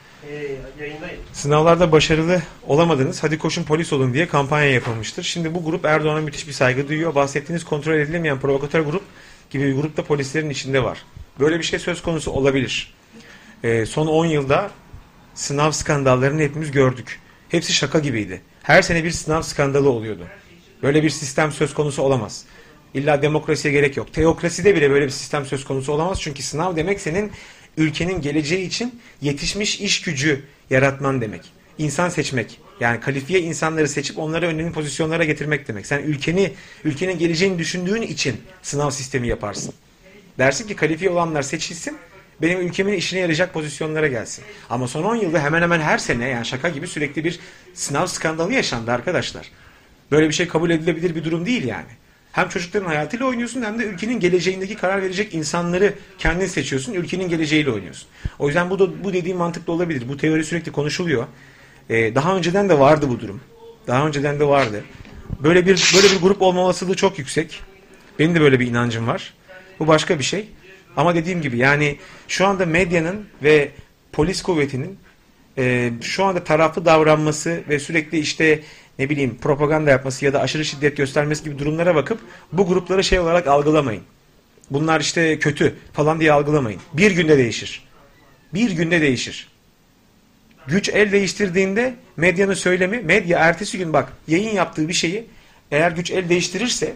Speaker 2: Sınavlarda başarılı olamadınız. Hadi koşun polis olun diye kampanya yapılmıştır. Şimdi bu grup Erdoğan'a müthiş bir saygı duyuyor. Bahsettiğiniz kontrol edilemeyen provokatör grup gibi bir grupta polislerin içinde var. Böyle bir şey söz konusu olabilir. Ee, son 10 yılda sınav skandallarını hepimiz gördük. Hepsi şaka gibiydi. Her sene bir sınav skandalı oluyordu. Böyle bir sistem söz konusu olamaz. İlla demokrasiye gerek yok. Teokraside bile böyle bir sistem söz konusu olamaz. Çünkü sınav demek senin ülkenin geleceği için yetişmiş iş gücü yaratman demek. İnsan seçmek. Yani kalifiye insanları seçip onları önemli pozisyonlara getirmek demek. Sen ülkeni, ülkenin geleceğini düşündüğün için sınav sistemi yaparsın. Dersin ki kalifiye olanlar seçilsin. Benim ülkemin işine yarayacak pozisyonlara gelsin. Ama son 10 yılda hemen hemen her sene yani şaka gibi sürekli bir sınav skandalı yaşandı arkadaşlar. Böyle bir şey kabul edilebilir bir durum değil yani. Hem çocukların hayatıyla oynuyorsun hem de ülkenin geleceğindeki karar verecek insanları kendin seçiyorsun. Ülkenin geleceğiyle oynuyorsun. O yüzden bu da, bu dediğim mantıklı olabilir. Bu teori sürekli konuşuluyor. Ee, daha önceden de vardı bu durum. Daha önceden de vardı. Böyle bir böyle bir grup olma olasılığı çok yüksek. Benim de böyle bir inancım var. Bu başka bir şey. Ama dediğim gibi yani şu anda medyanın ve polis kuvvetinin e, şu anda taraflı davranması ve sürekli işte ne bileyim propaganda yapması ya da aşırı şiddet göstermesi gibi durumlara bakıp bu grupları şey olarak algılamayın. Bunlar işte kötü falan diye algılamayın. Bir günde değişir. Bir günde değişir. Güç el değiştirdiğinde medyanın söylemi, medya ertesi gün bak yayın yaptığı bir şeyi eğer güç el değiştirirse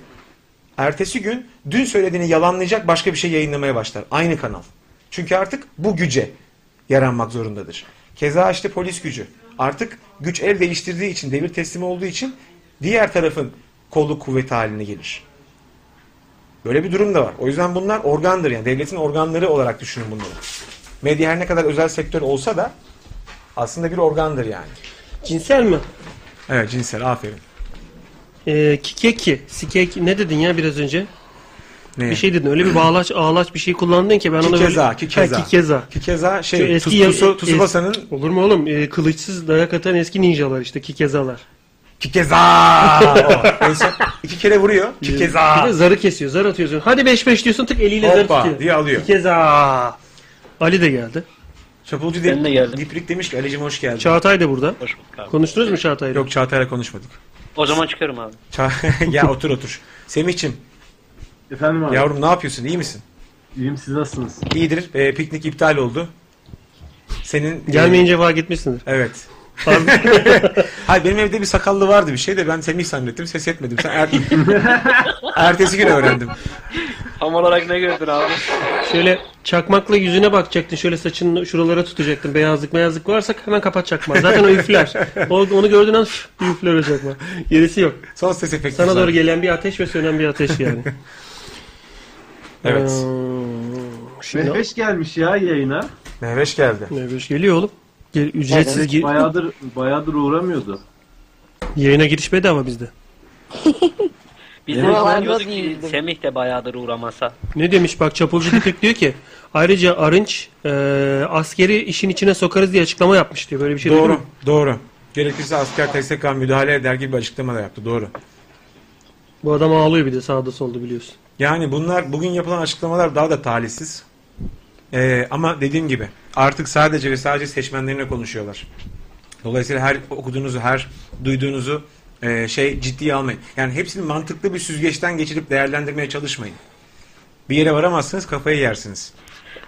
Speaker 2: ertesi gün dün söylediğini yalanlayacak başka bir şey yayınlamaya başlar. Aynı kanal. Çünkü artık bu güce yaranmak zorundadır. Keza işte polis gücü. Artık güç el değiştirdiği için, devir teslimi olduğu için diğer tarafın kolluk kuvveti haline gelir. Böyle bir durum da var. O yüzden bunlar organdır yani. Devletin organları olarak düşünün bunları. Medya her ne kadar özel sektör olsa da aslında bir organdır yani.
Speaker 3: Cinsel mi?
Speaker 2: Evet cinsel aferin.
Speaker 3: Ee, kikeki, sikeki ne dedin ya biraz önce?
Speaker 2: Ne?
Speaker 3: Bir şey dedin. Öyle bir bağlaç, ağlaç bir şey kullandın ki ben ona böyle...
Speaker 2: Kikeza, kikeza.
Speaker 3: Ha, kikeza.
Speaker 2: Kikeza
Speaker 3: Şu
Speaker 2: şey
Speaker 3: eski
Speaker 2: Tus-
Speaker 3: ya-
Speaker 2: Tusu- Tsubasa'nın
Speaker 3: Olur mu oğlum? Ee, kılıçsız dayak atan eski ninjalar işte kikezalar.
Speaker 2: Kikeza! o. En son iki kere vuruyor. Kikeza!
Speaker 3: Bir de zarı kesiyor, zar atıyorsun. Hadi 5 5 diyorsun tık eliyle zarı
Speaker 2: Hoppa
Speaker 3: tutuyor.
Speaker 2: diye alıyor.
Speaker 3: Kikeza. Ali de geldi.
Speaker 2: Çapulcu
Speaker 11: Ben de
Speaker 2: dip,
Speaker 11: geldim.
Speaker 2: diplik demiş ki Ali'cim hoş geldin.
Speaker 3: Çağatay da burada.
Speaker 11: Hoş bulduk abi.
Speaker 3: Konuştunuz mu Çağatay'la?
Speaker 2: Yok Çağatay'la konuşmadık.
Speaker 11: O zaman çıkıyorum abi.
Speaker 2: Ça- ya otur otur. Semih'cim
Speaker 12: Efendim abi.
Speaker 2: yavrum ne yapıyorsun iyi misin?
Speaker 12: İyiyim siz nasılsınız?
Speaker 2: İyidir. Ee, piknik iptal oldu. Senin e,
Speaker 3: Gelmeyince fark etmişsindir.
Speaker 2: Evet. Hayır benim evde bir sakallı vardı bir şey de ben Semih zannettim ses etmedim. Sen er- Ertesi gün öğrendim.
Speaker 11: Tam olarak ne gördün abi?
Speaker 3: Şöyle çakmakla yüzüne bakacaktın. Şöyle saçını şuralara tutacaktın. Beyazlık beyazlık varsa hemen kapat çakmağı. Zaten o üfler. O, onu gördüğün an üf, üfler o çakmağı. Gerisi yok.
Speaker 2: Son ses efekti.
Speaker 3: Sana
Speaker 2: zaten.
Speaker 3: doğru gelen bir ateş ve sönen bir ateş yani.
Speaker 2: Evet.
Speaker 3: Hmm, Şimdi
Speaker 12: Mehveş gelmiş ya yayına.
Speaker 2: Mehveş geldi.
Speaker 3: Mehveş geliyor oğlum. Gel, ücretsiz gir-
Speaker 12: Bayağıdır, bayağıdır uğramıyordu.
Speaker 3: yayına giriş bedava bizde.
Speaker 11: Biz de
Speaker 12: Buralarda
Speaker 11: diyorduk ki Semih de bayağıdır uğramasa.
Speaker 3: Ne demiş bak Çapulcu Dipek diyor ki ayrıca Arınç e, askeri işin içine sokarız diye açıklama yapmış diyor. Böyle bir şey duydun
Speaker 2: doğru,
Speaker 3: mu?
Speaker 2: doğru. Gerekirse asker TSK müdahale eder gibi bir açıklama da yaptı. Doğru.
Speaker 3: Bu adam ağlıyor bir de sağda solda biliyorsun.
Speaker 2: Yani bunlar bugün yapılan açıklamalar daha da talihsiz. Ee, ama dediğim gibi artık sadece ve sadece seçmenlerine konuşuyorlar. Dolayısıyla her okuduğunuzu, her duyduğunuzu e, şey ciddiye almayın. Yani hepsini mantıklı bir süzgeçten geçirip değerlendirmeye çalışmayın. Bir yere varamazsınız, kafayı yersiniz.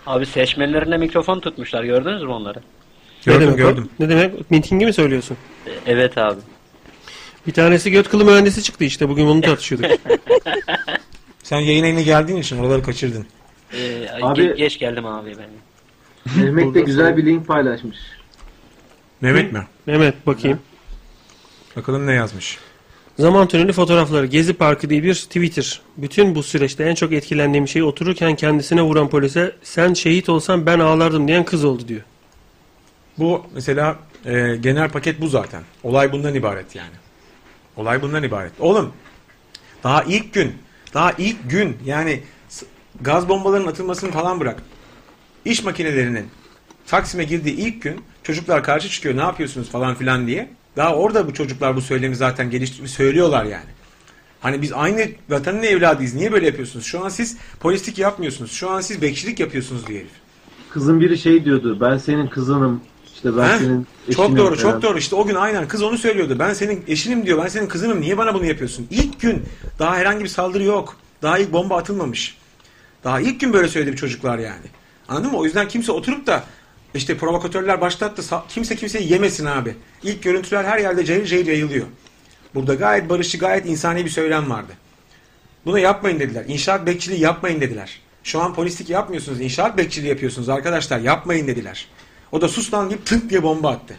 Speaker 11: Abi seçmenlerine mikrofon tutmuşlar gördünüz mü onları?
Speaker 3: ne
Speaker 2: Gördüm
Speaker 3: demek o?
Speaker 2: gördüm.
Speaker 3: Ne demek? Mitingi mi söylüyorsun?
Speaker 11: E, Evet abi.
Speaker 3: Bir tanesi göt kılı mühendisi çıktı işte bugün bunu tartışıyorduk.
Speaker 2: Sen yayına yeni geldiğin için oraları kaçırdın.
Speaker 11: E, ay,
Speaker 12: Abi-
Speaker 11: ge- geç geldim abi ben.
Speaker 12: Mehmet de güzel bir link paylaşmış.
Speaker 2: Mehmet mi?
Speaker 3: Mehmet bakayım.
Speaker 2: Bakalım ne yazmış.
Speaker 3: Zaman tüneli fotoğrafları. Gezi Parkı diye bir Twitter. Bütün bu süreçte en çok etkilendiğim şey otururken kendisine vuran polise sen şehit olsan ben ağlardım diyen kız oldu diyor.
Speaker 2: Bu mesela e, genel paket bu zaten. Olay bundan ibaret yani. Olay bundan ibaret. Oğlum daha ilk gün daha ilk gün yani s- gaz bombalarının atılmasını falan bırak. İş makinelerinin Taksim'e girdiği ilk gün çocuklar karşı çıkıyor ne yapıyorsunuz falan filan diye. Daha orada bu çocuklar bu söylemi zaten geliştirip söylüyorlar yani. Hani biz aynı vatanın evladıyız. Niye böyle yapıyorsunuz? Şu an siz polislik yapmıyorsunuz. Şu an siz bekçilik yapıyorsunuz diye herif.
Speaker 12: Kızın biri şey diyordu. Ben senin kızınım. İşte ben
Speaker 2: Heh,
Speaker 12: senin eşinim.
Speaker 2: Çok doğru,
Speaker 12: falan.
Speaker 2: çok doğru. İşte o gün aynen kız onu söylüyordu. Ben senin eşinim diyor, ben senin kızınım. Niye bana bunu yapıyorsun? İlk gün daha herhangi bir saldırı yok. Daha ilk bomba atılmamış. Daha ilk gün böyle söyledi bu çocuklar yani. Anladın mı? O yüzden kimse oturup da işte provokatörler başlattı. sa- Kimse kimseyi yemesin abi. İlk görüntüler her yerde cayır cayır yayılıyor. Burada gayet barışçı, gayet insani bir söylem vardı. Bunu yapmayın dediler. İnşaat bekçiliği yapmayın dediler. Şu an polislik yapmıyorsunuz. inşaat bekçiliği yapıyorsunuz arkadaşlar. Yapmayın dediler. O da sus lan deyip tınk diye bomba attı.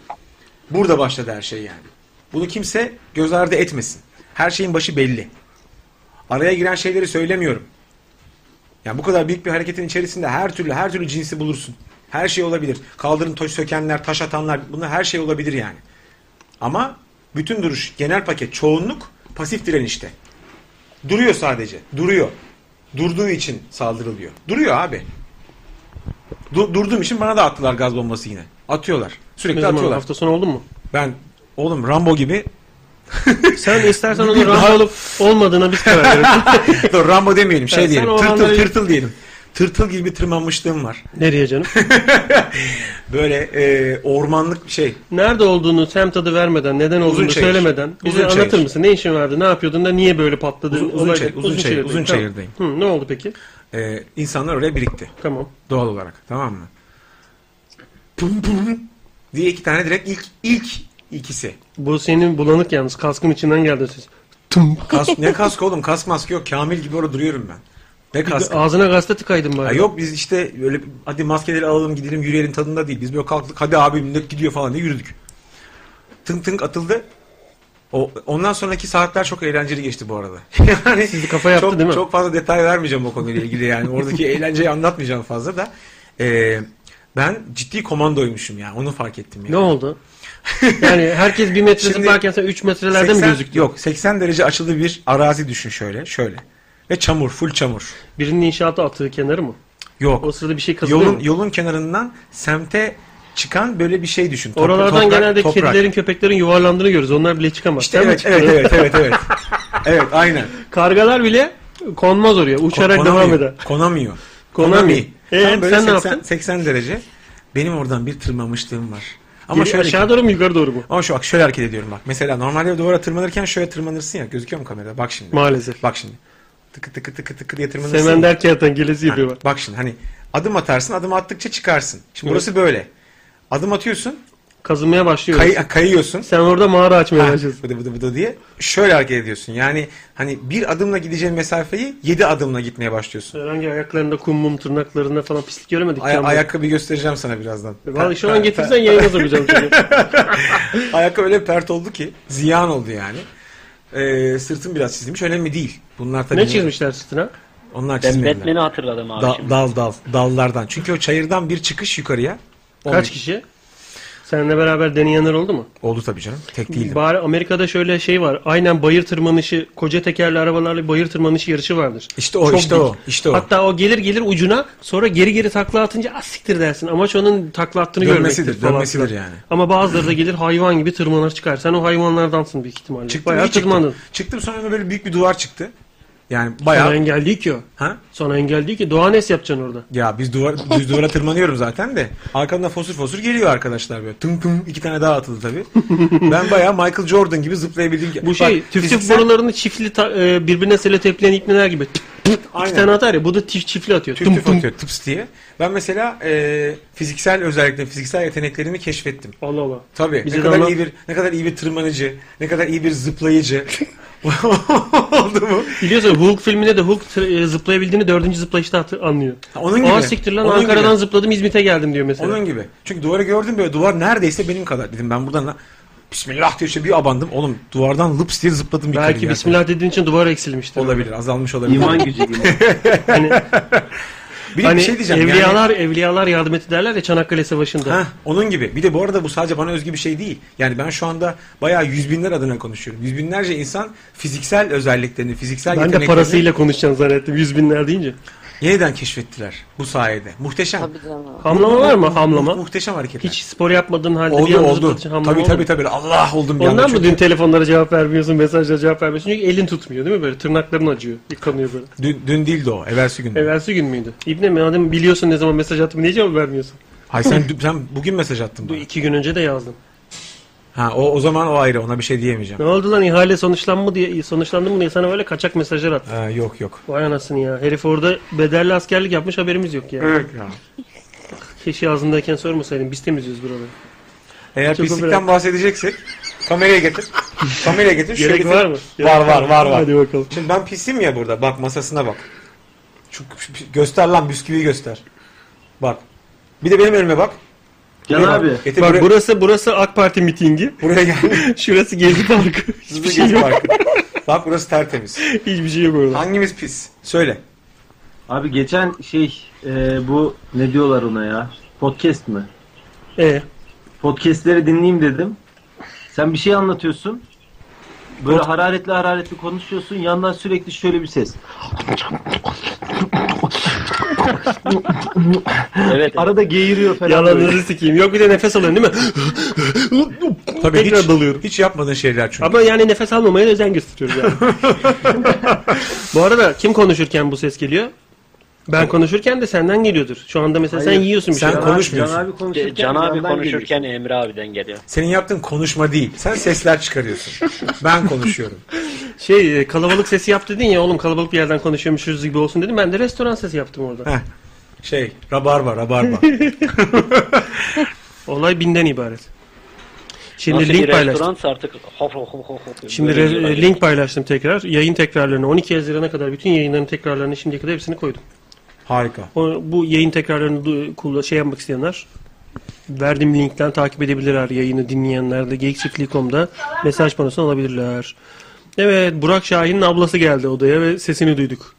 Speaker 2: Burada başladı her şey yani. Bunu kimse göz ardı etmesin. Her şeyin başı belli. Araya giren şeyleri söylemiyorum. Yani bu kadar büyük bir hareketin içerisinde her türlü her türlü cinsi bulursun. Her şey olabilir. Kaldırım taş sökenler, taş atanlar bunlar her şey olabilir yani. Ama bütün duruş, genel paket, çoğunluk pasif direnişte. Duruyor sadece. Duruyor. Durduğu için saldırılıyor. Duruyor abi. Du- durduğum için bana da attılar gaz bombası yine. Atıyorlar. Sürekli
Speaker 3: Ne zaman?
Speaker 2: atıyorlar.
Speaker 3: Hafta sonu oldu mu?
Speaker 2: Ben oğlum Rambo gibi
Speaker 3: Sen istersen onu Rambo olup olmadığına biz karar veririz.
Speaker 2: Dur Rambo demeyelim şey
Speaker 3: Sen- sen
Speaker 2: diyelim.
Speaker 3: o
Speaker 2: Tırtıl
Speaker 3: Rambo'yu-
Speaker 2: tırtıl diyelim. Tırtıl gibi tırmanmışlığım var.
Speaker 3: Nereye canım?
Speaker 2: Böyle e, ormanlık bir şey.
Speaker 3: Nerede olduğunu semt adı vermeden, neden
Speaker 2: Uzun
Speaker 3: olduğunu
Speaker 2: çayır.
Speaker 3: söylemeden bize
Speaker 2: Uzun çayır.
Speaker 3: anlatır mısın? Ne işin vardı, ne yapıyordun da niye böyle patladı?
Speaker 2: Uzun- uzun
Speaker 3: Olay-
Speaker 2: çayır, uzun çayır,
Speaker 3: çayırdayım,
Speaker 2: uzun
Speaker 3: tamam.
Speaker 2: çayırdayım.
Speaker 3: Hı, ne oldu peki?
Speaker 2: E, insanlar oraya birikti.
Speaker 3: Tamam.
Speaker 2: Doğal olarak tamam mı? Pum pum diye iki tane direkt ilk ilk ikisi.
Speaker 3: Bu senin bulanık yalnız. Kaskın içinden geldi ses. Tım.
Speaker 2: Kask, ne kask oğlum kask maske yok. Kamil gibi orada duruyorum ben. Ne kaskı?
Speaker 3: Ağzına gazete tıkaydın bari.
Speaker 2: Ya yok biz işte böyle hadi maskeleri alalım gidelim yürüyelim tadında değil. Biz böyle kalktık hadi abim ne gidiyor falan diye yürüdük. Tınk tınk atıldı. O, ondan sonraki saatler çok eğlenceli geçti bu arada. yani Sizi
Speaker 3: kafa Şey yaptı
Speaker 2: çok,
Speaker 3: değil mi?
Speaker 2: Çok fazla detay vermeyeceğim o konuyla ilgili yani. Oradaki eğlenceyi anlatmayacağım fazla da. Ee, ben ciddi komandoymuşum yani onu fark ettim. Yani.
Speaker 3: Ne oldu? Yani herkes bir metre zıplarken sen 3 metrelerde mi
Speaker 2: 80
Speaker 3: gözüktün?
Speaker 2: Yok 80 derece açılı bir arazi düşün şöyle şöyle. Ve çamur full çamur.
Speaker 3: Birinin inşaata attığı kenarı mı?
Speaker 2: Yok.
Speaker 3: O sırada bir şey kazılıyor
Speaker 2: Yolun,
Speaker 3: mu?
Speaker 2: yolun kenarından semte çıkan böyle bir şey düşün. Topra-
Speaker 3: Oralardan
Speaker 2: toprak-
Speaker 3: genelde
Speaker 2: toprak.
Speaker 3: kedilerin, köpeklerin yuvarlandığını görürüz. Onlar bile çıkamaz.
Speaker 2: İşte
Speaker 3: Sen mi
Speaker 2: evet, evet,
Speaker 3: çıkardın?
Speaker 2: evet, evet, evet. Evet, aynen.
Speaker 3: Kargalar bile konmaz oraya. Uçarak
Speaker 2: Konamıyor,
Speaker 3: devam eder.
Speaker 2: Konamıyor.
Speaker 3: Konami.
Speaker 2: Tam
Speaker 3: Ee,
Speaker 2: böyle
Speaker 3: sen ne
Speaker 2: 80
Speaker 3: yaptın?
Speaker 2: 80 derece. Benim oradan bir tırmanmışlığım var. Ama
Speaker 3: Ama
Speaker 2: şöyle
Speaker 3: aşağı doğru mu yukarı doğru mu?
Speaker 2: Ama şu bak şöyle hareket ediyorum bak. Mesela normalde duvara tırmanırken şöyle tırmanırsın ya. Gözüküyor mu kamerada? Bak şimdi.
Speaker 3: Maalesef.
Speaker 2: Bak şimdi. Tıkı tıkı tıkı tıkı diye tırmanırsın.
Speaker 3: Semen
Speaker 2: ya.
Speaker 3: derken zaten gelesi
Speaker 2: Ha,
Speaker 3: yapıyor bak.
Speaker 2: Bak şimdi hani adım atarsın adım attıkça çıkarsın. Şimdi
Speaker 3: Evet.
Speaker 2: burası böyle. Adım atıyorsun.
Speaker 3: Kazınmaya başlıyor.
Speaker 2: Kay- kayıyorsun.
Speaker 3: Sen orada mağara açmaya
Speaker 2: Ha,
Speaker 3: başlıyorsun.
Speaker 2: Bıdı bıdı bıdı diye şöyle hareket ediyorsun. Yani hani bir adımla gideceğin mesafeyi yedi adımla gitmeye başlıyorsun.
Speaker 3: Herhangi ayaklarında kum mum tırnaklarında falan pislik göremedik.
Speaker 2: Ay-
Speaker 3: ya.
Speaker 2: ayakkabı göstereceğim sana birazdan.
Speaker 3: Vallahi şu an getirsen yayına sokacağım seni.
Speaker 2: Ayakkabı öyle pert oldu ki ziyan oldu yani. Ee, sırtım biraz çizilmiş. Önemli değil. Bunlar tabii
Speaker 3: Ne çizmişler sırtına?
Speaker 2: Onlar
Speaker 11: Ben
Speaker 2: çizmediler.
Speaker 11: Batman'i hatırladım abi
Speaker 2: Da-
Speaker 11: şimdi.
Speaker 2: dal dal dallardan. Çünkü o çayırdan bir çıkış yukarıya.
Speaker 3: Kaç kişi? Seninle beraber deneyenler oldu mu?
Speaker 2: Oldu tabii canım. Tek değildim.
Speaker 3: Bari Amerika'da şöyle şey var. Aynen bayır tırmanışı, koca tekerli arabalarla bayır tırmanışı yarışı vardır.
Speaker 2: İşte o, işte o, işte o.
Speaker 3: Hatta o gelir gelir ucuna sonra geri geri takla atınca asiktir dersin. Amaç onun takla attığını
Speaker 2: Dönmesidir,
Speaker 3: görmektir. falan
Speaker 2: dönmesidir
Speaker 3: filan.
Speaker 2: yani.
Speaker 3: Ama bazıları da gelir hayvan gibi tırmanar çıkar. Sen o hayvanlardansın büyük ihtimalle.
Speaker 2: Çıktım,
Speaker 3: Bayağı
Speaker 2: iyi çıktım.
Speaker 3: tırmandın.
Speaker 2: Çıktım sonra böyle büyük bir duvar çıktı. Yani bayağı...
Speaker 3: Sana engel değil ki o.
Speaker 2: Ha?
Speaker 3: Sana engel değil ki. Doğanes yapacaksın orada.
Speaker 2: Ya biz duvar, düz duvara tırmanıyorum zaten de. Arkamda fosur fosur geliyor arkadaşlar böyle. Tım tım iki tane daha atıldı tabii. ben bayağı Michael Jordan gibi zıplayabildim. ki-
Speaker 3: Bu şey
Speaker 2: Bak,
Speaker 3: tüf tüf
Speaker 2: fiziksel-
Speaker 3: borularını çiftli ta- e, birbirine selotepleyen ipneler gibi. Tık, tık,
Speaker 2: Aynen.
Speaker 3: İki tane atar ya. Bu da tif- çiftli atıyor.
Speaker 2: tüf
Speaker 3: Tüm
Speaker 2: tüf
Speaker 3: tüm.
Speaker 2: atıyor tıps diye. Ben mesela e, fiziksel özellikle fiziksel yeteneklerimi keşfettim.
Speaker 3: Allah Allah.
Speaker 2: Tabii.
Speaker 3: Bize
Speaker 2: ne
Speaker 3: de
Speaker 2: kadar
Speaker 3: anlat.
Speaker 2: iyi bir ne kadar iyi bir tırmanıcı, ne kadar iyi bir zıplayıcı. Oldu mu?
Speaker 3: Biliyorsun Hulk filminde de Hulk tır- e, zıplayabildiğini dördüncü zıplayışta hatır- anlıyor.
Speaker 2: Onun gibi.
Speaker 3: Aa siktir lan
Speaker 2: Onun
Speaker 3: Ankara'dan
Speaker 2: gibi.
Speaker 3: zıpladım İzmit'e geldim diyor mesela.
Speaker 2: Onun gibi. Çünkü duvarı gördüm böyle duvar neredeyse benim kadar dedim ben buradan lan- Bismillah diye işte bir abandım. Oğlum duvardan lıps diye zıpladım bir
Speaker 3: Belki bismillah dediğin için duvar eksilmiştir.
Speaker 2: Olabilir azalmış olabilir.
Speaker 3: İman gücü,
Speaker 2: hani, bir, de
Speaker 3: hani
Speaker 2: bir şey diyeceğim. yani-
Speaker 3: evliyalar, evliyalar yardım etti derler ya Çanakkale Savaşı'nda.
Speaker 2: Ha, onun gibi. Bir de bu arada bu sadece bana özgü bir şey değil. Yani ben şu anda bayağı yüz binler adına konuşuyorum. Yüz binlerce insan fiziksel özelliklerini, fiziksel
Speaker 3: ben de
Speaker 2: yeteneklerini
Speaker 3: parasıyla konuşacağım zannettim yüz binler deyince.
Speaker 2: yeniden keşfettiler bu sayede. Muhteşem.
Speaker 3: Hamlama var mı hamlama?
Speaker 2: Muhteşem hareket.
Speaker 3: Hiç spor yapmadığın halde bir
Speaker 2: Oldu
Speaker 3: anda
Speaker 2: oldu.
Speaker 3: zıplatıcı hamlama
Speaker 2: Tabii
Speaker 3: oldu mu?
Speaker 2: tabii tabii. Allah oldum bir anda.
Speaker 3: Ondan mı
Speaker 2: Çünkü-
Speaker 3: dün telefonlara cevap vermiyorsun, mesajlara cevap vermiyorsun? Çünkü elin tutmuyor değil mi böyle? Tırnakların acıyor, yıkanıyor böyle.
Speaker 2: Dün, dün değildi o. Evvelsi gün.
Speaker 3: Evvelsi gün müydü? İbne mi? Adem biliyorsun ne zaman mesaj attım, niye cevap vermiyorsun?
Speaker 2: Hayır sen, sen bugün mesaj attın bana.
Speaker 3: İki gün önce de yazdım.
Speaker 2: Ha, o, o zaman o ayrı. Ona bir şey diyemeyeceğim.
Speaker 3: Ne oldu lan ihale sonuçlanmadı diye, sonuçlandı mı diye sana böyle kaçak mesajlar attı.
Speaker 2: Ha, yok yok.
Speaker 3: Vay anasını ya. Herif orada bedelli askerlik yapmış haberimiz yok ya.
Speaker 2: Evet ya.
Speaker 3: Keşke ağzındayken sormasaydın. Biz temizliyoruz buraları.
Speaker 2: Eğer
Speaker 3: Çok
Speaker 2: pislikten
Speaker 3: bırak.
Speaker 2: bahsedeceksek kameraya getir. Kameraya getir. şöyle
Speaker 3: Gerek
Speaker 2: getir.
Speaker 3: var mı? Gerek
Speaker 2: Var var
Speaker 3: var mı?
Speaker 2: var var.
Speaker 3: Hadi bakalım.
Speaker 2: Şimdi ben pisim ya burada. Bak masasına bak. Şu, şu- şu- göster lan bisküviyi göster. Bak. Bir de benim önüme bak.
Speaker 3: Gel
Speaker 2: Buraya
Speaker 3: abi.
Speaker 2: Ete
Speaker 3: Bak
Speaker 2: buraya-
Speaker 3: burası burası AK Parti mitingi.
Speaker 2: Buraya gel.
Speaker 3: Şurası Gezi Parkı. Hiçbir şey yok.
Speaker 2: Bak burası tertemiz.
Speaker 3: Hiçbir şey yok orada.
Speaker 2: Hangimiz pis? Söyle.
Speaker 12: Abi geçen şey e, bu ne diyorlar ona ya? Podcast mı?
Speaker 3: E.
Speaker 12: Podcastleri dinleyeyim dedim. Sen bir şey anlatıyorsun. Böyle hararetli hararetli konuşuyorsun. Yandan sürekli şöyle bir ses. evet. Arada geğiriyor falan.
Speaker 3: Yalanınızı sikeyim. Yok bir de nefes alıyorsun değil mi?
Speaker 2: Tabii
Speaker 3: Tekrar
Speaker 2: hiç,
Speaker 3: dalıyorum.
Speaker 2: Hiç yapmadığın şeyler çünkü.
Speaker 3: Ama yani nefes almamaya özen gösteriyoruz yani. bu arada kim konuşurken bu ses geliyor? Ben konuşurken de senden geliyordur. Şu anda mesela sen yiyorsun bir şey.
Speaker 11: Can, abi konuşurken Emre abiden geliyor.
Speaker 2: Senin yaptığın konuşma değil. Sen sesler çıkarıyorsun. ben konuşuyorum.
Speaker 3: Şey e, kalabalık sesi yap dedin ya oğlum kalabalık bir yerden konuşuyormuşuz gibi olsun dedim. Ben de restoran sesi yaptım orada.
Speaker 2: Heh. Şey rabarba rabarba.
Speaker 3: Olay binden ibaret. Şimdi
Speaker 11: Nasıl
Speaker 3: link
Speaker 11: bir
Speaker 3: paylaştım.
Speaker 11: restoransa artık hop hop hop hop. hop.
Speaker 3: Şimdi
Speaker 11: Böyle
Speaker 3: re- e,
Speaker 11: diyorlar.
Speaker 3: link paylaştım tekrar. Yayın tekrarlarını 12 Haziran'a kadar bütün yayınların tekrarlarını şimdiye kadar hepsini koydum.
Speaker 2: Harika.
Speaker 3: O, bu yayın tekrarlarını du- kulla- şey yapmak isteyenler verdiğim linkten takip edebilirler yayını dinleyenler de geyikçiftliği.com'da mesaj panosunu alabilirler. Evet Burak Şahin'in ablası geldi odaya ve sesini duyduk.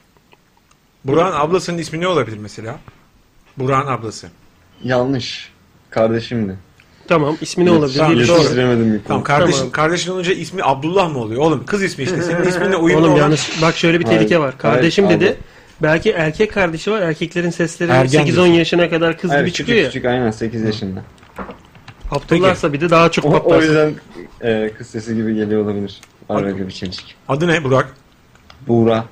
Speaker 2: Burak'ın ablasının ismi ne olabilir mesela? Burak'ın ablası.
Speaker 13: Yanlış. Kardeşimdi.
Speaker 3: Tamam ismi ne
Speaker 13: Evet,
Speaker 3: olabilir?
Speaker 13: tamam,
Speaker 3: Doğru.
Speaker 13: yetiştiremedim bir konu.
Speaker 2: Tamam kardeşin
Speaker 3: Tamam.
Speaker 2: kardeşin olunca ismi Abdullah mı oluyor? Oğlum kız ismi işte. Senin isminle uyumlu
Speaker 3: Oğlum
Speaker 2: olan-
Speaker 3: yanlış. Bak şöyle bir
Speaker 2: Hayır,
Speaker 3: tehlike var. Kardeşim
Speaker 2: hayır,
Speaker 3: dedi.
Speaker 2: abla.
Speaker 3: Belki erkek kardeşi var. Erkeklerin sesleri
Speaker 13: Ergen
Speaker 3: 8-10
Speaker 13: diyorsun.
Speaker 3: yaşına kadar kız
Speaker 13: Hayır,
Speaker 3: gibi
Speaker 13: küçük
Speaker 3: çıkıyor ya.
Speaker 13: küçük aynen 8 yaşında.
Speaker 3: Abdullah'sa bir de daha çok
Speaker 13: O, o
Speaker 3: patlarsın.
Speaker 13: yüzden e, kız sesi gibi geliyor olabilir. Arada bir çimcik.
Speaker 2: Adı ne Burak?
Speaker 13: Buğra.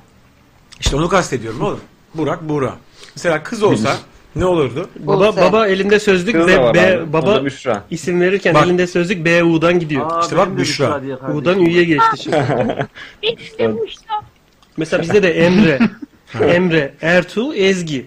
Speaker 2: İşte onu kastediyorum oğlum. Burak Buğra. Mesela kız olsa ne olurdu?
Speaker 3: Baba baba elinde sözlük
Speaker 2: Kız da
Speaker 3: ve
Speaker 2: var
Speaker 3: B-
Speaker 2: abi.
Speaker 3: baba
Speaker 2: Onda Büşra.
Speaker 3: isim verirken
Speaker 2: Bak.
Speaker 3: elinde sözlük B U'dan gidiyor.
Speaker 2: Aa, İşte bak benim de Büşra. Büşra diye kardeşim.
Speaker 3: U'dan Ü'ye geçti şimdi. Mesela bizde de Emre, Emre, Ertuğ, Ezgi.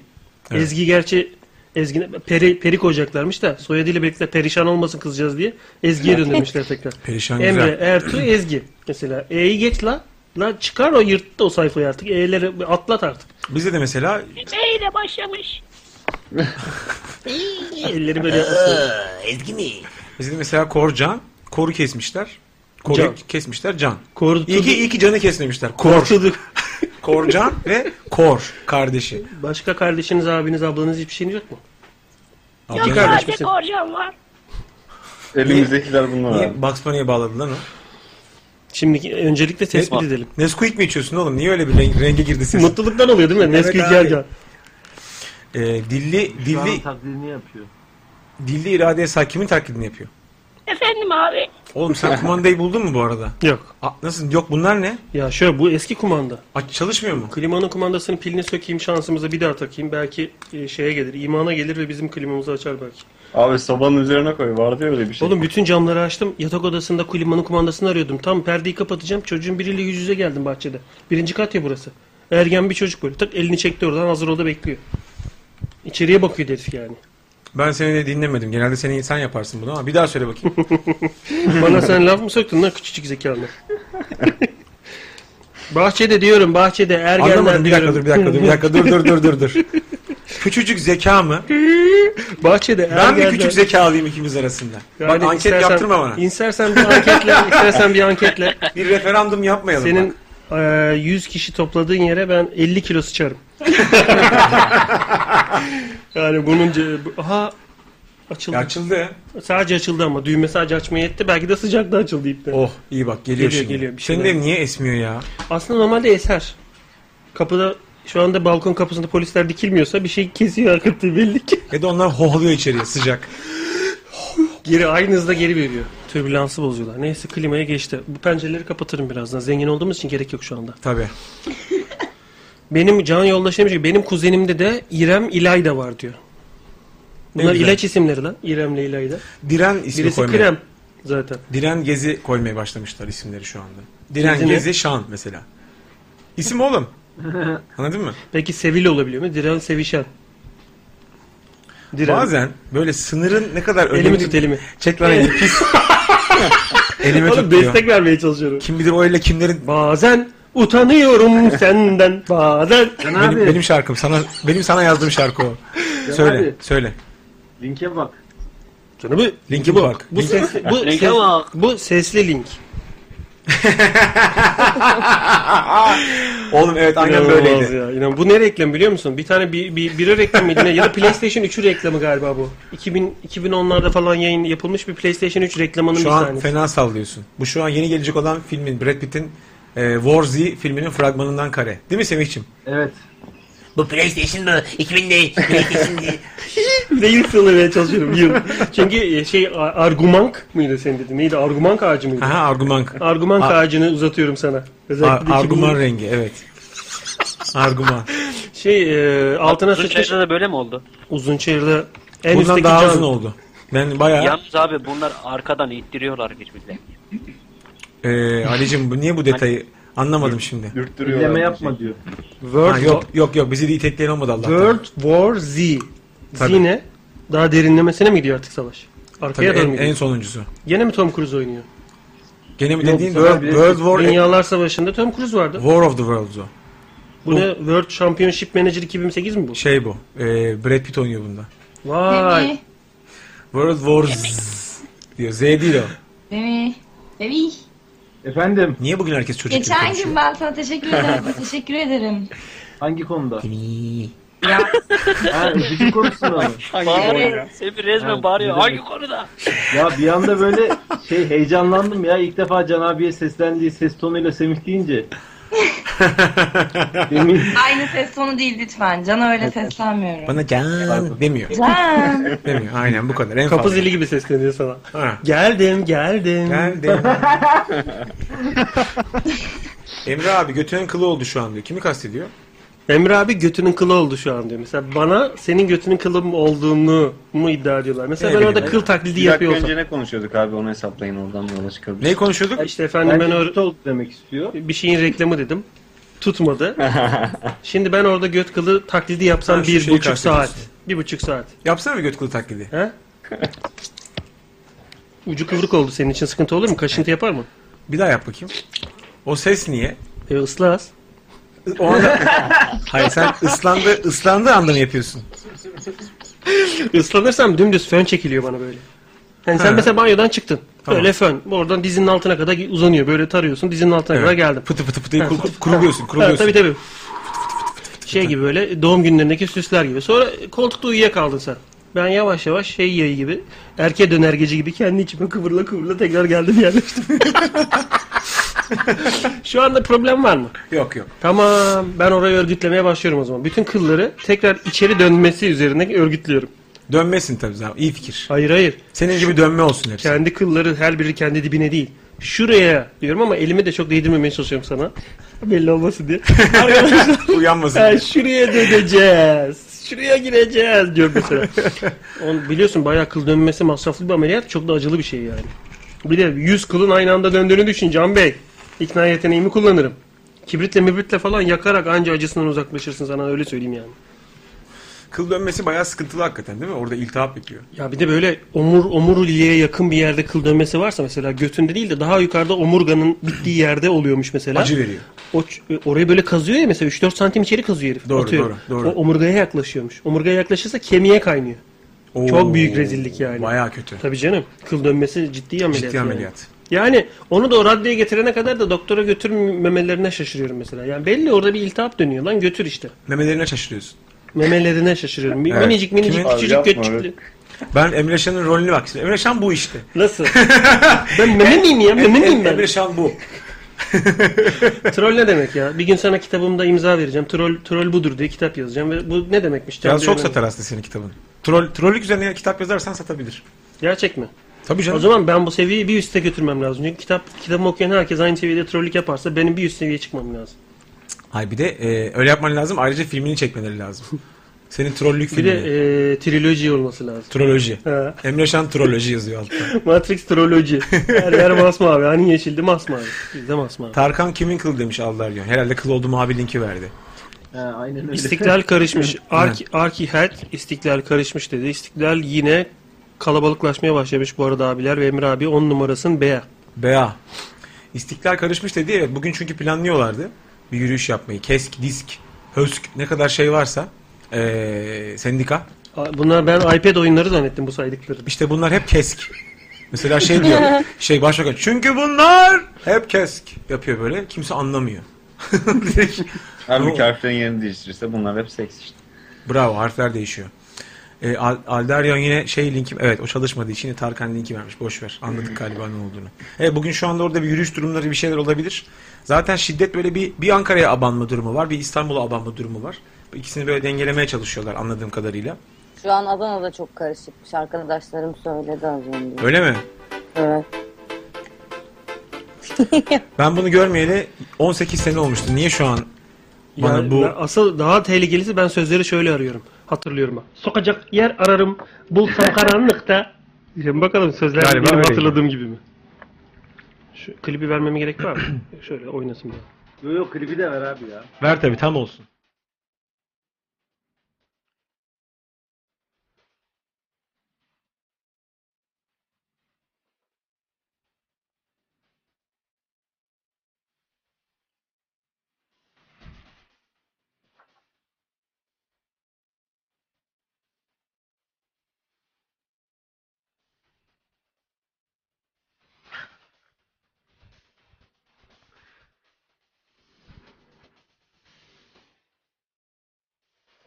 Speaker 2: Evet.
Speaker 3: Ezgi gerçi Ezgi peri, peri koyacaklarmış da soyadıyla birlikte perişan olmasın kızacağız diye Ezgi'ye döndürmüşler tekrar.
Speaker 2: Perişan
Speaker 3: Emre,
Speaker 2: güzel.
Speaker 3: Ertuğ, Ezgi. Mesela E'yi geç la. La çıkar o yırttı o sayfayı artık. E'leri atlat artık.
Speaker 2: Bize de mesela
Speaker 14: Eyle başlamış.
Speaker 3: Elleri böyle yapmasın.
Speaker 2: Ezgi mi? Bize de mesela Korcan. Koru kesmişler. Koru
Speaker 3: Can.
Speaker 2: kesmişler Can.
Speaker 3: Koru
Speaker 2: İyi ki, iyi ki canı kesmemişler. Kor. Korcan ve Kor kardeşi.
Speaker 3: Başka kardeşiniz, abiniz, ablanız hiçbir şeyiniz yok mu?
Speaker 2: Ablanız-
Speaker 3: İki
Speaker 14: Sadece
Speaker 3: misin?
Speaker 14: korcan var.
Speaker 13: Elimizdekiler bunlar abi.
Speaker 2: Niye Bugs Bunny'e bağladın lan o?
Speaker 3: Şimdi öncelikle tespit edelim.
Speaker 2: Nesquik mi içiyorsun oğlum? Niye öyle bir renk- renge girdi ses?
Speaker 3: Mutluluktan oluyor değil mi?
Speaker 2: Evet
Speaker 3: Nesquik
Speaker 2: abi.
Speaker 3: yerken.
Speaker 2: Ee, dilli, dilli,
Speaker 12: taklidini yapıyor.
Speaker 2: dilli iradeye sahip kimin taklidini yapıyor?
Speaker 14: Efendim abi.
Speaker 2: Oğlum sen kumandayı buldun mu bu arada?
Speaker 3: Yok.
Speaker 2: nasıl? Yok bunlar ne?
Speaker 3: Ya şöyle bu eski kumanda.
Speaker 2: Aç çalışmıyor mu?
Speaker 3: Klimanın kumandasının pilini sökeyim şansımıza bir daha takayım. Belki e, şeye gelir, imana gelir ve bizim klimamızı açar belki.
Speaker 13: Abi sobanın üzerine koy. Vardı ya öyle bir şey.
Speaker 3: Oğlum bütün camları açtım. Yatak odasında klimanın kumandasını arıyordum. Tam perdeyi kapatacağım. Çocuğun biriyle yüz yüze geldim bahçede. Birinci kat ya burası. Ergen bir çocuk böyle. Tak elini çekti oradan hazır orada bekliyor. İçeriye bakıyor herif yani.
Speaker 2: Ben seni de dinlemedim. Genelde seni sen yaparsın bunu ama bir daha söyle bakayım.
Speaker 3: Bana sen laf mı söktün lan küçücük zekalı? bahçede diyorum bahçede ergenler
Speaker 2: Anlamadım bir dakika
Speaker 3: diyorum.
Speaker 2: dur bir dakika dur bir dakika dur dur dur dur dur. küçücük zeka mı?
Speaker 3: Bahçede
Speaker 2: Ben bir
Speaker 3: Ergen'de-
Speaker 2: küçük zekalıyım ikimiz arasında.
Speaker 3: Yani
Speaker 2: Bak anket
Speaker 3: istersen-
Speaker 2: yaptırma bana.
Speaker 3: İstersen bir anketle, istersen bir anketle.
Speaker 2: Bir referandum yapmayalım.
Speaker 3: Senin eee, 100 kişi topladığın yere ben 50 kilo sıçarım. yani bunun ce- bu- aha açıldı.
Speaker 2: Açıldı.
Speaker 3: Sadece açıldı ama düğme sadece açmaya yetti. Belki de sıcakta açıldı ipten.
Speaker 2: Oh iyi bak geliyor,
Speaker 3: Geliyor,
Speaker 2: şimdi.
Speaker 3: geliyor. Bir şey
Speaker 2: Senin
Speaker 3: var.
Speaker 2: de niye esmiyor ya?
Speaker 3: Aslında normalde eser. Kapıda şu anda balkon kapısında polisler dikilmiyorsa bir şey kesiyor akıntı belli ki.
Speaker 2: Ya da onlar hohlıyor içeriye sıcak.
Speaker 3: geri aynı hızda geri veriyor. Türbülansı bozuyorlar. Neyse klimaya geçti. Bu pencereleri kapatırım birazdan. Zengin olduğumuz için gerek yok şu anda.
Speaker 2: Tabii.
Speaker 3: Benim can yoldaşım demiş ki benim kuzenimde de İrem İlayda var diyor.
Speaker 2: Ne
Speaker 3: Bunlar
Speaker 2: güzel.
Speaker 3: ilaç isimleri lan. İrem'le İlayda.
Speaker 2: Diren ismi
Speaker 3: Birisi
Speaker 2: koymaya.
Speaker 3: krem zaten.
Speaker 2: Diren Gezi koymaya başlamışlar isimleri şu anda. Diren
Speaker 3: Gezi
Speaker 2: Gezi,
Speaker 3: ne?
Speaker 2: Şan mesela. İsim oğlum. Anladın mı?
Speaker 3: Peki Sevil olabiliyor mu? Diren Sevişen. Diren.
Speaker 2: Bazen böyle sınırın ne kadar önemli...
Speaker 3: Elimi tut, elimi.
Speaker 2: Çek lan elini pis. elimi
Speaker 3: Oğlum
Speaker 2: tut diyor.
Speaker 3: destek vermeye çalışıyorum.
Speaker 2: Kim bilir o elle kimlerin...
Speaker 3: Bazen utanıyorum senden bazen.
Speaker 2: Benim, benim şarkım sana benim sana yazdığım şarkı o.
Speaker 3: Can
Speaker 2: söyle,
Speaker 3: abi.
Speaker 2: söyle.
Speaker 12: Linke bak.
Speaker 3: Canım bu
Speaker 2: linki bu bak.
Speaker 3: Bu ses bu
Speaker 11: Linke
Speaker 3: ses-
Speaker 11: bak.
Speaker 3: bu sesli link.
Speaker 2: Oğlum evet aynen
Speaker 3: İnanılmaz
Speaker 2: böyleydi.
Speaker 3: Ya, inan- bu ne reklam biliyor musun? Bir tane bir, bir, bira reklamıydı ne? ya da PlayStation 3'ü reklamı galiba bu. 2000 2010'larda falan yayın yapılmış bir PlayStation 3 reklamının bir
Speaker 2: Şu an
Speaker 3: sahnesi.
Speaker 2: fena sallıyorsun. Bu şu an yeni gelecek olan filmin Brad Pitt'in e, War Z filminin fragmanından kare. Değil mi Semih'ciğim?
Speaker 12: Evet.
Speaker 15: Bu PlayStation bu. 2000'de PlayStation
Speaker 3: Beyin sığınmaya çalışıyorum yıl. Çünkü e, şey a- argümank mıydı senin dediğin? Neydi? Argümank ağacı mıydı?
Speaker 2: Aha argümank.
Speaker 3: Argümank
Speaker 2: Ar-
Speaker 3: ağacını uzatıyorum sana.
Speaker 2: Ar-
Speaker 3: Özellikle
Speaker 2: argüman
Speaker 3: bu-
Speaker 2: rengi evet. Argüman.
Speaker 3: Şey e, altına
Speaker 11: Uzun
Speaker 3: sıçmış.
Speaker 11: çayda da böyle mi oldu?
Speaker 3: Uzun çayırda en
Speaker 2: Bundan
Speaker 3: üstteki
Speaker 2: daha
Speaker 3: can-
Speaker 2: uzun oldu. Ben bayağı
Speaker 11: Yalnız abi bunlar arkadan ittiriyorlar birbirlerini.
Speaker 2: e, Ali'cim bu- niye bu detayı anlamadım şimdi.
Speaker 12: İzleme
Speaker 13: şey.
Speaker 12: yapma diyor.
Speaker 3: Word
Speaker 2: Ha, yok yok yok bizi de itekleyen olmadı Allah'tan.
Speaker 3: World War Z. Z
Speaker 2: Tabii.
Speaker 3: ne? Daha derinlemesine mi gidiyor artık savaş?
Speaker 2: Tabii
Speaker 3: Arkaya doğru
Speaker 2: en,
Speaker 3: mu gidiyor?
Speaker 2: en sonuncusu.
Speaker 3: Gene mi Tom Cruise oynuyor?
Speaker 2: Gene mi
Speaker 3: Yok,
Speaker 2: dediğin
Speaker 3: sonra
Speaker 2: World,
Speaker 3: bir-
Speaker 2: World
Speaker 12: e-
Speaker 2: War
Speaker 3: Dünyalar Savaşı'nda Tom Cruise vardı.
Speaker 2: War of the Worlds o.
Speaker 3: Bu ne? World Championship Manager 2008 mi bu?
Speaker 2: Şey bu. E, Brad Pitt oynuyor bunda.
Speaker 3: Vay.
Speaker 2: World War Z diyor. Z değil o.
Speaker 8: Bemi. Bemi.
Speaker 12: Efendim.
Speaker 2: Niye bugün herkes çocuk gibi
Speaker 8: Geçen
Speaker 2: konuşuyor?
Speaker 8: gün ben sana teşekkür ederim. teşekkür ederim.
Speaker 12: Hangi konuda?
Speaker 8: Ya.
Speaker 12: ha, üzücü konusunda mı?
Speaker 11: Bağırıyor. Sebi
Speaker 12: Evet,
Speaker 11: resmen bağırıyor.
Speaker 12: ne
Speaker 11: Hangi
Speaker 12: demek?
Speaker 11: konuda?
Speaker 12: Ya bir anda böyle şey heyecanlandım ya ilk defa Can abiye seslendiği ses tonuyla Semih deyince. Semih.
Speaker 8: Aynı ses tonu değil lütfen. Cana öyle seslenmiyorum.
Speaker 2: Bana can demiyor.
Speaker 8: Can.
Speaker 2: demiyor. Aynen bu kadar. En
Speaker 3: Kapı
Speaker 2: fazla.
Speaker 3: zili gibi sesleniyor sana.
Speaker 2: Ha.
Speaker 3: Geldim, geldim.
Speaker 2: Geldim. Emre abi götünün kılı oldu şu an diyor. Kimi kastediyor?
Speaker 3: Emre abi götünün kılı oldu şu an diyor. Mesela bana senin götünün kılı mı olduğunu mu iddia ediyorlar. Mesela ben orada kıl taklidi yapıyor
Speaker 13: Bir dakika
Speaker 3: olsam.
Speaker 13: önce ne konuşuyorduk abi onu hesaplayın oradan yola çıkabiliriz.
Speaker 2: Neyi konuşuyorduk?
Speaker 3: İşte efendim ben
Speaker 13: Bence
Speaker 3: öyle
Speaker 12: oldu demek istiyor.
Speaker 3: Bir şeyin reklamı dedim. Tutmadı. Şimdi ben orada göt kılı taklidi yapsam
Speaker 2: Ha, şu
Speaker 3: bir
Speaker 2: şeyi
Speaker 3: buçuk saat.
Speaker 2: kastediyorsun.
Speaker 3: Bir buçuk saat.
Speaker 2: Yapsana bir göt kılı taklidi.
Speaker 3: He? Ucu kıvrık oldu senin için sıkıntı olur mu? Kaşıntı yapar mı?
Speaker 2: Bir daha yap bakayım. O ses niye?
Speaker 3: E ıslahız.
Speaker 2: O anda... Hayır sen ıslandı, ıslandığı anda mı yapıyorsun?
Speaker 3: Islanırsam dümdüz fön çekiliyor bana böyle. Yani sen
Speaker 2: Ha.
Speaker 3: mesela banyodan çıktın.
Speaker 2: Tamam.
Speaker 3: Böyle fön. Oradan dizinin altına kadar uzanıyor. Böyle tarıyorsun. Dizinin altına
Speaker 2: Evet.
Speaker 3: kadar geldim.
Speaker 2: Pıtı pıtı pıtı
Speaker 3: Ha,
Speaker 2: kur-
Speaker 3: pıtı.
Speaker 2: kuruluyorsun,
Speaker 3: Ha,
Speaker 2: kuruluyorsun.
Speaker 3: tabii tabii. Şey gibi böyle doğum günlerindeki süsler gibi. Sonra koltukta uyuyakaldın sen. Ben yavaş yavaş şey yayı gibi erke dönergeci gibi kendi içime kıvırla kıvırla tekrar geldim yerleştim. Şu anda problem var mı?
Speaker 2: Yok yok.
Speaker 3: Tamam ben orayı örgütlemeye başlıyorum o zaman. Bütün kılları tekrar içeri dönmesi üzerine örgütlüyorum.
Speaker 2: Dönmesin tabii zaten. İyi fikir.
Speaker 3: Hayır hayır.
Speaker 2: Senin gibi dönme olsun hepsi.
Speaker 3: Kendi kılları her biri kendi dibine değil. Şuraya diyorum ama elimi de çok değdirmemeye çalışıyorum sana. Belli olmasın diye.
Speaker 2: Uyanmasın.
Speaker 3: Ha, şuraya döneceğiz. Şuraya gireceğiz diyor mesela. Onu biliyorsun bayağı kıl dönmesi masraflı bir ameliyat. Çok da acılı bir şey yani. Bir de 100 kılın aynı anda döndüğünü düşün Can Bey. İkna yeteneğimi kullanırım. Kibritle mibritle falan yakarak anca acısından uzaklaşırsın sana öyle söyleyeyim yani.
Speaker 2: Kıl dönmesi bayağı sıkıntılı hakikaten değil mi? Orada iltihap yapıyor.
Speaker 3: Ya bir de böyle omur omuriliğe yakın bir yerde kıl dönmesi varsa mesela götünde değil de daha yukarıda omurganın bittiği yerde oluyormuş mesela.
Speaker 2: Acı veriyor.
Speaker 3: O, ç- orayı böyle kazıyor ya mesela 3-4 santim içeri kazıyor herif.
Speaker 2: Doğru,
Speaker 3: Atıyor.
Speaker 2: doğru, doğru.
Speaker 3: O omurgaya yaklaşıyormuş. Omurgaya yaklaşırsa kemiğe kaynıyor.
Speaker 2: Oo,
Speaker 3: Çok büyük rezillik yani.
Speaker 2: Bayağı kötü.
Speaker 3: Tabii canım. Kıl dönmesi ciddi ameliyat.
Speaker 2: Ciddi
Speaker 3: yani.
Speaker 2: ameliyat.
Speaker 3: Yani onu da o raddeye getirene kadar da doktora götürmemelerine şaşırıyorum mesela. Yani belli orada bir iltihap dönüyor lan götür işte.
Speaker 2: Memelerine şaşırıyorsun.
Speaker 3: Memelerine şaşırıyorum. Bir
Speaker 2: Evet.
Speaker 3: Minicik minicik
Speaker 2: Kimin-
Speaker 3: küçücük
Speaker 2: Abi yapma
Speaker 3: götçüklü.
Speaker 2: Ben Emre Şan'ın rolünü bak. Şimdi Emre Şan bu işte.
Speaker 3: Nasıl? ben meme miyim ya? Meme miyim ben?
Speaker 2: Emre Şan bu.
Speaker 3: troll ne demek ya? Bir gün sana kitabımda imza vereceğim. Troll troll budur diye kitap yazacağım ve bu ne demekmiş?
Speaker 2: Yalnız çok
Speaker 3: Can
Speaker 2: satar aslında senin kitabın. Troll, trollük üzerine kitap yazarsan satabilir.
Speaker 3: Gerçek mi?
Speaker 2: Tabii canım.
Speaker 3: O zaman ben bu seviyeyi bir üste götürmem lazım. Çünkü kitap kitabımı okuyan herkes aynı seviyede trollük yaparsa benim bir üst seviyeye çıkmam lazım.
Speaker 2: Hayır bir de e, öyle yapman lazım. Ayrıca filmini çekmeleri lazım. Senin trollük
Speaker 3: Bir
Speaker 2: filmi.
Speaker 3: de e, triloji olması lazım.
Speaker 2: Troloji.
Speaker 3: He.
Speaker 2: Emre Şan troloji yazıyor altta.
Speaker 3: Matrix troloji. Her yer masmavi. Hani yeşildi masmavi. Bizde masmavi.
Speaker 2: Tarkan kimin kıl demiş Allah diyor. Herhalde kıl oldu mavi linki verdi.
Speaker 12: aynen öyle.
Speaker 3: İstiklal karışmış.
Speaker 2: Evet.
Speaker 3: Arki, Arkihet istiklal karışmış dedi. İstiklal yine kalabalıklaşmaya başlamış bu arada abiler ve Emir abi 10 numarasın Bea.
Speaker 2: Bea. İstiklal karışmış dedi evet. Bugün çünkü planlıyorlardı bir yürüyüş yapmayı. Kesk, disk, hösk ne kadar şey varsa eee, sendika.
Speaker 3: Bunlar ben iPad oyunları zannettim bu saydıkları.
Speaker 2: İşte bunlar hep kesk. Mesela şey diyor. şey başbakan. Çünkü bunlar hep kesk yapıyor böyle. Kimse anlamıyor.
Speaker 13: Halbuki harflerin yerini değiştirirse bunlar hep seks işte.
Speaker 2: Bravo harfler değişiyor. Ee, Al- Alderyon yine şey linki evet o çalışmadığı için yine Tarkan linki vermiş. Boş ver. Anladık galiba ne olduğunu. Evet bugün şu anda orada bir yürüyüş durumları bir şeyler olabilir. Zaten şiddet böyle bir bir Ankara'ya abanma durumu var, bir İstanbul'a abanma durumu var. Bu İkisini böyle dengelemeye çalışıyorlar anladığım kadarıyla.
Speaker 10: Şu an Adana'da çok karışıkmış. Arkadaşlarım söyledi az önce.
Speaker 2: Öyle mi?
Speaker 10: Evet.
Speaker 2: Ben bunu görmeyeli 18 sene olmuştu. Niye şu an bana
Speaker 3: Yani
Speaker 2: bu
Speaker 3: ben- asıl daha tehlikelisi ben sözleri şöyle arıyorum. Hatırlıyorum. ha. Sokacak yer ararım. Bulsam karanlıkta. Şimdi bakalım sözler
Speaker 2: Galiba
Speaker 3: benim
Speaker 2: öyle.
Speaker 3: hatırladığım gibi mi? Şu klibi vermeme gerek var mı? şöyle oynasın diye.
Speaker 12: Yok yok klibi de ver abi ya.
Speaker 2: Ver tabi tam olsun.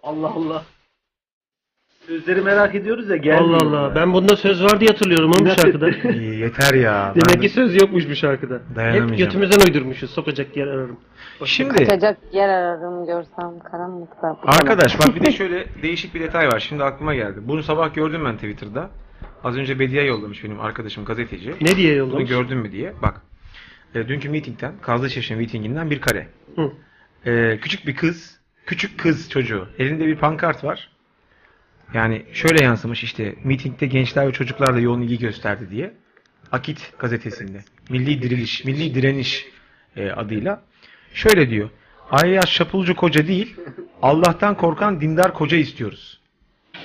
Speaker 12: Allah Allah. Sözleri merak ediyoruz ya gelmiyor.
Speaker 3: Allah Allah. Ben bunda söz var diye hatırlıyorum oğlum bu şarkıda.
Speaker 2: Yeter ya.
Speaker 3: Demek ki söz yokmuş bu şarkıda. Hep
Speaker 2: Dayanamayacağım.
Speaker 3: götümüzden uydurmuşuz. Sokacak yer ararım.
Speaker 10: Kaçacak yer ararım görsem karanlıkta. Bu
Speaker 2: Arkadaş
Speaker 10: kadar.
Speaker 2: bak bir de şöyle değişik bir detay var. Şimdi aklıma geldi. Bunu sabah gördüm ben Twitter'da. Az önce Bediye yollamış benim arkadaşım gazeteci.
Speaker 3: Ne diye yollamış?
Speaker 2: Bunu gördün mü diye. Bak. E, dünkü mitingden, Kazlıçeşme mitinginden bir kare.
Speaker 3: Hı.
Speaker 2: E, küçük bir kız, küçük kız çocuğu. Elinde bir pankart var. Yani şöyle yansımış işte mitingde gençler ve çocuklar da yoğun ilgi gösterdi diye. Akit gazetesinde. Milli diriliş, milli direniş e, adıyla. Şöyle diyor. Ayyaş şapulcu koca değil, Allah'tan korkan dindar koca istiyoruz.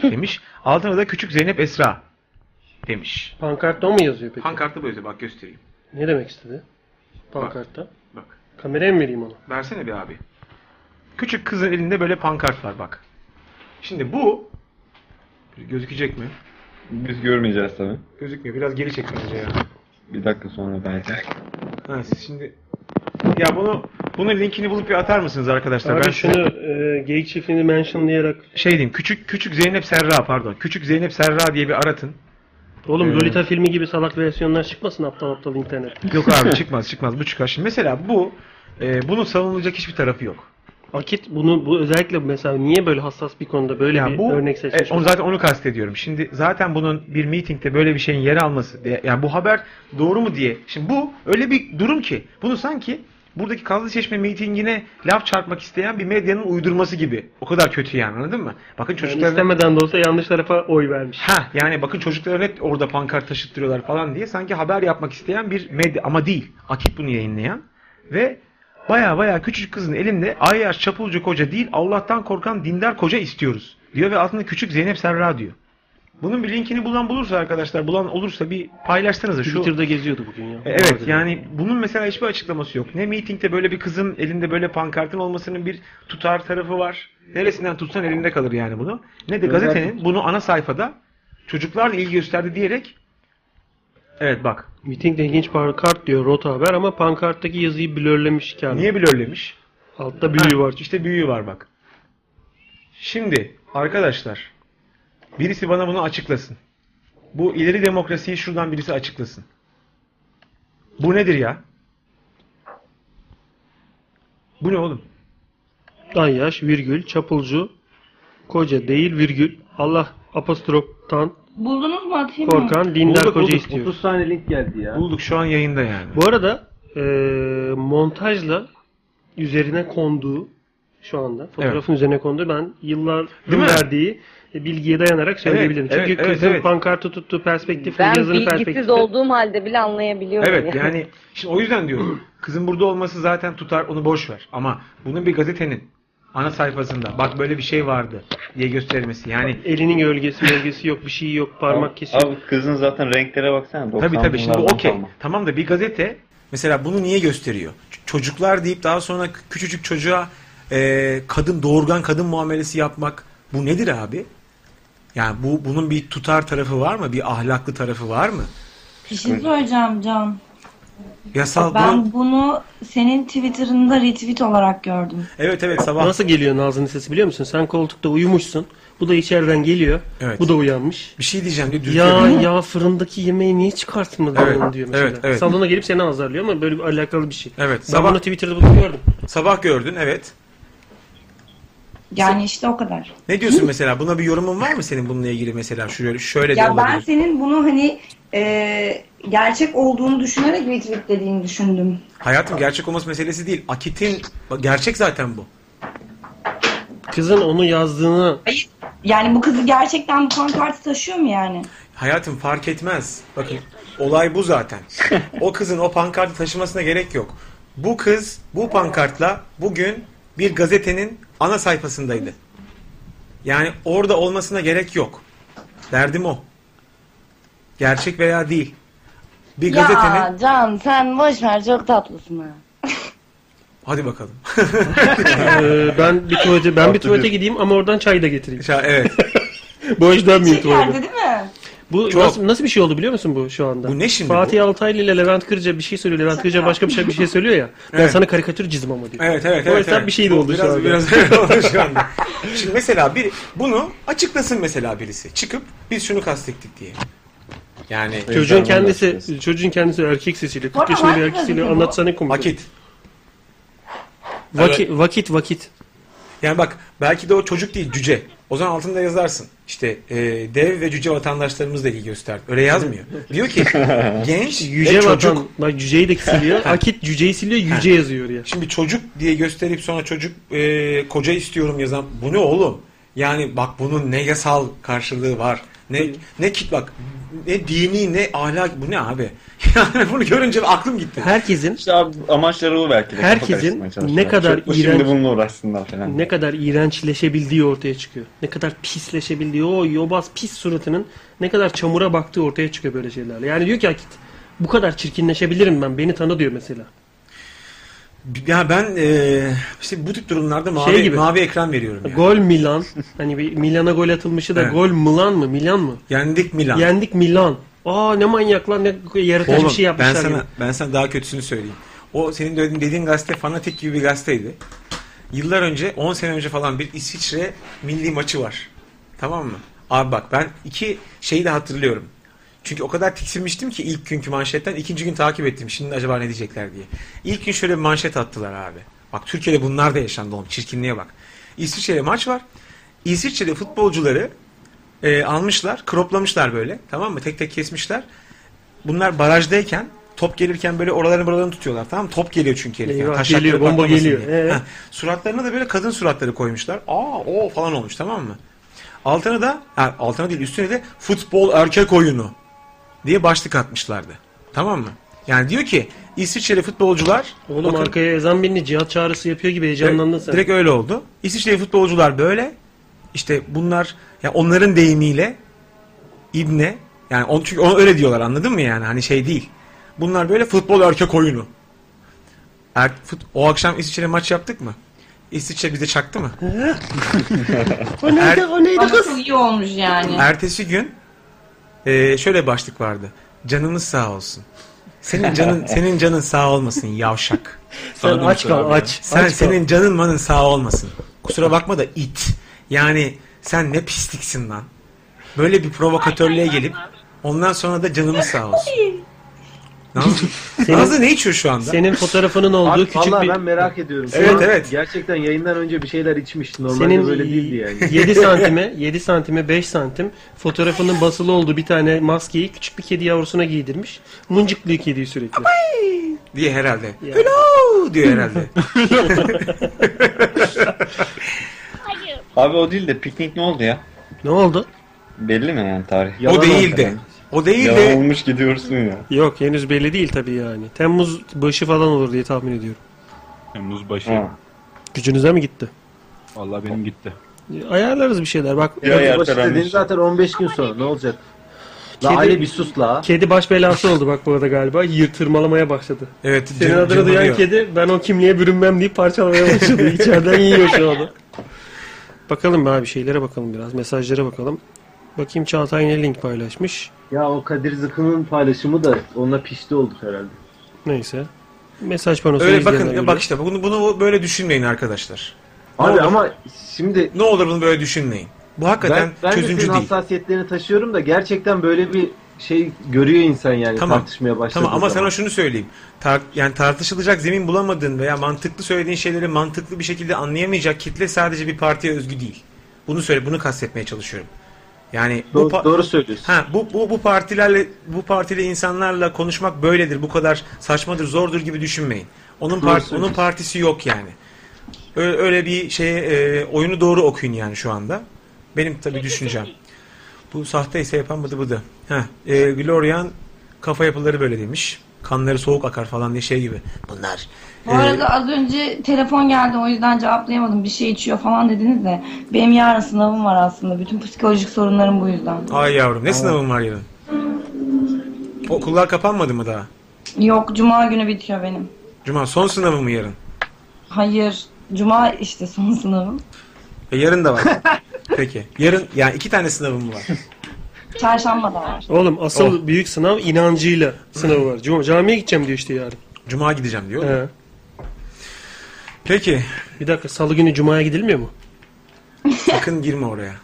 Speaker 2: Demiş. Altına da küçük Zeynep Esra demiş.
Speaker 3: Pankartta o mu yazıyor peki?
Speaker 2: Pankartta böyle bak göstereyim.
Speaker 3: Ne demek istedi? Pankartta.
Speaker 2: Bak.
Speaker 3: Kameraya mı vereyim onu?
Speaker 2: Versene bir abi. Küçük kızın elinde böyle pankart var bak. Şimdi bu gözükecek mi?
Speaker 13: Biz görmeyeceğiz tabii.
Speaker 2: Gözükmüyor. Biraz geri çek bence ya.
Speaker 13: Bir dakika sonra belki.
Speaker 2: Ha, siz şimdi ya bunu bunun linkini bulup bir atar mısınız arkadaşlar?
Speaker 3: Abi
Speaker 2: Ben
Speaker 3: şunu
Speaker 2: şunu
Speaker 3: e, geyik çiftliğini mentionlayarak
Speaker 2: şey diyeyim. Küçük küçük Zeynep Serra pardon. Küçük Zeynep Serra diye bir aratın.
Speaker 3: Oğlum
Speaker 2: Ee,
Speaker 3: Lolita filmi gibi salak versiyonlar çıkmasın aptal aptal internet.
Speaker 2: Yok abi çıkmaz çıkmaz bu çıkar. Şimdi mesela bu e, bunun savunulacak hiçbir tarafı yok.
Speaker 3: Akit bunu bu özellikle mesela niye böyle hassas bir konuda böyle
Speaker 2: Ya
Speaker 3: bir
Speaker 2: bu-
Speaker 3: örnek seçmiş?
Speaker 2: E, onu zaten onu kastediyorum. Şimdi zaten bunun bir mitingde böyle bir şeyin yer alması, e, yani bu haber doğru mu diye. Şimdi bu öyle bir durum ki bunu sanki buradaki Kazlıçeşme mitingine laf çarpmak isteyen bir medyanın uydurması gibi. O kadar kötü yani anladın mı? Bakın
Speaker 3: Yani
Speaker 2: çocuklar
Speaker 3: istemeden de olsa yanlış tarafa oy vermiş.
Speaker 2: Ha yani bakın çocuklara hep orada pankart taşıttırıyorlar falan diye sanki haber yapmak isteyen bir medya ama değil. Akit bunu yayınlayan ve baya baya küçücük kızın elinde ay yaş çapulcu koca değil Allah'tan korkan dindar koca istiyoruz diyor ve altında küçük Zeynep Serra diyor. Bunun bir linkini bulan bulursa arkadaşlar, bulan olursa bir paylaşsanıza şu.
Speaker 3: Twitter'da geziyordu bugün ya.
Speaker 2: E, Evet yani bunun mesela hiçbir açıklaması yok. Ne mitingde böyle bir kızın elinde böyle pankartın olmasının bir tutar tarafı var. Neresinden tutsan elinde kalır yani bunu. Ne de gazetenin bunu ana sayfada çocuklarla ilgi gösterdi diyerek Evet bak.
Speaker 3: Mitingde ilginç pankart diyor Rota Haber ama pankarttaki yazıyı blörlemiş Kamil.
Speaker 2: Niye blörlemiş?
Speaker 3: Altta büyüğü var.
Speaker 2: İşte büyüğü var bak. Şimdi arkadaşlar birisi bana bunu açıklasın. Bu ileri demokrasiyi şuradan birisi açıklasın. Bu nedir ya? Bu ne oğlum?
Speaker 3: Danyaş virgül çapulcu koca değil virgül Allah apostroftan
Speaker 1: Buldunuz mu atayım mı?
Speaker 3: korkan dindar
Speaker 2: Bulduk,
Speaker 3: koca
Speaker 2: bulduk.
Speaker 3: istiyor.
Speaker 2: 30
Speaker 16: tane link geldi ya.
Speaker 2: Bulduk şu an yayında yani.
Speaker 3: Bu arada e, montajla üzerine konduğu şu anda fotoğrafın üzerine konduğu ben yıllar
Speaker 2: Değil mi?
Speaker 3: verdiği bilgiye dayanarak söyleyebilirim.
Speaker 2: evet,
Speaker 3: Çünkü
Speaker 2: evet,
Speaker 3: kızın
Speaker 2: evet.
Speaker 3: pankartı tuttuğu perspektif,
Speaker 17: Ben
Speaker 3: yazılı
Speaker 17: bilgisiz
Speaker 3: perspektif.
Speaker 17: olduğum halde bile anlayabiliyorum.
Speaker 2: Evet yani şimdi o yüzden diyorum. Kızın burada olması zaten tutar onu boş ver. Ama bunun bir gazetenin ana sayfasında bak böyle bir şey vardı diye göstermesi yani
Speaker 3: elinin gölgesi gölgesi yok bir şey yok parmak kesiyor.
Speaker 12: Abi kızın zaten renklere baksana.
Speaker 2: Tabii
Speaker 12: 90'lı
Speaker 2: tabii şimdi
Speaker 12: yıllardan
Speaker 2: okey.
Speaker 12: kalma.
Speaker 2: Tamam da bir gazete mesela bunu niye gösteriyor? Ç- Çocuklar deyip daha sonra küçücük çocuğa e, kadın doğurgan kadın muamelesi yapmak bu nedir abi? Yani bu bunun bir tutar tarafı var mı? Bir ahlaklı tarafı var mı?
Speaker 1: Bir şey söyleyeceğim Can.
Speaker 2: Yasal bu-
Speaker 1: Ben bunu senin Twitter'ında retweet olarak gördüm.
Speaker 2: Evet evet sabah.
Speaker 3: Nasıl geliyor Nazlı'nın sesi biliyor musun? Sen koltukta uyumuşsun. Bu da içeriden geliyor.
Speaker 2: Evet.
Speaker 3: Bu da uyanmış.
Speaker 2: Bir şey diyeceğim diye
Speaker 3: Ya
Speaker 2: dürtüyor.
Speaker 3: ya fırındaki yemeği niye çıkartmadın
Speaker 2: Evet,
Speaker 3: onu diyor mesela.
Speaker 2: evet, evet.
Speaker 3: Salona gelip seni azarlıyor ama böyle bir alakalı bir şey.
Speaker 2: Evet,
Speaker 3: Ben
Speaker 2: sabah-
Speaker 3: bunu Twitter'da bunu gördüm.
Speaker 2: Sabah gördün evet.
Speaker 1: Yani işte o kadar.
Speaker 2: Ne diyorsun mesela? Buna bir yorumun var mı senin bununla ilgili mesela? Şöyle, şöyle de
Speaker 1: Ya ben
Speaker 2: olabilir.
Speaker 1: senin bunu hani e, gerçek olduğunu düşünerek retweet dediğini düşündüm.
Speaker 2: Hayatım gerçek olması meselesi değil. Akit'in Bak, gerçek zaten bu.
Speaker 3: Kızın onu yazdığını
Speaker 1: Yani bu kızı gerçekten bu pankartı taşıyor mu yani?
Speaker 2: Hayatım fark etmez. Bakın olay bu zaten. O kızın o pankartı taşımasına gerek yok. Bu kız bu pankartla bugün bir gazetenin ana sayfasındaydı. Yani orada olmasına gerek yok. Derdim o. Gerçek veya değil. Bir gazetenin
Speaker 18: Ya Can sen boş ver çok tatlısın ha.
Speaker 2: hadi bakalım.
Speaker 3: Ee, ben bir tuvalete ben bir tuvalete gideyim ama oradan çay da getireyim.
Speaker 2: evet.
Speaker 3: Boş dönmeyeyim tuvalete.
Speaker 1: değil mi?
Speaker 3: Bu nasıl, nasıl bir şey oldu biliyor musun bu şu anda? Bu
Speaker 2: ne şimdi
Speaker 3: Fatih Altaylı ile Levent Kırca bir şey söylüyor. Levent Kırca başka bir şey, bir şey söylüyor ya. Ben
Speaker 2: Evet.
Speaker 3: sana karikatür çizim ama diyor.
Speaker 2: Evet evet
Speaker 3: O
Speaker 2: evet.
Speaker 3: hesap
Speaker 2: evet.
Speaker 3: bir şey de
Speaker 2: Bu
Speaker 3: oldu
Speaker 2: biraz,
Speaker 3: şu anda.
Speaker 2: Biraz öyle oldu şu anda. Şimdi mesela bir bunu açıklasın mesela birisi. Çıkıp biz şunu kastettik diye. Yani
Speaker 3: Çocuğun kendisi çocuğun kendisi erkek sesiyle 40
Speaker 2: Bana
Speaker 3: yaşında bir
Speaker 2: var
Speaker 3: erkek sesiyle
Speaker 2: biraz bu.
Speaker 3: anlatsa ne komik.
Speaker 2: Vakit.
Speaker 3: Vakit vakit vakit.
Speaker 2: Yani bak belki de o çocuk değil cüce. O zaman altında yazarsın. İşte e, dev ve cüce vatandaşlarımızla ilgi göster. Öyle yazmıyor. Diyor ki genç
Speaker 3: Yüce
Speaker 2: ve E, çocuk.
Speaker 3: vatan. Bak cüceyi de siliyor. Akit cüceyi siliyor. Yüce
Speaker 2: Ha.
Speaker 3: yazıyor ya.
Speaker 2: Şimdi çocuk diye gösterip sonra çocuk e, koca istiyorum yazan bu ne oğlum? Yani bak bunun ne yasal karşılığı var. Ne ne kit bak ne dini ne ahlak bu ne abi? Yani bunu görünce aklım gitti.
Speaker 3: Herkesin
Speaker 12: İşte abi amaçları o belki de. kafa
Speaker 3: Herkesin
Speaker 12: karıştırmaya çalışıyorlar.
Speaker 3: ne kadar
Speaker 12: Çocuk bu Şimdi
Speaker 3: iğrenç-
Speaker 12: bununla uğraşsınlar falan.
Speaker 3: Ne kadar iğrençleşebildiği ortaya çıkıyor. Ne kadar pisleşebildiği o yobaz pis suratının ne kadar çamura baktığı ortaya çıkıyor böyle şeylerle. Yani diyor ki Akit bu kadar çirkinleşebilirim ben beni tanı diyor mesela.
Speaker 2: Ya ben e, işte bu tip durumlarda mavi
Speaker 3: Şey gibi.
Speaker 2: mavi ekran veriyorum yani.
Speaker 3: Gol Milan. Hani bir Milan'a gol atılmışı da
Speaker 2: Evet.
Speaker 3: gol Milan mı? Milan mı?
Speaker 2: Yendik Milan.
Speaker 3: Yendik Milan. Aa ne manyak lan ne yaratıcı
Speaker 2: Oğlum,
Speaker 3: bir şey yapmışlar.
Speaker 2: ben sana
Speaker 3: gibi.
Speaker 2: ben sana daha kötüsünü söyleyeyim. O senin dediğin, dediğin gazete fanatik gibi bir gazeteydi. Yıllar önce 10 sene önce falan bir İsviçre milli maçı var. Tamam mı? Abi bak ben iki şeyi de hatırlıyorum. Çünkü o kadar tiksinmiştim ki ilk günkü manşetten ikinci gün takip ettim. Şimdi acaba ne diyecekler diye. İlk gün şöyle bir manşet attılar abi. Bak Türkiye'de bunlar da yaşandı oğlum. Çirkinliğe bak. İsviçre'de maç var. İsviçre'de futbolcuları e, almışlar, kroplamışlar böyle. Tamam mı? Tek tek kesmişler. Bunlar barajdayken top gelirken böyle oralarını buralarını tutuyorlar tamam mı? Top geliyor çünkü herif.
Speaker 3: Eyvah,
Speaker 2: taşakları
Speaker 3: geliyor, bomba
Speaker 2: patlamasın
Speaker 3: geliyor.
Speaker 2: diye.
Speaker 3: Ee?
Speaker 2: Heh, Suratlarına da böyle kadın suratları koymuşlar. Aa o falan olmuş tamam mı? Altına da ha, altına değil üstüne de futbol erkek oyunu diye başlık atmışlardı. Tamam mı? Yani diyor ki İsviçreli futbolcular
Speaker 3: Oğlum
Speaker 2: Bakın-
Speaker 3: arkaya ezan birini cihat çağrısı yapıyor gibi heyecanlandın
Speaker 2: Direkt-
Speaker 3: sen.
Speaker 2: Direkt öyle oldu. İsviçreli futbolcular böyle. İşte bunlar ya onların deyimiyle İbne yani on, çünkü onu öyle diyorlar anladın mı yani hani şey değil. Bunlar böyle futbol erkek oyunu. Er, fut- o akşam İsviçre maç yaptık mı? İsviçre bize çaktı mı?
Speaker 19: O
Speaker 2: Er-
Speaker 19: neydi, o neydi kız? Ama çok iyi olmuş yani.
Speaker 2: Ertesi gün e, şöyle bir başlık vardı. Canımız sağ olsun. Senin canın senin canın sağ olmasın yavşak.
Speaker 3: Sen
Speaker 2: Sana
Speaker 3: aç
Speaker 2: demişler
Speaker 3: kal,
Speaker 2: abi
Speaker 3: aç.
Speaker 2: ya. Sen
Speaker 3: Aç kal.
Speaker 2: senin canın manın sağ olmasın. Kusura bakma da it. Yani sen ne pisliksin lan. Böyle bir provokatörlüğe gelip ondan sonra da canımız sağ olsun. Nazlı, Nazlı ne içiyor şu anda?
Speaker 3: Senin fotoğrafının olduğu
Speaker 12: Abi,
Speaker 3: küçük
Speaker 12: vallahi
Speaker 3: bir...
Speaker 12: ben merak ediyorum.
Speaker 3: Evet,
Speaker 12: Şu an
Speaker 3: evet.
Speaker 12: Gerçekten yayından önce bir şeyler içmiş. Normalde
Speaker 3: Senin
Speaker 12: böyle değildi yani.
Speaker 3: 7 santime, 7 santime 5 santim fotoğrafının basılı olduğu bir tane maskeyi küçük bir kedi yavrusuna giydirmiş. Mıncıklıyor kediyi sürekli.
Speaker 2: diye herhalde.
Speaker 3: Ya.
Speaker 2: Hello diyor herhalde.
Speaker 20: Abi o değil de piknik ne oldu ya?
Speaker 3: Ne oldu?
Speaker 20: Belli mi yani tarih?
Speaker 3: Yalan değildi.
Speaker 20: oldu.
Speaker 3: O değildi.
Speaker 20: Yalan olmuş gidiyorsun ya.
Speaker 3: Yok henüz belli değil tabii yani. Temmuz başı falan olur diye tahmin ediyorum.
Speaker 5: Temmuz başı.
Speaker 3: Gücünüze mi gitti?
Speaker 5: Vallahi benim gitti.
Speaker 3: Ayarlarız bir şeyler bak.
Speaker 5: Ya ayar
Speaker 12: Başı
Speaker 5: karanmış.
Speaker 12: dediğin zaten 15 gün sonra ne olacak? La
Speaker 3: Kedi-
Speaker 12: Ali bir sus la.
Speaker 3: Kedi baş belası oldu bak bu arada galiba. Yırtırmalamaya başladı.
Speaker 2: Evet.
Speaker 3: Senin
Speaker 12: cım-
Speaker 3: adını duyan
Speaker 12: cımbırıyor.
Speaker 3: kedi ben o kimliğe bürünmem deyip parçalamaya başladı. İçeriden yiyor şu anda. Bakalım abi şeylere bakalım biraz. Mesajlara bakalım. Bakayım Çağatay ne link paylaşmış.
Speaker 12: Ya o Kadir Zıkı'nın paylaşımı da onunla pişti olduk herhalde.
Speaker 3: Neyse. Mesaj panosu.
Speaker 2: Öyle
Speaker 3: izleyenler
Speaker 2: bakın ya
Speaker 3: görüyor.
Speaker 2: bak işte bunu bunu böyle düşünmeyin arkadaşlar.
Speaker 12: Abi
Speaker 2: ama
Speaker 12: şimdi
Speaker 2: ne olur bunu böyle düşünmeyin. Bu hakikaten
Speaker 12: ben, ben de
Speaker 2: çözüncü
Speaker 12: senin
Speaker 2: değil.
Speaker 12: hassasiyetlerini taşıyorum da gerçekten böyle bir şey görüyor insan yani tartışmaya başladığı
Speaker 2: Tamam ama
Speaker 12: zaman.
Speaker 2: sana şunu söyleyeyim. Tar- yani tartışılacak zemin bulamadığın veya mantıklı söylediğin şeyleri mantıklı bir şekilde anlayamayacak kitle sadece bir partiye özgü değil. Bunu söyle bunu kastetmeye çalışıyorum. Yani
Speaker 12: Doğru- doğru
Speaker 2: söylüyorsun. Ha, bu, bu bu partilerle bu partili insanlarla konuşmak böyledir. Bu kadar saçmadır, zordur gibi düşünmeyin. Onun
Speaker 12: Doğru
Speaker 2: part, onun
Speaker 12: söylüyorsun.
Speaker 2: partisi yok yani. Öyle, öyle bir şeye e, oyunu doğru okuyun yani şu anda. Benim tabii düşüncem. Bu sahte ise yapan bıdı bıdı. Heh, e, Glorian kafa yapıları böyle demiş. Kanları soğuk akar falan diye şey gibi. Bunlar.
Speaker 1: Bu
Speaker 2: e,
Speaker 1: arada az önce telefon geldi o yüzden cevaplayamadım. Bir şey içiyor falan dediniz de benim yarın sınavım var aslında. Bütün psikolojik sorunlarım bu yüzden.
Speaker 2: Ay yavrum ne sınavın var yarın? Okullar kapanmadı mı daha?
Speaker 1: Yok cuma günü bitiyor benim.
Speaker 2: Cuma son sınavı mı yarın?
Speaker 1: Hayır cuma işte son sınavım.
Speaker 2: E, yarın da var. Peki. Yarın yani iki tane sınavım var.
Speaker 1: Çarşamba da var.
Speaker 3: Oğlum asıl büyük sınav inancıyla sınavı var. Cuma, camiye gideceğim diyor işte yarın.
Speaker 2: Cuma gideceğim diyor.
Speaker 3: He.
Speaker 2: Peki.
Speaker 3: Bir dakika salı günü cumaya gidilmiyor mu?
Speaker 2: Sakın girme oraya.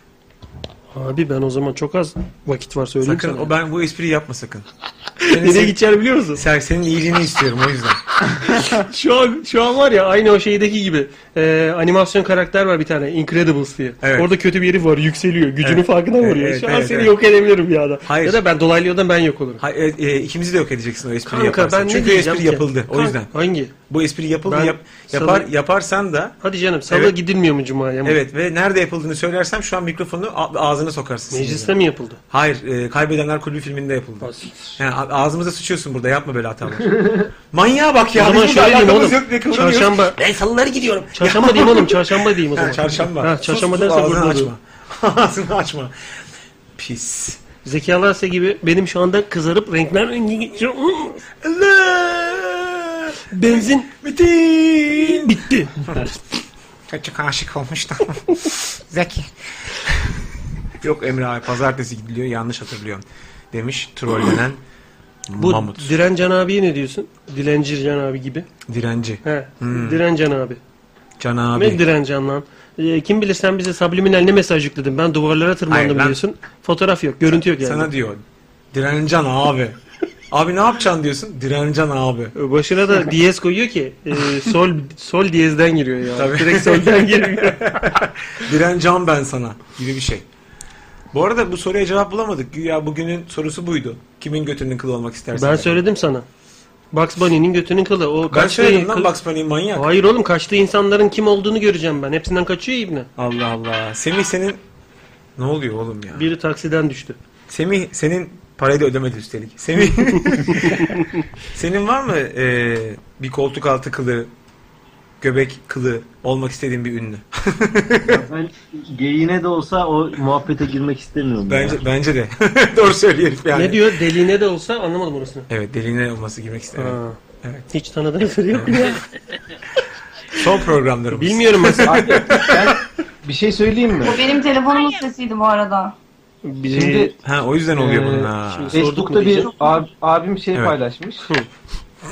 Speaker 3: Abi ben o zaman çok az vakit var söyleyeyim
Speaker 2: sakın
Speaker 3: sana.
Speaker 2: o ben bu espriyi yapma sakın.
Speaker 3: Nereye gideceğini biliyor musun?
Speaker 2: Sen, senin iyiliğini istiyorum o yüzden.
Speaker 3: şu an şu an var ya aynı o şeydeki gibi Ee, animasyon karakter var bir tane Incredibles diye. Orada kötü bir herif var yükseliyor. Gücünün
Speaker 2: Evet.
Speaker 3: farkına
Speaker 2: Evet,
Speaker 3: varıyor.
Speaker 2: evet,
Speaker 3: şu an
Speaker 2: evet,
Speaker 3: seni
Speaker 2: evet.
Speaker 3: yok edebilirim bir anda.
Speaker 2: Hayır.
Speaker 3: Ya da ben dolaylı yoldan ben yok olurum.
Speaker 2: Hayır, e, e, ikimizi de yok edeceksin o espriyi
Speaker 3: Kanka,
Speaker 2: yaparsan.
Speaker 3: ben ne
Speaker 2: Çünkü
Speaker 3: diyeceğim
Speaker 2: espri
Speaker 3: ki?
Speaker 2: yapıldı o
Speaker 3: Kanka,
Speaker 2: yüzden.
Speaker 3: Hangi?
Speaker 2: Bu espri yapıldı
Speaker 3: Ben
Speaker 2: yap, yapar
Speaker 3: salı-
Speaker 2: yaparsan da
Speaker 3: Hadi canım salı
Speaker 2: Evet.
Speaker 3: gidilmiyor mu cumaya mı?
Speaker 2: Evet ve nerede yapıldığını söylersem şu an mikrofonu a- ağzına sokarsın.
Speaker 3: Mecliste mi yapıldı?
Speaker 2: Hayır, e, Kaybedenler Kulübü filminde yapıldı. Yani a- ağzımıza sıçıyorsun burada, yapma böyle hatalar. Manyağa bak ya.
Speaker 3: O zaman
Speaker 2: bizim de
Speaker 3: şöyle diyeyim
Speaker 2: alakamız
Speaker 3: oğlum.
Speaker 2: yok diye kıvranıyoruz.
Speaker 3: Çarşamba.
Speaker 2: Ben salıları gidiyorum.
Speaker 3: Çarşamba diyeyim oğlum çarşamba diyeyim o zaman.
Speaker 2: Ha, çarşamba.
Speaker 3: Ha, çarşamba
Speaker 2: Sus, sus,
Speaker 3: dersen
Speaker 2: ağzını
Speaker 3: burada
Speaker 2: açma.
Speaker 3: dur.
Speaker 2: Ağzını açma. Pis.
Speaker 3: Zeki Alasya gibi benim şu anda kızarıp renkler rengi geçiyor. Hmm. Benzin
Speaker 2: bitti.
Speaker 3: Bitti.
Speaker 2: Çocuk aşık olmuştu. Zeki. Yok Emre abi, pazartesi gidiliyor, yanlış hatırlıyorum. Demiş trollenen
Speaker 3: Bu
Speaker 2: mamut.
Speaker 3: Direncan abiye ne diyorsun? Dilenci Can abi gibi.
Speaker 2: Direnci.
Speaker 3: He.
Speaker 2: Hmm.
Speaker 3: Direncan abi.
Speaker 2: Can
Speaker 3: Ne
Speaker 2: abi.
Speaker 3: direncan lan? Ee, kim bilir sen bize subliminal ne mesaj yükledin? Ben duvarlara tırmandım
Speaker 2: Hayır, ben-
Speaker 3: diyorsun. Fotoğraf yok, görüntü yok yani.
Speaker 2: Sana diyor. Direncan abi. abi ne yapacaksın diyorsun? Direncan abi.
Speaker 3: Ee, Başına da diyez koyuyor ki e, sol sol diyezden giriyor ya.
Speaker 2: Tabii.
Speaker 3: Direkt soldan giriyor.
Speaker 2: Direncan ben sana gibi bir şey. Bu arada bu soruya cevap bulamadık. Güya bugünün sorusu buydu. Kimin götünün kılı olmak istersin?
Speaker 3: ben söyledim sana. Bugs Bunny'nin götünün kılı. O
Speaker 2: Ben
Speaker 3: kaçtığı-
Speaker 2: söyledim lan
Speaker 3: kıl-
Speaker 2: Bugs Bunny manyak.
Speaker 3: Hayır oğlum kaçtığı insanların kim olduğunu göreceğim ben. Hepsinden kaçıyor ya ibne.
Speaker 2: Allah Allah. Semih senin ne oluyor oğlum ya?
Speaker 3: Biri taksiden düştü.
Speaker 2: Semih senin parayı da ödemedi üstelik. Semih senin var mı e, bir koltuk altı kılı, göbek kılı olmak istediğin bir ünlü?
Speaker 12: ben geyiğine de olsa o muhabbete girmek istemiyorum.
Speaker 2: Bence bence de. Doğru söylüyor herif yani.
Speaker 3: Ne diyor? Deliğine de olsa anlamadım orasını.
Speaker 2: Evet deliğine olması girmek istemiyorum. Evet.
Speaker 3: Hiç tanıdığınız biri yok mu ya?
Speaker 2: Son programlarımız.
Speaker 3: Bilmiyorum mesela.
Speaker 12: bir şey söyleyeyim mi?
Speaker 8: Bu benim telefonumun sesiydi bu arada.
Speaker 2: Şimdi, ha o yüzden oluyor
Speaker 12: Ee,
Speaker 2: bunun ha.
Speaker 12: şimdi Facebook'ta bir ab- abim şey
Speaker 2: Evet.
Speaker 12: paylaşmış.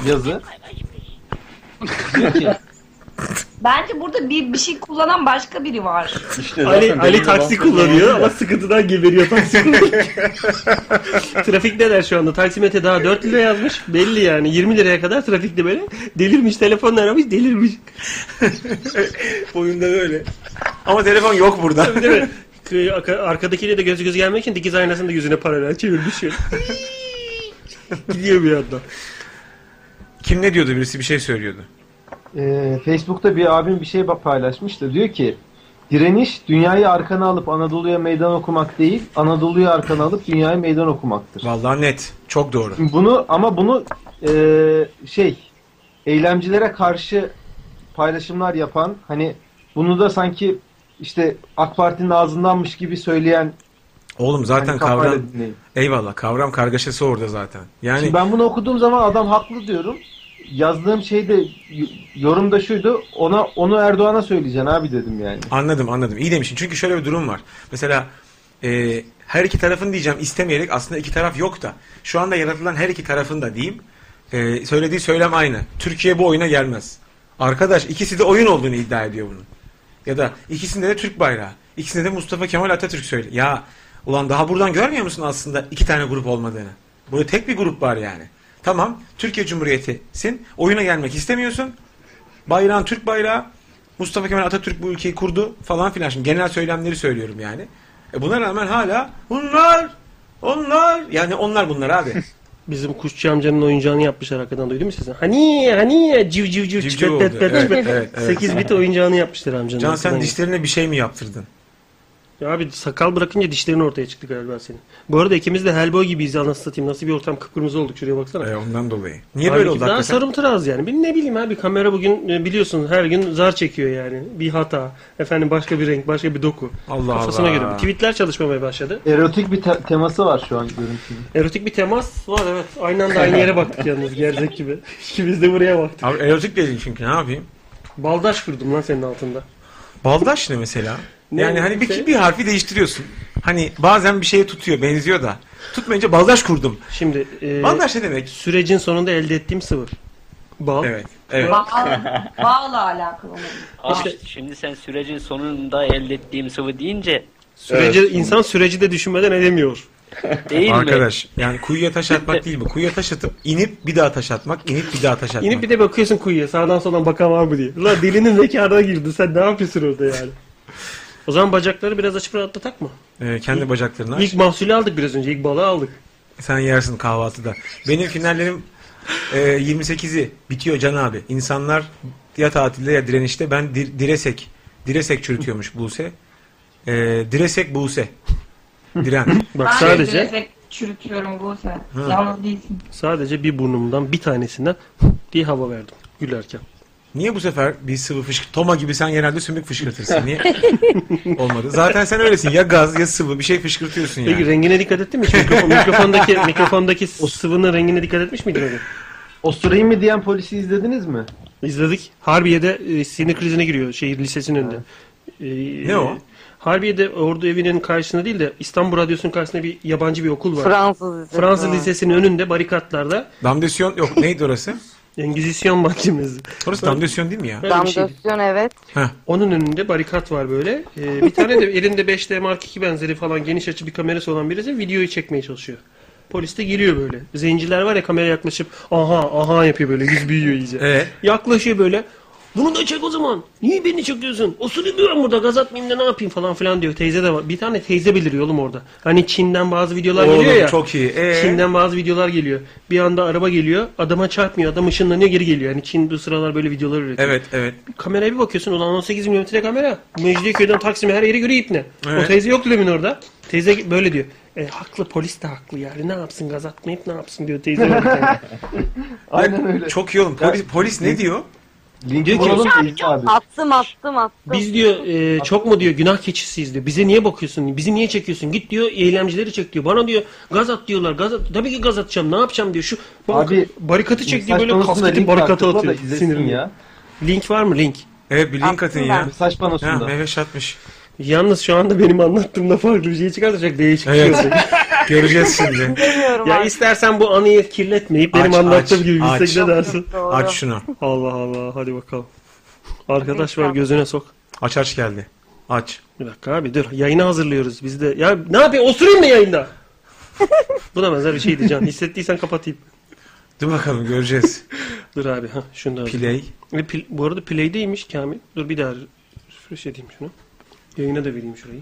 Speaker 12: Yazı. Diyor ki,
Speaker 8: Bence burada bir bir şey kullanan başka biri var.
Speaker 3: Ali, Ali taksi kullanıyor ama sıkıntıdan geberiyor taksi kullanıyor. Trafik neler şu anda? Taksimete daha 4 lira yazmış. Belli yani. 20 liraya kadar trafikte böyle. Delirmiş. Telefonla aramış. Delirmiş.
Speaker 2: Boyunda böyle. Ama telefon yok burada.
Speaker 3: Tabii değil mi? Kı- arka- Arkadakiyle de göz göz gelmek için dikiz aynasını da yüzüne paralel çevirmiş. ya. Gidiyor bir yandan.
Speaker 2: Kim ne diyordu birisi bir şey söylüyordu.
Speaker 12: e, Facebook'ta bir abim bir şey bak- paylaşmış da diyor ki direniş dünyayı arkana alıp Anadolu'ya meydan okumak değil, Anadolu'yu arkana alıp dünyaya meydan okumaktır.
Speaker 2: Vallahi net. Çok doğru.
Speaker 12: Bunu ama bunu e, şey eylemcilere karşı paylaşımlar yapan hani bunu da sanki işte AK Parti'nin ağzındanmış gibi söyleyen
Speaker 2: Oğlum zaten
Speaker 12: Hani kafayla
Speaker 2: kavram hani-
Speaker 12: dinleyin.
Speaker 2: eyvallah kavram kargaşası orada zaten. Yani
Speaker 12: Şimdi ben bunu okuduğum zaman adam haklı diyorum. Yazdığım şey de yorumda şuydu. Ona onu Erdoğan'a söyleyeceksin abi dedim yani.
Speaker 2: Anladım anladım. İyi demişsin. Çünkü şöyle bir durum var. Mesela e, her iki tarafın diyeceğim istemeyerek aslında iki taraf yok da. Şu anda yaratılan her iki tarafın da diyeyim. e, söylediği söylem aynı. Türkiye bu oyuna gelmez. Arkadaş ikisi de oyun olduğunu iddia ediyor bunun. Ya da ikisinde de Türk bayrağı. İkisinde de Mustafa Kemal Atatürk söyle. Ya ulan daha buradan görmüyor musun aslında iki tane grup olmadığını? Burada tek bir grup var yani. Tamam Türkiye Cumhuriyeti'sin. Oyuna gelmek istemiyorsun. Bayrağın Türk bayrağı. Mustafa Kemal Atatürk bu ülkeyi kurdu falan filan. Şimdi genel söylemleri söylüyorum yani. E buna rağmen hala bunlar onlar yani onlar bunlar abi.
Speaker 3: Bizim kuşçu amcanın oyuncağını yapmışlar arkadan duydun mu siz? Hani hani civ civ civ
Speaker 2: Civ
Speaker 3: çipet
Speaker 2: civ oldu.
Speaker 3: pet pet
Speaker 2: Evet,
Speaker 3: pet.
Speaker 2: evet, evet.
Speaker 3: 8 bit oyuncağını yapmışlar amcanın.
Speaker 2: Can sen
Speaker 3: arkadan.
Speaker 2: dişlerine bir şey mi yaptırdın?
Speaker 3: Ya abi sakal bırakınca dişlerin ortaya çıktı galiba senin. Bu arada ikimiz de Hellboy gibiyiz anasını satayım. Nasıl bir ortam kıpkırmızı olduk şuraya baksana.
Speaker 2: E ondan dolayı. Niye böyle oldu
Speaker 3: Daha
Speaker 2: hakikaten?
Speaker 3: sarımtıra az yani. Ben ne bileyim abi kamera bugün e, biliyorsun her gün zar çekiyor yani. Bir hata, efendim başka bir renk, başka bir doku.
Speaker 12: Allah
Speaker 3: Kafasına
Speaker 12: Allah.
Speaker 3: göre. Tweetler çalışmamaya başladı.
Speaker 12: Erotik bir te- teması var şu an görüntünün.
Speaker 3: Erotik bir temas var evet. Aynı anda aynı yere baktık yalnız gerzek gibi. İkimiz de buraya baktık.
Speaker 2: Abi erotik dedin çünkü ne yapayım?
Speaker 3: Baldaş kurdum lan senin altında.
Speaker 2: Baldaş ne mesela?
Speaker 3: Ne
Speaker 2: yani hani
Speaker 3: şey?
Speaker 2: bir, bir harfi değiştiriyorsun. Hani bazen bir şeye tutuyor benziyor da. Tutmayınca baldaş kurdum.
Speaker 3: Şimdi e,
Speaker 2: Baldaş ne demek?
Speaker 3: Sürecin sonunda elde ettiğim sıvı. Bal.
Speaker 2: Evet. evet.
Speaker 8: Bağla, bağla alakalı.
Speaker 11: Abi Ah, şimdi sen sürecin sonunda elde ettiğim sıvı deyince
Speaker 3: Süreci, insan süreci de düşünmeden edemiyor.
Speaker 11: Değil mi?
Speaker 2: Arkadaş yani kuyuya taş atmak değil bu. Kuyuya taş atıp inip bir daha taş atmak, inip bir daha taş atmak.
Speaker 3: İnip bir de bakıyorsun kuyuya sağdan soldan bakan var mı diye. La dilinin zekana girdi sen ne yapıyorsun orada yani. O zaman bacakları biraz açıp rahatlatak mı?
Speaker 2: Ee, kendi bacaklarını aç.
Speaker 3: İlk mahsulü aldık biraz önce. ilk balığı aldık.
Speaker 2: Sen yersin kahvaltıda. Benim finallerim e, 28'i bitiyor Can abi. İnsanlar ya tatilde ya direnişte. Ben dir- diresek, diresek çürütüyormuş Buse. E, diresek Buse. Diren.
Speaker 8: ben
Speaker 3: Bak
Speaker 8: de
Speaker 3: sadece
Speaker 8: direkt çürütüyorum bu sen.
Speaker 2: Hı.
Speaker 8: Yalnız değilsin.
Speaker 3: sadece bir burnumdan bir tanesinden diye hava verdim gülerken.
Speaker 2: Niye bu sefer bir sıvı fışkırt... Toma gibi sen genelde sümük fışkırtırsın. Niye? Olmadı. Zaten sen öylesin. Ya gaz ya sıvı bir şey fışkırtıyorsun
Speaker 3: Peki
Speaker 2: yani.
Speaker 3: rengine dikkat ettin mi? hiç? Mikrofon, mikrofondaki, mikrofondaki sıvının rengine dikkat etmiş miydin öyle?
Speaker 12: Osurayım mı diyen polisi izlediniz mi?
Speaker 3: İzledik. Harbiye'de e, sinir krizine giriyor şehir lisesinin önünde. E,
Speaker 12: Ne o?
Speaker 3: Harbiye'de Ordu Evi'nin karşısında değil de İstanbul Radyosu'nun karşısında bir yabancı bir okul var.
Speaker 17: Fransız lisesi
Speaker 3: Fransız
Speaker 17: var.
Speaker 3: Lisesi'nin önünde barikatlarda
Speaker 2: Damdesyon yok. Neydi orası?
Speaker 3: Engizisyon Mahkemesi.
Speaker 2: Orası damdesyon değil mi ya?
Speaker 17: Damgasyon evet.
Speaker 3: Onun önünde barikat var böyle. E, bir tane de elinde 5D Mark II benzeri falan geniş açı bir kamerası olan birisi videoyu çekmeye çalışıyor. Polis de giriyor böyle. Zenciler var ya kameraya yaklaşıp aha aha yapıyor böyle yüz büyüyor iyice.
Speaker 2: Ee?
Speaker 3: Yaklaşıyor böyle. Bunu da çek o zaman. Niye beni çekiyorsun? Osuruyorum ben burada. Gaz atmayayım da ne yapayım falan filan diyor. Teyze de var. Bir tane teyze beliriyor oğlum orada. Hani Çin'den bazı videolar
Speaker 2: Oğlum,
Speaker 3: geliyor ya.
Speaker 2: çok iyi. Ee?
Speaker 3: Çin'den bazı videolar geliyor. Bir anda araba geliyor. Adama çarpmıyor. Adam ışınlanıyor geri geliyor. Yani Çin bu sıralar böyle videolar üretiyor.
Speaker 2: Evet evet.
Speaker 3: Kameraya bir bakıyorsun ulan 18 milimetre kamera. Mecidiyeköy'den Taksim'e her yere göre ipne.
Speaker 2: Evet.
Speaker 3: O teyze yok Lemin orada. Teyze böyle diyor. E, haklı polis de haklı yani ne yapsın gaz atmayıp ne yapsın diyor teyze.
Speaker 2: Aynen öyle. Çok iyi oğlum. Polis, polis ne diyor?
Speaker 12: Linki
Speaker 3: Diyor ki-
Speaker 12: bulalım
Speaker 3: Çok,
Speaker 12: Seyfi abi.
Speaker 10: Attım attım attım.
Speaker 3: Biz diyor e, çok mu diyor günah keçisiyiz diyor. Bize niye bakıyorsun? Bizi niye çekiyorsun? Git diyor eylemcileri çek diyor. Bana diyor gaz at diyorlar. Gaz at. Tabii ki gaz atacağım. Ne yapacağım diyor. Şu bak,
Speaker 12: Abi,
Speaker 3: barikatı çek diyor
Speaker 12: mesaj
Speaker 3: böyle
Speaker 12: panosuna
Speaker 3: kasketi
Speaker 12: link
Speaker 3: barikata
Speaker 12: attırma da
Speaker 3: atıyor.
Speaker 12: izlesin
Speaker 3: Sinirli.
Speaker 12: ya.
Speaker 3: Link var mı link?
Speaker 2: Evet bir link atın ya.
Speaker 12: Mesaj panosunda.
Speaker 2: Ha, Mehmet atmış.
Speaker 3: Yalnız şu anda benim anlattığımda farklı bir şey çıkartacak değişik bir şey
Speaker 2: Evet.
Speaker 3: olacak.
Speaker 2: Göreceğiz şimdi.
Speaker 3: ya istersen bu anıyı kirletmeyip
Speaker 2: Aç,
Speaker 3: benim anlattığım
Speaker 2: aç,
Speaker 3: gibi
Speaker 2: aç.
Speaker 3: Instagram'da dersin.
Speaker 2: Doğru. Aç şunu.
Speaker 3: Allah Allah hadi bakalım. Arkadaş var gözüne sok.
Speaker 2: Aç aç geldi. Aç.
Speaker 3: Bir dakika abi dur. Yayını hazırlıyoruz biz de. Ya ne yapayım osurayım mı yayında? Buna benzer bir şeydi Can. Hissettiysen kapatayım.
Speaker 2: Dur bakalım göreceğiz.
Speaker 3: Dur abi ha şunu da
Speaker 2: Play.
Speaker 3: Ve pil- bu arada playdeymiş Kamil. Dur bir daha refresh edeyim şunu. Yayına da vereyim şurayı.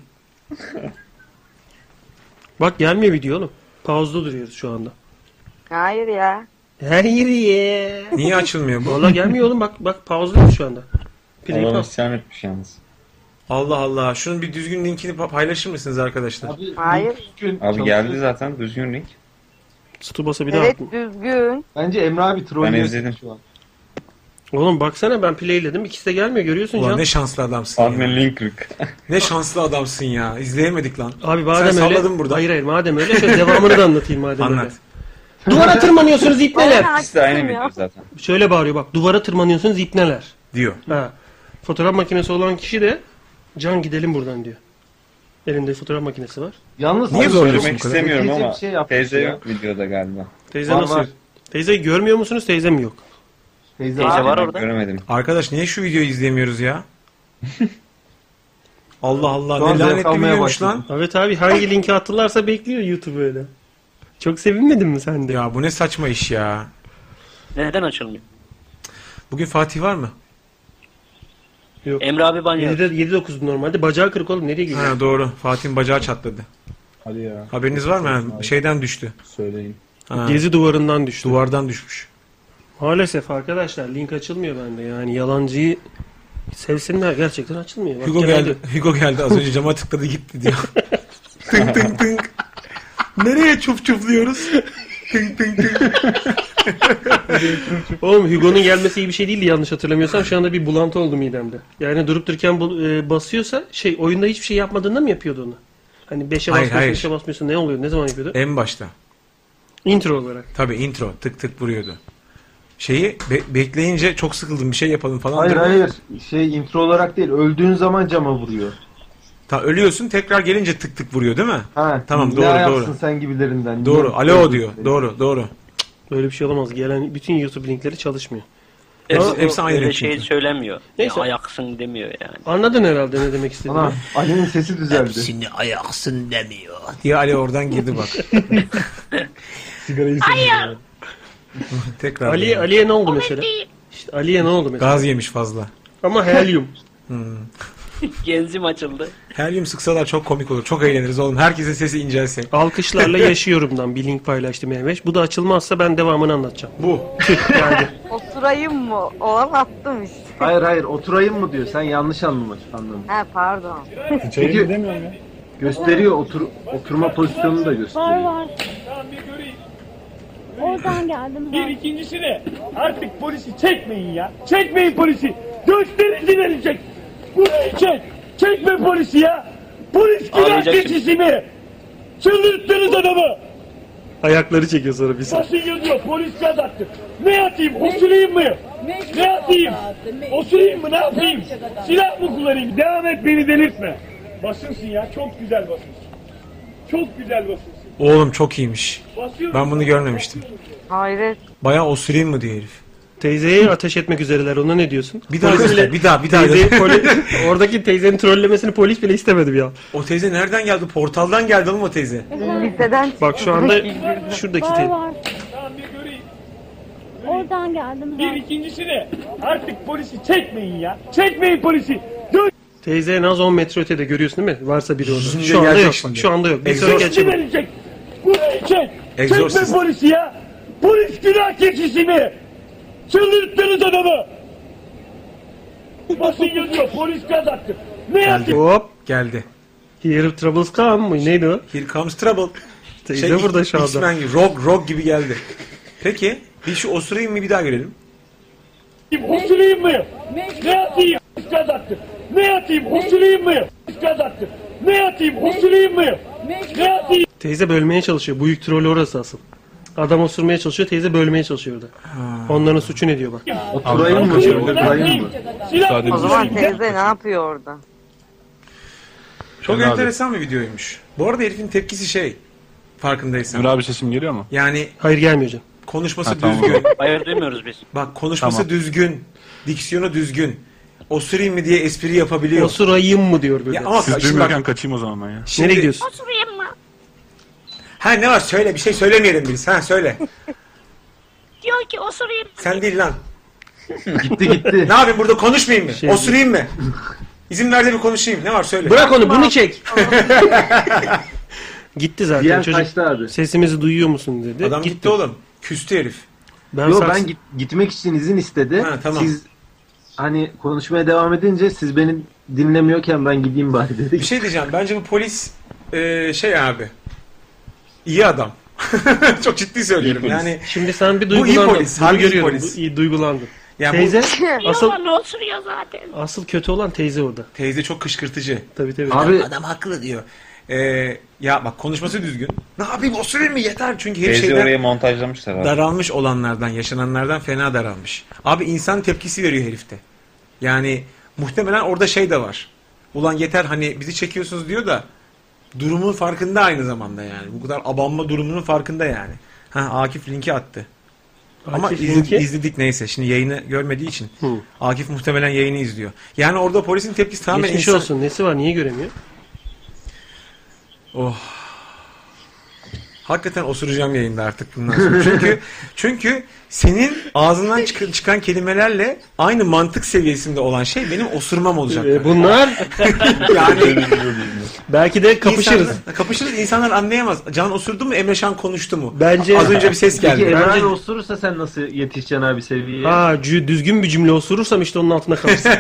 Speaker 3: Bak gelmiyor video oğlum. Pause'da duruyoruz şu anda.
Speaker 17: Hayır ya.
Speaker 3: Her yeri ye.
Speaker 2: Niye açılmıyor bu?
Speaker 3: Valla gelmiyor oğlum bak bak pause'da şu anda. Play
Speaker 13: Adam
Speaker 3: pause.
Speaker 13: isyan etmiş yalnız.
Speaker 2: Allah Allah. Şunun bir düzgün linkini pa- paylaşır mısınız arkadaşlar?
Speaker 17: Hayır.
Speaker 13: Abi geldi zaten düzgün link.
Speaker 3: Stubasa bir daha
Speaker 17: Evet
Speaker 3: attım.
Speaker 17: düzgün.
Speaker 12: Bence Emre abi trollüyor.
Speaker 13: Ben izledim.
Speaker 12: şu an.
Speaker 3: Oğlum baksana ben playledim. İkisi de gelmiyor görüyorsun
Speaker 2: Ulan
Speaker 3: Can.
Speaker 2: ne şanslı adamsın ya.
Speaker 13: Admin link kırık.
Speaker 2: Ne şanslı adamsın ya. İzleyemedik lan.
Speaker 3: Abi madem
Speaker 2: Sen salladın
Speaker 3: öyle.
Speaker 2: burada.
Speaker 3: Hayır hayır madem öyle şöyle devamını da anlatayım madem öyle.
Speaker 2: Anlat.
Speaker 3: Duvara tırmanıyorsunuz ipneler.
Speaker 13: İkisi de aynı video zaten.
Speaker 3: Şöyle bağırıyor bak duvara tırmanıyorsunuz ipneler.
Speaker 2: Diyor.
Speaker 3: Ha. Fotoğraf makinesi olan kişi de can gidelim buradan diyor. Elinde fotoğraf makinesi var.
Speaker 12: Yalnız
Speaker 2: Niye
Speaker 12: abi
Speaker 2: zorluyorsun
Speaker 12: söylemek
Speaker 13: Görmek istemiyorum
Speaker 12: Teyze
Speaker 13: ama
Speaker 12: bir şey yapmış
Speaker 13: teyze
Speaker 12: ya.
Speaker 13: yok videoda galiba.
Speaker 3: Teyze
Speaker 12: Var,
Speaker 3: nasıl?
Speaker 12: var.
Speaker 3: Teyze görmüyor musunuz? Teyze mi yok?
Speaker 12: Teyze
Speaker 11: Teyze var orada.
Speaker 13: Göremedim.
Speaker 2: Arkadaş niye şu videoyu izlemiyoruz ya? Allah
Speaker 12: Şu
Speaker 2: Allah
Speaker 12: an
Speaker 2: ne
Speaker 12: zevk
Speaker 2: lanetli
Speaker 12: almaya
Speaker 2: videoymuş
Speaker 12: başladım.
Speaker 2: lan.
Speaker 3: Evet abi hangi linki attılarsa bekliyor YouTube öyle. Çok sevinmedin mi sen de?
Speaker 2: Ya bu ne saçma iş ya.
Speaker 11: Neden açılmıyor?
Speaker 2: Bugün Fatih var mı?
Speaker 3: Yok.
Speaker 11: Emre abi banyo.
Speaker 3: 7'de 7-9'du normalde. Bacağı kırık oğlum nereye gidiyor?
Speaker 2: Ha, doğru. Fatih'in bacağı çatladı.
Speaker 5: Hadi ya
Speaker 2: Haberiniz var mı? Ha, Şeyden düştü.
Speaker 5: söyleyin.
Speaker 2: Ha,
Speaker 3: Gezi duvarından düştü.
Speaker 2: duvardan düşmüş.
Speaker 3: Maalesef arkadaşlar link açılmıyor bende yani yalancıyı sevsinler gerçekten açılmıyor. Bak
Speaker 2: Hugo
Speaker 3: genelde-
Speaker 2: geldi. Hugo geldi. Az önce cama tıkladı gitti diyor. tınk tınk tınk. Nereye çuf çufluyoruz? tınk tınk tınk.
Speaker 3: Oğlum Hugo'nun gelmesi iyi bir şey değildi yanlış hatırlamıyorsam. Şu anda bir bulantı oldu midemde. Yani durup dururken bu- e, basıyorsa şey oyunda hiçbir şey yapmadığında mı yapıyordu onu? Hani 5'e
Speaker 2: Hayır,
Speaker 3: basmıyorsun,
Speaker 2: hayır.
Speaker 3: 5'e basmıyorsun ne oluyor? Ne zaman yapıyordu?
Speaker 2: En başta.
Speaker 3: Intro olarak.
Speaker 2: Tabii intro tık tık vuruyordu. Şeyi be- bekleyince çok sıkıldım bir şey yapalım falan.
Speaker 12: Hayır
Speaker 2: dedim.
Speaker 12: hayır. Şey intro olarak değil. Öldüğün zaman cama vuruyor.
Speaker 2: Ta ölüyorsun tekrar gelince tık tık vuruyor değil mi?
Speaker 12: Ha.
Speaker 2: Tamam,
Speaker 12: ne
Speaker 2: doğru,
Speaker 12: ayaksın
Speaker 2: doğru.
Speaker 12: sen gibilerinden.
Speaker 2: Doğru.
Speaker 12: Niye-
Speaker 2: Alo diyor. Doğru doğru.
Speaker 3: Böyle bir şey olamaz. Gelen bütün YouTube linkleri çalışmıyor.
Speaker 2: Hepsi,
Speaker 11: Ama
Speaker 2: hepsi
Speaker 11: o
Speaker 2: aynı
Speaker 11: öyle
Speaker 2: renk
Speaker 11: şey
Speaker 2: çünkü.
Speaker 11: söylenmiyor.
Speaker 3: Neyse.
Speaker 11: Ya ayaksın demiyor yani.
Speaker 3: Anladın herhalde ne demek istediğimi.
Speaker 12: Ana Ali'nin sesi düzeldi.
Speaker 15: Hepsini ayaksın demiyor.
Speaker 2: Diye Ali oradan girdi bak.
Speaker 12: Sigarayı
Speaker 14: Hayır.
Speaker 2: tekrar.
Speaker 3: Ali
Speaker 2: dönüyor.
Speaker 3: Ali'ye ne oldu mesela?
Speaker 14: Değil.
Speaker 3: İşte Ali'ye ne oldu mesela?
Speaker 2: Gaz yemiş fazla.
Speaker 3: Ama helyum.
Speaker 11: Genzim açıldı.
Speaker 2: Helyum sıksalar çok komik olur. Çok eğleniriz oğlum. Herkesin sesi incelsin.
Speaker 3: Alkışlarla yaşıyorumdan bir link paylaştı Mehmet. Bu da açılmazsa ben devamını anlatacağım.
Speaker 2: Bu.
Speaker 17: Oturayım mı? Olan attım işte.
Speaker 12: Hayır hayır oturayım mı diyor. Sen yanlış anlamış anladım.
Speaker 17: He pardon.
Speaker 12: Çünkü gösteriyor otur oturma pozisyonunu da
Speaker 14: Var
Speaker 12: gösteriyor.
Speaker 14: var. Oradan geldim
Speaker 21: Bir
Speaker 14: ben.
Speaker 21: ikincisi ne? Artık polisi çekmeyin ya. Çekmeyin polisi. Gösterici verecek. Burayı çek. Çekme polisi ya. Polis günah
Speaker 11: Ağlayacak şimdi.
Speaker 21: keçisi mi? Çıldırttınız adamı.
Speaker 3: Ayakları çekiyor sonra bizi.
Speaker 21: Basın yazıyor. Polis gaz attı. Ne atayım? Osurayım mı? Ne atayım? Osurayım mı? Ne yapayım? Silah mı kullanayım? Devam et beni delirtme. Basınsın ya. Çok güzel basınsın. Çok güzel basınsın.
Speaker 2: Oğlum çok iyiymiş.
Speaker 21: Basıyorum.
Speaker 2: Ben bunu görmemiştim.
Speaker 17: Hayret.
Speaker 2: Bayağı osurayım mı diyor herif.
Speaker 3: Teyzeye ateş etmek üzereler. Ona ne diyorsun?
Speaker 2: Bir daha
Speaker 3: Polis
Speaker 2: göster.
Speaker 3: bile-
Speaker 2: Bir daha bir daha.
Speaker 3: Teyzeyi
Speaker 2: göster.
Speaker 3: poli- oradaki teyzenin trollemesini polis bile istemedim ya.
Speaker 2: o teyze nereden geldi? Portaldan geldi oğlum o teyze.
Speaker 17: Liseden
Speaker 3: Bak şu anda şuradaki
Speaker 14: Var
Speaker 3: teyze.
Speaker 14: var.
Speaker 21: Tamam bir göreyim.
Speaker 14: Oradan geldim
Speaker 21: Bir
Speaker 14: ben.
Speaker 21: ikincisi ne? Artık polisi çekmeyin ya. Çekmeyin polisi. Dön.
Speaker 3: Teyze en az 10 metre ötede görüyorsun değil mi? Varsa biri orada.
Speaker 2: Şimdi
Speaker 3: Şu anda
Speaker 2: gelecek
Speaker 3: yok.
Speaker 2: şimdi.
Speaker 3: Bak, şu anda yok. Bir sonra
Speaker 21: Polisi
Speaker 3: geçelim.
Speaker 21: verecek. Burayı çek.
Speaker 2: Exorcist.
Speaker 21: Çekme polisi ya. Polis günah keçisi mi? Çıldırttınız adamı. Basın yazıyor. Polis gaz attı. Ne yaptı?
Speaker 3: Hop.
Speaker 2: Geldi.
Speaker 3: Here troubles come mı? Neydi o?
Speaker 2: Here comes trouble. Şey,
Speaker 3: Teyze burada şu anda.
Speaker 2: X-Men gibi. Rock, rock gibi geldi. Peki. Bir şu osurayım mı bir daha görelim.
Speaker 21: atayım Husuleyim mi? Ne atayım? Gaz attım. Ne atayım Husuleyim mi? Gaz attım. Ne atayım Husuleyim mi? Ne atayım?
Speaker 3: Teyze bölmeye çalışıyor. Bu yük trolü orası asıl. Adam osurmaya çalışıyor. Teyze bölmeye çalışıyor orada. Onların suçu ne diyor bak.
Speaker 12: Oturayım mı? Oturayım mı?
Speaker 17: O zaman teyze ne yapıyor orada?
Speaker 2: Çok
Speaker 5: Emre abi.
Speaker 2: enteresan bir videoymuş. Bu arada herifin tepkisi şey. Farkındaysan.
Speaker 5: Emre abi sesim geliyor mu?
Speaker 2: Yani
Speaker 3: Hayır gelmiyor canım.
Speaker 2: konuşması
Speaker 5: Ha, tamam.
Speaker 2: düzgün.
Speaker 11: Hayır duymuyoruz biz.
Speaker 2: Bak konuşması
Speaker 5: Tamam.
Speaker 2: düzgün. Diksiyonu düzgün. Osurayım mı diye espri yapabiliyor.
Speaker 3: Osurayım mı diyor böyle.
Speaker 2: Ya ama
Speaker 5: Siz
Speaker 2: şimdi bak,
Speaker 5: duymuyorken kaçayım o zaman ben ya.
Speaker 2: şimdi-
Speaker 3: Nereye gidiyorsun?
Speaker 2: Ha ne var söyle bir şey söylemeyelim biz. Ha söyle.
Speaker 14: Diyor ki osurayım.
Speaker 2: Sen değil lan.
Speaker 12: Gitti gitti.
Speaker 2: Ne yapayım burada konuşmayayım mı?
Speaker 3: Şey-
Speaker 2: Osurayım mı? İzin ver de bir konuşayım. Ne var söyle.
Speaker 3: Bırak onu bunu çek. Gitti zaten
Speaker 12: Diğer
Speaker 3: çocuk.
Speaker 12: kaçtı abi.
Speaker 3: Sesimizi duyuyor musun dedi.
Speaker 2: Adam gitti. oğlum. Küstü herif.
Speaker 3: Ben
Speaker 12: Yo
Speaker 3: saks-
Speaker 12: ben git- gitmek için izin istedi.
Speaker 2: Ha, tamam.
Speaker 12: Siz hani konuşmaya devam edince siz beni dinlemiyorken ben gideyim bari
Speaker 2: Bir
Speaker 12: dedik.
Speaker 2: şey diyeceğim. Bence bu polis e, şey abi. iyi adam. Çok ciddi söylüyorum.
Speaker 5: İyi polis.
Speaker 2: yani
Speaker 3: Şimdi sen bir
Speaker 2: Bu iyi
Speaker 3: duygulandın.
Speaker 2: polis,
Speaker 3: Bunu
Speaker 2: harbi iyi
Speaker 3: görüyorum.
Speaker 2: polis.
Speaker 3: Bu iyi duygulandın.
Speaker 2: ya
Speaker 3: teyze asıl
Speaker 14: osuruyor zaten.
Speaker 3: asıl kötü olan teyze orada.
Speaker 2: bu teyze çok kışkırtıcı.
Speaker 3: Tabii tabii.
Speaker 12: Abi
Speaker 2: Adam haklı diyor. E, ya bak konuşması düzgün. Ne yapayım osurayım mı yeter çünkü her
Speaker 13: Teyze
Speaker 2: şeyden
Speaker 13: oraya montajlamışlar abi.
Speaker 2: daralmış olanlardan, yaşananlardan fena daralmış. Abi insan tepkisi veriyor herifte. Yani muhtemelen orada şey de var. Ulan yeter hani bizi çekiyorsunuz diyor da durumun farkında aynı zamanda yani. Bu kadar abanma durumunun farkında yani. Ha Akif linki attı. Ama
Speaker 3: Akif
Speaker 2: iz-
Speaker 3: linki-
Speaker 2: izledik neyse. Şimdi yayını görmediği için.
Speaker 3: Hı.
Speaker 2: Akif muhtemelen yayını izliyor. Yani orada polisin tepkisi tamamen
Speaker 3: Geçmiş
Speaker 2: insan...
Speaker 3: olsun. Nesi var? Niye göremiyor?
Speaker 2: Oh. Hakikaten osuracağım yayında artık bundan sonra. Çünkü çünkü senin ağzından çık- çıkan kelimelerle aynı mantık seviyesinde olan şey benim osurmam olacak.
Speaker 3: Ee, bunlar
Speaker 2: yani
Speaker 3: belki de kapışırız.
Speaker 2: insanlar- kapışırız. İnsanlar anlayamaz. Can osurdu mu? Emre Can konuştu mu?
Speaker 3: Bence
Speaker 2: Az önce bir ses
Speaker 12: Peki
Speaker 2: geldi.
Speaker 12: Emre abi
Speaker 3: Bence-
Speaker 12: osurursa sen nasıl yetişeceksin abi seviyeye?
Speaker 3: Ha cü- düzgün bir cümle osurursam işte onun altına kalırsın.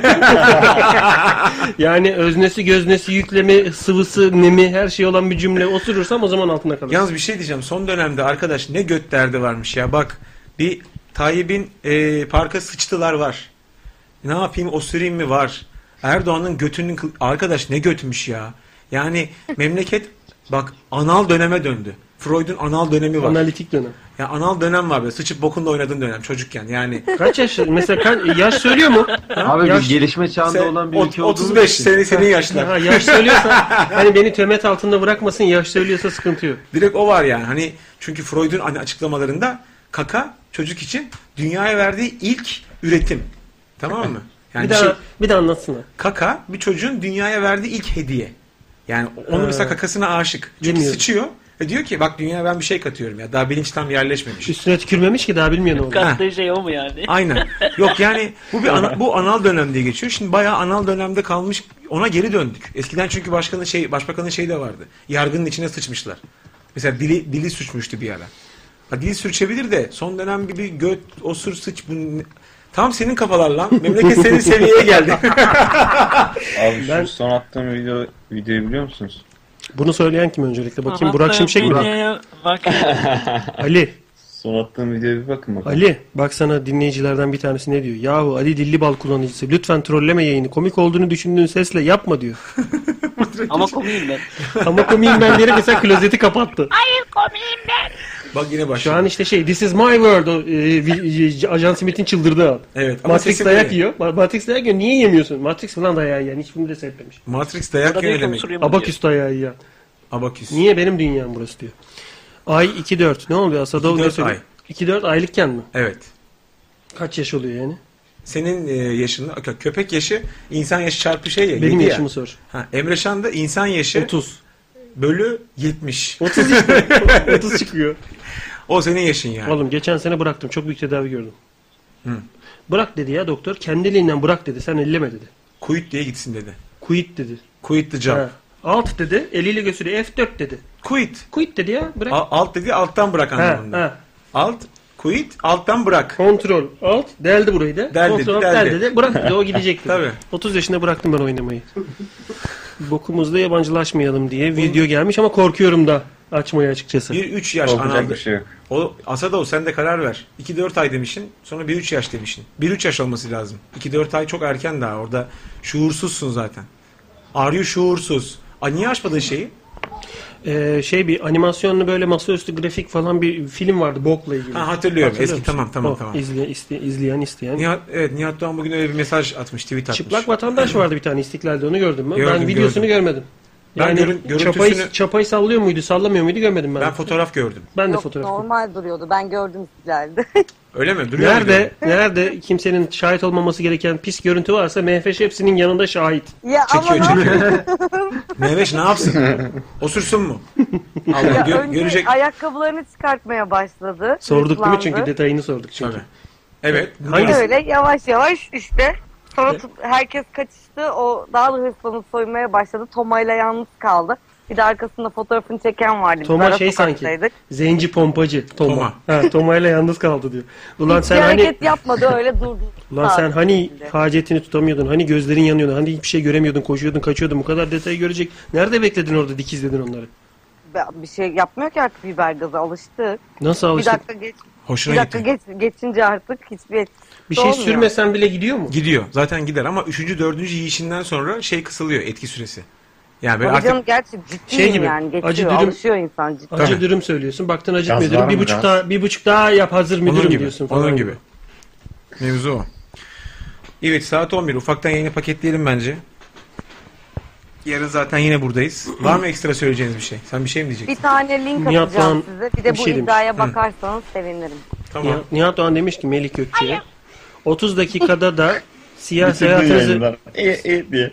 Speaker 3: yani öznesi, göznesi, yüklemi, sıvısı, nemi her şey olan bir cümle osurursam o zaman altına kalırsın.
Speaker 2: Yalnız bir şey diyeceğim. Son dönemde arkadaş ne göt derdi varmış ya. Bak bir Tayyip'in e, parka sıçtılar var. Ne yapayım osurayım mi var. Erdoğan'ın götünün kıl- arkadaş ne götmüş ya. Yani memleket bak anal döneme döndü. Freud'un anal dönemi var.
Speaker 3: Analitik dönem.
Speaker 2: Ya anal dönem var böyle. Sıçıp bokunda oynadığın dönem çocukken. Yani
Speaker 3: Kaç yaş? Mesela kaç, yaş söylüyor mu?
Speaker 12: abi
Speaker 3: yaş-
Speaker 12: biz gelişme çağında
Speaker 2: sen
Speaker 12: olan bir
Speaker 2: ot-
Speaker 12: ülke olduğumuz
Speaker 2: 35
Speaker 12: için-
Speaker 2: seni senin yaşlar.
Speaker 3: Ha, yaş söylüyorsa hani beni tömet altında bırakmasın yaş söylüyorsa sıkıntı yok.
Speaker 2: Direkt o var yani. Hani çünkü Freud'un hani açıklamalarında kaka çocuk için dünyaya verdiği ilk üretim. Tamam mı? Yani
Speaker 3: bir daha
Speaker 2: şey-
Speaker 3: bir daha anlatsana.
Speaker 2: kaka bir çocuğun dünyaya verdiği ilk hediye. Yani onu
Speaker 3: Ha.
Speaker 2: mesela kakasına aşık. Çünkü
Speaker 3: Ee, Bilmiyorum.
Speaker 2: sıçıyor ve diyor ki bak dünyaya ben bir şey katıyorum ya. Daha bilinç tam yerleşmemiş.
Speaker 3: Üstüne tükürmemiş ki daha bilmiyor ne oldu.
Speaker 11: Kattığı şey o mu yani?
Speaker 2: Aynen. Yok yani bu bir ana- bu anal dönem diye geçiyor. Şimdi bayağı anal dönemde kalmış ona geri döndük. Eskiden çünkü başkanın şey başbakanın şeyi de vardı. Yargının içine sıçmışlar. Mesela dili dili sürçmüştü bir ara. Ha, dili sürçebilir de son dönem gibi göt osur sıç bu ne- tam senin kafalar lan. Memleket senin seviyeye geldi.
Speaker 13: Abi
Speaker 3: Ben-
Speaker 13: şu son attığım video videoyu biliyor musunuz?
Speaker 3: Bunu söyleyen kim öncelikle bakayım Burak Şimşek mi?
Speaker 11: Bak.
Speaker 3: Ali.
Speaker 13: Son attığım videoya bir bakın bakalım.
Speaker 3: Ali bak sana dinleyicilerden bir tanesi ne diyor? Yahu Ali dilli bal kullanıcısı lütfen trolleme yayını komik olduğunu düşündüğün sesle yapma diyor.
Speaker 11: Ama komiyim ben.
Speaker 3: Ama komiyim ben diyerek mesela klozeti kapattı.
Speaker 14: Hayır komiyim ben.
Speaker 2: Bak yine başladı.
Speaker 3: Şu an işte şey This is my world o, e, vi- e, Ajan Smith'in çıldırdığı an.
Speaker 2: evet ama
Speaker 3: Matrix
Speaker 2: sesi
Speaker 3: dayak
Speaker 2: böyle.
Speaker 3: yiyor. Ma- Matrix dayak yiyor. Niye yemiyorsun? Matrix falan dayağı yiyen. Hiç bunu da seyretmemiş.
Speaker 2: Matrix dayak
Speaker 11: Burada diyor ki
Speaker 2: yönelimi.
Speaker 11: osuruyor mu diyor.
Speaker 3: Abaküs dayağı yiyen.
Speaker 2: Abaküs.
Speaker 3: Niye benim dünyam burası diyor. Ay 2-4. Ne oluyor? Asadov
Speaker 2: 2-4
Speaker 3: ne söylüyor?
Speaker 2: ay.
Speaker 3: 2-4 aylıkken mi?
Speaker 2: Evet.
Speaker 3: Kaç yaş oluyor yani?
Speaker 2: Senin e, yaşın, kö- köpek yaşı, insan yaşı çarpı şey ya.
Speaker 3: Benim
Speaker 2: yedi ya.
Speaker 3: yaşımı sor.
Speaker 2: Ha, Emre Şan da insan yaşı
Speaker 3: 30.
Speaker 2: bölü 70.
Speaker 3: 30 30 çıkıyor.
Speaker 2: O senin yaşın yani.
Speaker 3: Oğlum geçen sene bıraktım. Çok büyük tedavi gördüm.
Speaker 2: Hı.
Speaker 3: Bırak dedi ya doktor. Kendiliğinden bırak dedi. Sen elleme dedi.
Speaker 2: Kuyut diye gitsin dedi.
Speaker 3: Quit dedi.
Speaker 2: Kuyut the job.
Speaker 3: Ha. Alt dedi. Eliyle gösteriyor. F4 dedi.
Speaker 2: Quit.
Speaker 3: Quit dedi ya. Bırak.
Speaker 2: A- alt dedi alttan bırak
Speaker 3: ha,
Speaker 2: anlamında.
Speaker 3: ha.
Speaker 2: Alt, quit, alttan bırak.
Speaker 3: Kontrol alt deldi burayı da.
Speaker 2: Deldi,
Speaker 3: Kontrol
Speaker 2: deldi.
Speaker 3: alt deldi de bırak dedi o gidecekti.
Speaker 2: Tabii.
Speaker 3: 30 yaşında bıraktım ben oynamayı. Bokumuzda yabancılaşmayalım diye video gelmiş ama korkuyorum da. açmayı açıkçası.
Speaker 2: Bir 3 yaş
Speaker 13: Korkacak
Speaker 2: analdı.
Speaker 13: bir şey yok.
Speaker 2: O, Asadov sen de karar ver. 2-4 ay demişsin. Sonra 1-3 yaş demişsin. 1-3 yaş olması lazım. 2-4 ay çok erken daha. Orada şuursuzsun zaten. Are you şuursuz? A, niye açmadın şeyi?
Speaker 3: Ee, şey bir animasyonlu böyle masaüstü grafik falan bir film vardı Bok'la ilgili.
Speaker 2: Ha,
Speaker 3: Hatırlıyor
Speaker 2: hatırlıyorum. Eski,
Speaker 3: musun?
Speaker 2: tamam, tamam,
Speaker 3: O,
Speaker 2: tamam.
Speaker 3: izleyen- iste- izleyen isteyen.
Speaker 2: Nihat, evet, Nihat Doğan bugün öyle bir mesaj atmış. Tweet atmış.
Speaker 3: Çıplak vatandaş vardı bir tane İstiklal'de onu gördün mü?
Speaker 2: Gördüm,
Speaker 3: ben videosunu
Speaker 2: gördüm.
Speaker 3: görmedim.
Speaker 2: Ben
Speaker 3: Yani
Speaker 2: görün- görüntüsünü-
Speaker 3: çapayı, çapayı sallıyor muydu sallamıyor muydu görmedim ben.
Speaker 2: Ben fotoğraf gördüm.
Speaker 3: Ben de
Speaker 10: Yok,
Speaker 3: fotoğraf gördüm.
Speaker 10: normal duruyordu. Ben gördüm sizlerde.
Speaker 2: Öyle mi? Duruyor mu
Speaker 3: Nerede, nerede kimsenin şahit olmaması gereken pis görüntü varsa MFŞ hepsinin yanında şahit.
Speaker 17: Ya
Speaker 2: Çekiyor,
Speaker 17: ama
Speaker 2: çekiyor.
Speaker 17: ne-
Speaker 2: Mehveş ne yapsın? Osursun mu? Allah
Speaker 17: Ya
Speaker 2: gö-
Speaker 17: önce
Speaker 2: görecek.
Speaker 17: ayakkabılarını çıkartmaya başladı.
Speaker 3: Sorduk değil mi?
Speaker 17: Hırçlandı.
Speaker 3: Çünkü detayını sorduk çünkü.
Speaker 2: Evet.
Speaker 17: Öyle yavaş yavaş işte. Sonra tut- herkes kaçıştı. O daha da hırslanıp soyunmaya başladı. Toma ile yalnız kaldı. Bir de arkasında fotoğrafını çeken vardı. Biz
Speaker 3: Toma
Speaker 17: ara
Speaker 3: şey sanki.
Speaker 17: sokaktaydık.
Speaker 3: Zenci pompacı Toma.
Speaker 2: Toma.
Speaker 3: Ha, Toma ile yalnız kaldı diyor. Ulan
Speaker 17: bir
Speaker 3: sen hani
Speaker 17: hareket yapmadı öyle durdu.
Speaker 3: Ulan sen
Speaker 17: Sadece.
Speaker 3: hani hacetini tutamıyordun, hani gözlerin yanıyordu, hani hiçbir şey göremiyordun, koşuyordun, kaçıyordun, bu kadar detayı görecek. Nerede bekledin orada dikizledin onları?
Speaker 17: Be- bir şey yapmıyor ki artık biber gazı alıştı.
Speaker 3: Nasıl
Speaker 17: Bir
Speaker 3: alıştık?
Speaker 17: dakika geç.
Speaker 2: Hoşuna
Speaker 17: bir dakika geç, geçince artık hiçbir etkisi
Speaker 3: Bir şey
Speaker 17: olmuyor.
Speaker 3: sürmesen bile gidiyor mu?
Speaker 2: Gidiyor. Zaten gider ama 3. 4. yiyişinden sonra şey kısılıyor etki süresi. Yani böyle
Speaker 17: Tabii
Speaker 2: artık
Speaker 17: canım gerçi ciddiyim
Speaker 3: Şey gibi,
Speaker 17: yani geçiyor
Speaker 3: acı dürüm-
Speaker 17: alışıyor insan ciddi.
Speaker 3: Acı
Speaker 2: Tabii.
Speaker 3: dürüm söylüyorsun, baktın acıtmıyor
Speaker 2: Gaz
Speaker 3: dürüm,
Speaker 2: var
Speaker 3: bir
Speaker 2: mı
Speaker 3: buçuk,
Speaker 2: gaz?
Speaker 3: daha, bir buçuk daha yap hazır müdürüm
Speaker 2: onun gibi.
Speaker 3: diyorsun falan.
Speaker 2: Onun gibi. Mevzu o. Evet saat 11. Ufaktan yayını paketleyelim bence. Yarın zaten yine buradayız. Var mı ekstra söyleyeceğiniz bir şey? Sen bir şey mi
Speaker 17: Bir
Speaker 2: diyeceksin?
Speaker 17: tane link
Speaker 3: Nihat
Speaker 17: atacağım
Speaker 3: Doğan
Speaker 17: size. Bir de
Speaker 3: bir
Speaker 17: bu
Speaker 3: şey demiş.
Speaker 17: iddiaya
Speaker 3: Hı.
Speaker 17: bakarsanız sevinirim.
Speaker 2: Tamam.
Speaker 3: Nihat, Nihat Doğan demiş ki Melih Gökçe'ye 30 dakikada da siyasi
Speaker 13: Bitirdi
Speaker 3: hayatınızı
Speaker 13: yayınlar. İyi, iyi diye.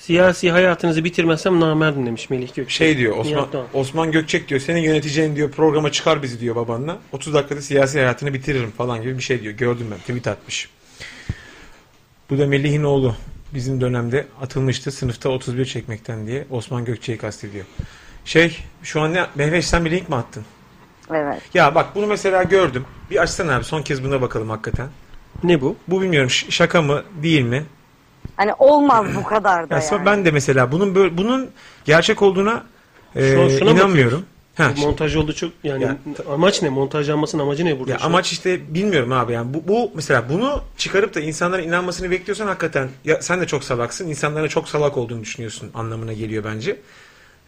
Speaker 3: siyasi hayatınızı bitirmezsem namerdim demiş Melih Gökçe.
Speaker 2: Şey diyor Osman,
Speaker 3: Nihat Doğan.
Speaker 2: Osman Gökçek diyor senin yöneteceğin diyor programa çıkar bizi diyor babanla. 30 dakikada siyasi hayatını bitiririm falan gibi bir şey diyor. Gördüm ben tweet atmış. Bu da Melih'in oğlu. Bizim dönemde atılmıştı sınıfta 31 çekmekten diye Osman Gökçek'i kastediyor. Şey şu an ne? Mehveş sen bir link mi attın?
Speaker 17: Evet.
Speaker 2: Ya bak bunu mesela gördüm. Bir açsana abi son kez buna bakalım hakikaten.
Speaker 3: Ne bu?
Speaker 2: Bu bilmiyorum ş- şaka mı değil mi?
Speaker 17: Hani olmaz bu kadar da
Speaker 2: Ya
Speaker 17: yani.
Speaker 2: sonra ben de mesela bunun böyle, bunun gerçek olduğuna e,
Speaker 3: Şuna- şuna
Speaker 2: inanmıyorum. Ha,
Speaker 3: Bu montaj oldu çok yani amaç ne? Montajlanmasının amacı ne burada?
Speaker 2: Ya
Speaker 3: şu an?
Speaker 2: amaç işte bilmiyorum abi yani bu, bu mesela bunu çıkarıp da insanların inanmasını bekliyorsan hakikaten ya sen de çok salaksın insanlara çok salak olduğunu düşünüyorsun anlamına geliyor bence.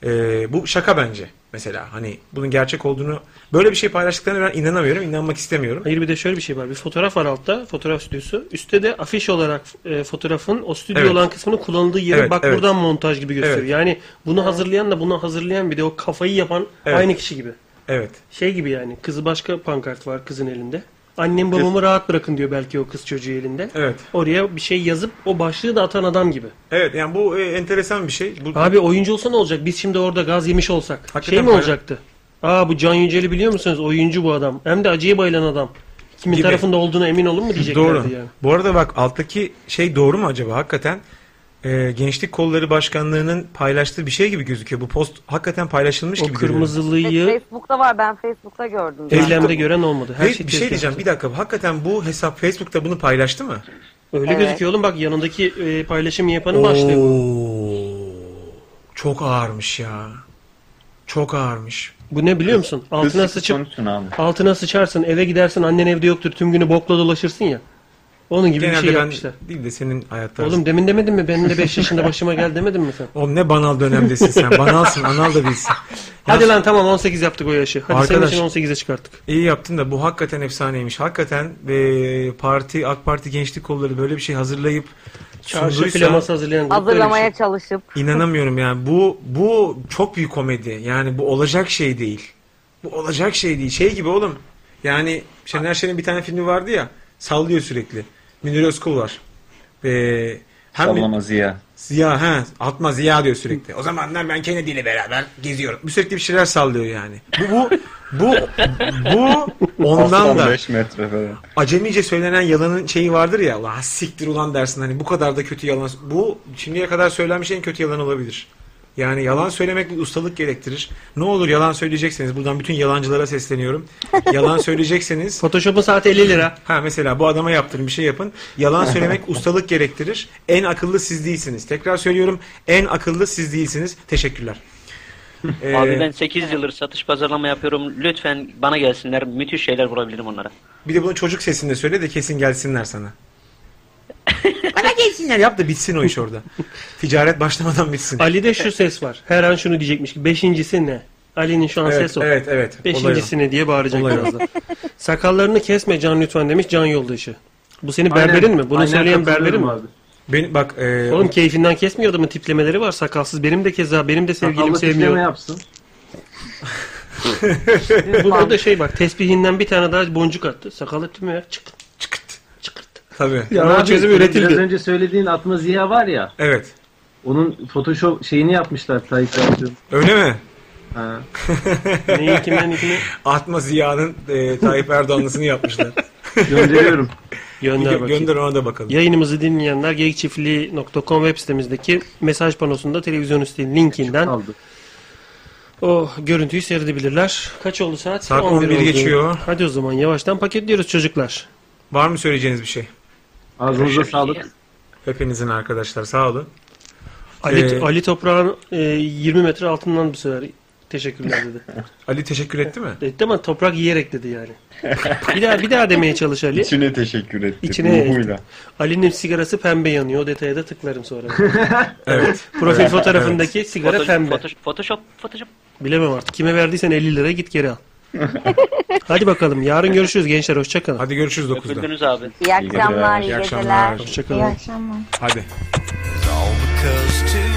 Speaker 2: Ee, bu şaka bence mesela hani bunun gerçek olduğunu böyle bir şey paylaştıklarına ben inanamıyorum inanmak istemiyorum.
Speaker 3: Hayır bir de şöyle bir şey var. Bir fotoğraf var altta. Fotoğraf stüdyosu. Üstte de afiş olarak e, fotoğrafın o stüdyo
Speaker 2: Evet.
Speaker 3: olan kısmının kullanıldığı yeri
Speaker 2: Evet,
Speaker 3: bak
Speaker 2: evet.
Speaker 3: buradan montaj gibi gösteriyor.
Speaker 2: Evet.
Speaker 3: Yani bunu hazırlayan da bunu hazırlayan bir de o kafayı yapan
Speaker 2: Evet.
Speaker 3: aynı kişi gibi.
Speaker 2: Evet.
Speaker 3: Şey gibi yani. Kızı başka pankart var kızın elinde. Annem babamı rahat bırakın diyor belki o kız çocuğu elinde.
Speaker 2: Evet.
Speaker 3: Oraya bir şey yazıp o başlığı da atan adam gibi.
Speaker 2: Evet yani bu e, enteresan bir şey. Bu,
Speaker 3: Abi oyuncu olsa ne olacak? Biz şimdi orada gaz yemiş olsak. şey mi
Speaker 2: böyle-
Speaker 3: olacaktı? Aa bu Can Yücel'i biliyor musunuz? Oyuncu bu adam. Hem de acıyı bayılan adam. Kimin
Speaker 2: Gibi.
Speaker 3: tarafında olduğuna emin olun mu diyeceklerdi
Speaker 2: Doğru.
Speaker 3: yani.
Speaker 2: Bu arada bak alttaki şey doğru mu acaba? Hakikaten e, Gençlik Kolları Başkanlığı'nın paylaştığı bir şey gibi gözüküyor. Bu post hakikaten paylaşılmış
Speaker 3: O
Speaker 2: gibi görünüyor.
Speaker 3: kırmızılıyı
Speaker 17: Evet, Facebook'ta var ben Facebook'ta gördüm.
Speaker 3: eylemde gören olmadı. Her
Speaker 2: Ve
Speaker 3: şey
Speaker 2: bir şey diyeceğim bir dakika hakikaten bu hesap Facebook'ta bunu paylaştı mı?
Speaker 3: Öyle
Speaker 17: Evet.
Speaker 3: gözüküyor oğlum bak yanındaki e, paylaşım yapanın
Speaker 2: Oo,
Speaker 3: başlığı. bu.
Speaker 2: Çok ağırmış ya. Çok ağırmış.
Speaker 3: Bu ne biliyor musun? Altına
Speaker 13: Kız
Speaker 3: sıçıp
Speaker 13: konuşsun abi.
Speaker 3: altına sıçarsın eve gidersin annen evde yoktur tüm günü bokla dolaşırsın ya. Onun gibi
Speaker 2: Genelde
Speaker 3: bir şey
Speaker 2: ben
Speaker 3: yapmışlar.
Speaker 2: değil de senin hayat tarzın.
Speaker 3: Oğlum demin demedin mi? Benim de 5 yaşında başıma gel demedin mi sen?
Speaker 2: Oğlum ne banal dönemdesin sen. Banalsın anal da değilsin.
Speaker 3: Hadi lan tamam 18 yaptık o yaşı. Hadi
Speaker 2: Arkadaş-
Speaker 3: senin için 18'e çıkarttık.
Speaker 2: İyi yaptın da bu hakikaten efsaneymiş. Hakikaten e, parti AK Parti gençlik kolları böyle bir şey hazırlayıp
Speaker 3: Çarşı
Speaker 2: sunduysa-
Speaker 3: plaması hazırlayan grup böyle bir
Speaker 17: Hazırlamaya
Speaker 3: şey.
Speaker 17: çalışıp.
Speaker 2: İnanamıyorum yani bu bu çok büyük komedi. Yani bu olacak şey değil. Bu olacak şey değil. Şey gibi oğlum. Yani Şener Şen'in bir tane filmi vardı ya. Sallıyor sürekli. Münir Özkul var. Ee, hem
Speaker 13: Sallama Ziya.
Speaker 2: Ziya he, atma Ziya diyor sürekli. O zamanlar ben Kennedy ile beraber geziyorum. Bu Sürekli bir şeyler sallıyor yani. Bu bu bu bu ondan da
Speaker 13: 15 metre falan.
Speaker 2: acemice söylenen yalanın şeyi vardır ya. La siktir ulan dersin hani bu kadar da kötü yalan. Bu şimdiye kadar söylenmiş en kötü yalan olabilir. Yani yalan söylemek bir ustalık gerektirir. Ne olur yalan söyleyecekseniz buradan bütün yalancılara sesleniyorum. Yalan söyleyecekseniz
Speaker 3: Photoshop'un saati 50 lira.
Speaker 2: Ha mesela bu adama yaptırın bir şey yapın. Yalan söylemek ustalık gerektirir. En akıllı siz değilsiniz. Tekrar söylüyorum. En akıllı siz değilsiniz. Teşekkürler. Ee,
Speaker 11: Abi ben 8 yıldır satış pazarlama yapıyorum. Lütfen bana gelsinler. Müthiş şeyler bulabilirim onlara.
Speaker 2: Bir de bunu çocuk sesinde söyle de kesin gelsinler sana. Bana gelsinler yap da bitsin o iş orada. Ticaret başlamadan bitsin.
Speaker 3: Ali'de şu ses var. Her an şunu diyecekmiş ki beşincisi ne? Ali'nin şu an
Speaker 2: Evet,
Speaker 3: ses o.
Speaker 2: evet, evet.
Speaker 3: Beşincisi ne diye bağıracak
Speaker 2: Olay o.
Speaker 3: birazdan. Sakallarını kesme Can lütfen demiş Can Yoldaşı. Bu senin
Speaker 2: Aynen,
Speaker 3: berberin mi? Bunu
Speaker 2: aynen
Speaker 3: söyleyen berberin
Speaker 2: katılıyorum
Speaker 3: mi?
Speaker 2: abi. Benim bak e,
Speaker 3: Oğlum keyfinden kesmiyor adamın tiplemeleri var sakalsız. Benim de keza benim de sevgilim
Speaker 12: Allah
Speaker 3: sevmiyor.
Speaker 12: tipleme yapsın.
Speaker 3: Burada da şey bak tesbihinden bir tane daha boncuk attı. Sakalı tümüyor. Çık.
Speaker 2: Tabii.
Speaker 3: Ya o çözüm üretildi.
Speaker 12: Biraz önce söylediğin Atma Ziya var ya.
Speaker 2: Evet.
Speaker 12: Onun Photoshop şeyini yapmışlar Tayyip Erdoğan.
Speaker 2: Öyle mi?
Speaker 12: Ha.
Speaker 3: Neyi kimden kime?
Speaker 2: Atma Ziya'nın e, Tayyip Erdoğan'lısını yapmışlar.
Speaker 3: Gönderiyorum. Gönder
Speaker 2: Gö-
Speaker 3: bakayım.
Speaker 2: Gönder ona da bakalım.
Speaker 3: Yayınımızı dinleyenler geyikçiftliği.com web sitemizdeki mesaj panosunda televizyon üstü linkinden o görüntüyü seyredebilirler. Kaç oldu saat?
Speaker 2: Saat
Speaker 3: 11
Speaker 2: 11
Speaker 3: oldu.
Speaker 2: geçiyor.
Speaker 3: Hadi o zaman yavaştan paketliyoruz çocuklar.
Speaker 2: Var mı söyleyeceğiniz bir şey?
Speaker 3: Ağzınıza sağlık.
Speaker 13: şey-
Speaker 2: Hepinizin arkadaşlar sağ olun.
Speaker 3: Ali,
Speaker 2: Ee,
Speaker 3: Ali Toprağ'ın e, 20 metre altından bu sefer teşekkürler dedi.
Speaker 2: Ali teşekkür etti mi?
Speaker 3: Etti ama toprak yiyerek dedi yani. bir daha bir daha demeye çalış Ali.
Speaker 13: İçine teşekkür ettik.
Speaker 3: İçine
Speaker 13: Ruhuyla.
Speaker 3: Ali'nin sigarası pembe yanıyor. O detaya da tıklarım sonra.
Speaker 13: Evet.
Speaker 3: Profil
Speaker 13: Evet,
Speaker 3: fotoğrafındaki
Speaker 11: evet.
Speaker 3: sigara
Speaker 11: Foto-
Speaker 3: pembe.
Speaker 11: foto- Photoshop, Photoshop.
Speaker 3: Bilemem artık. Kime verdiysen 50 liraya git geri al. Hadi bakalım. Yarın görüşürüz gençler. Hoşçakalın.
Speaker 2: Hadi görüşürüz
Speaker 11: Öpüldünüz abi.
Speaker 22: İyi akşamlar, iyi,
Speaker 3: İyi
Speaker 22: geceler.
Speaker 3: akşamlar. Hoşçakalın.
Speaker 22: İyi akşamlar.
Speaker 2: Hadi.
Speaker 22: It's all because two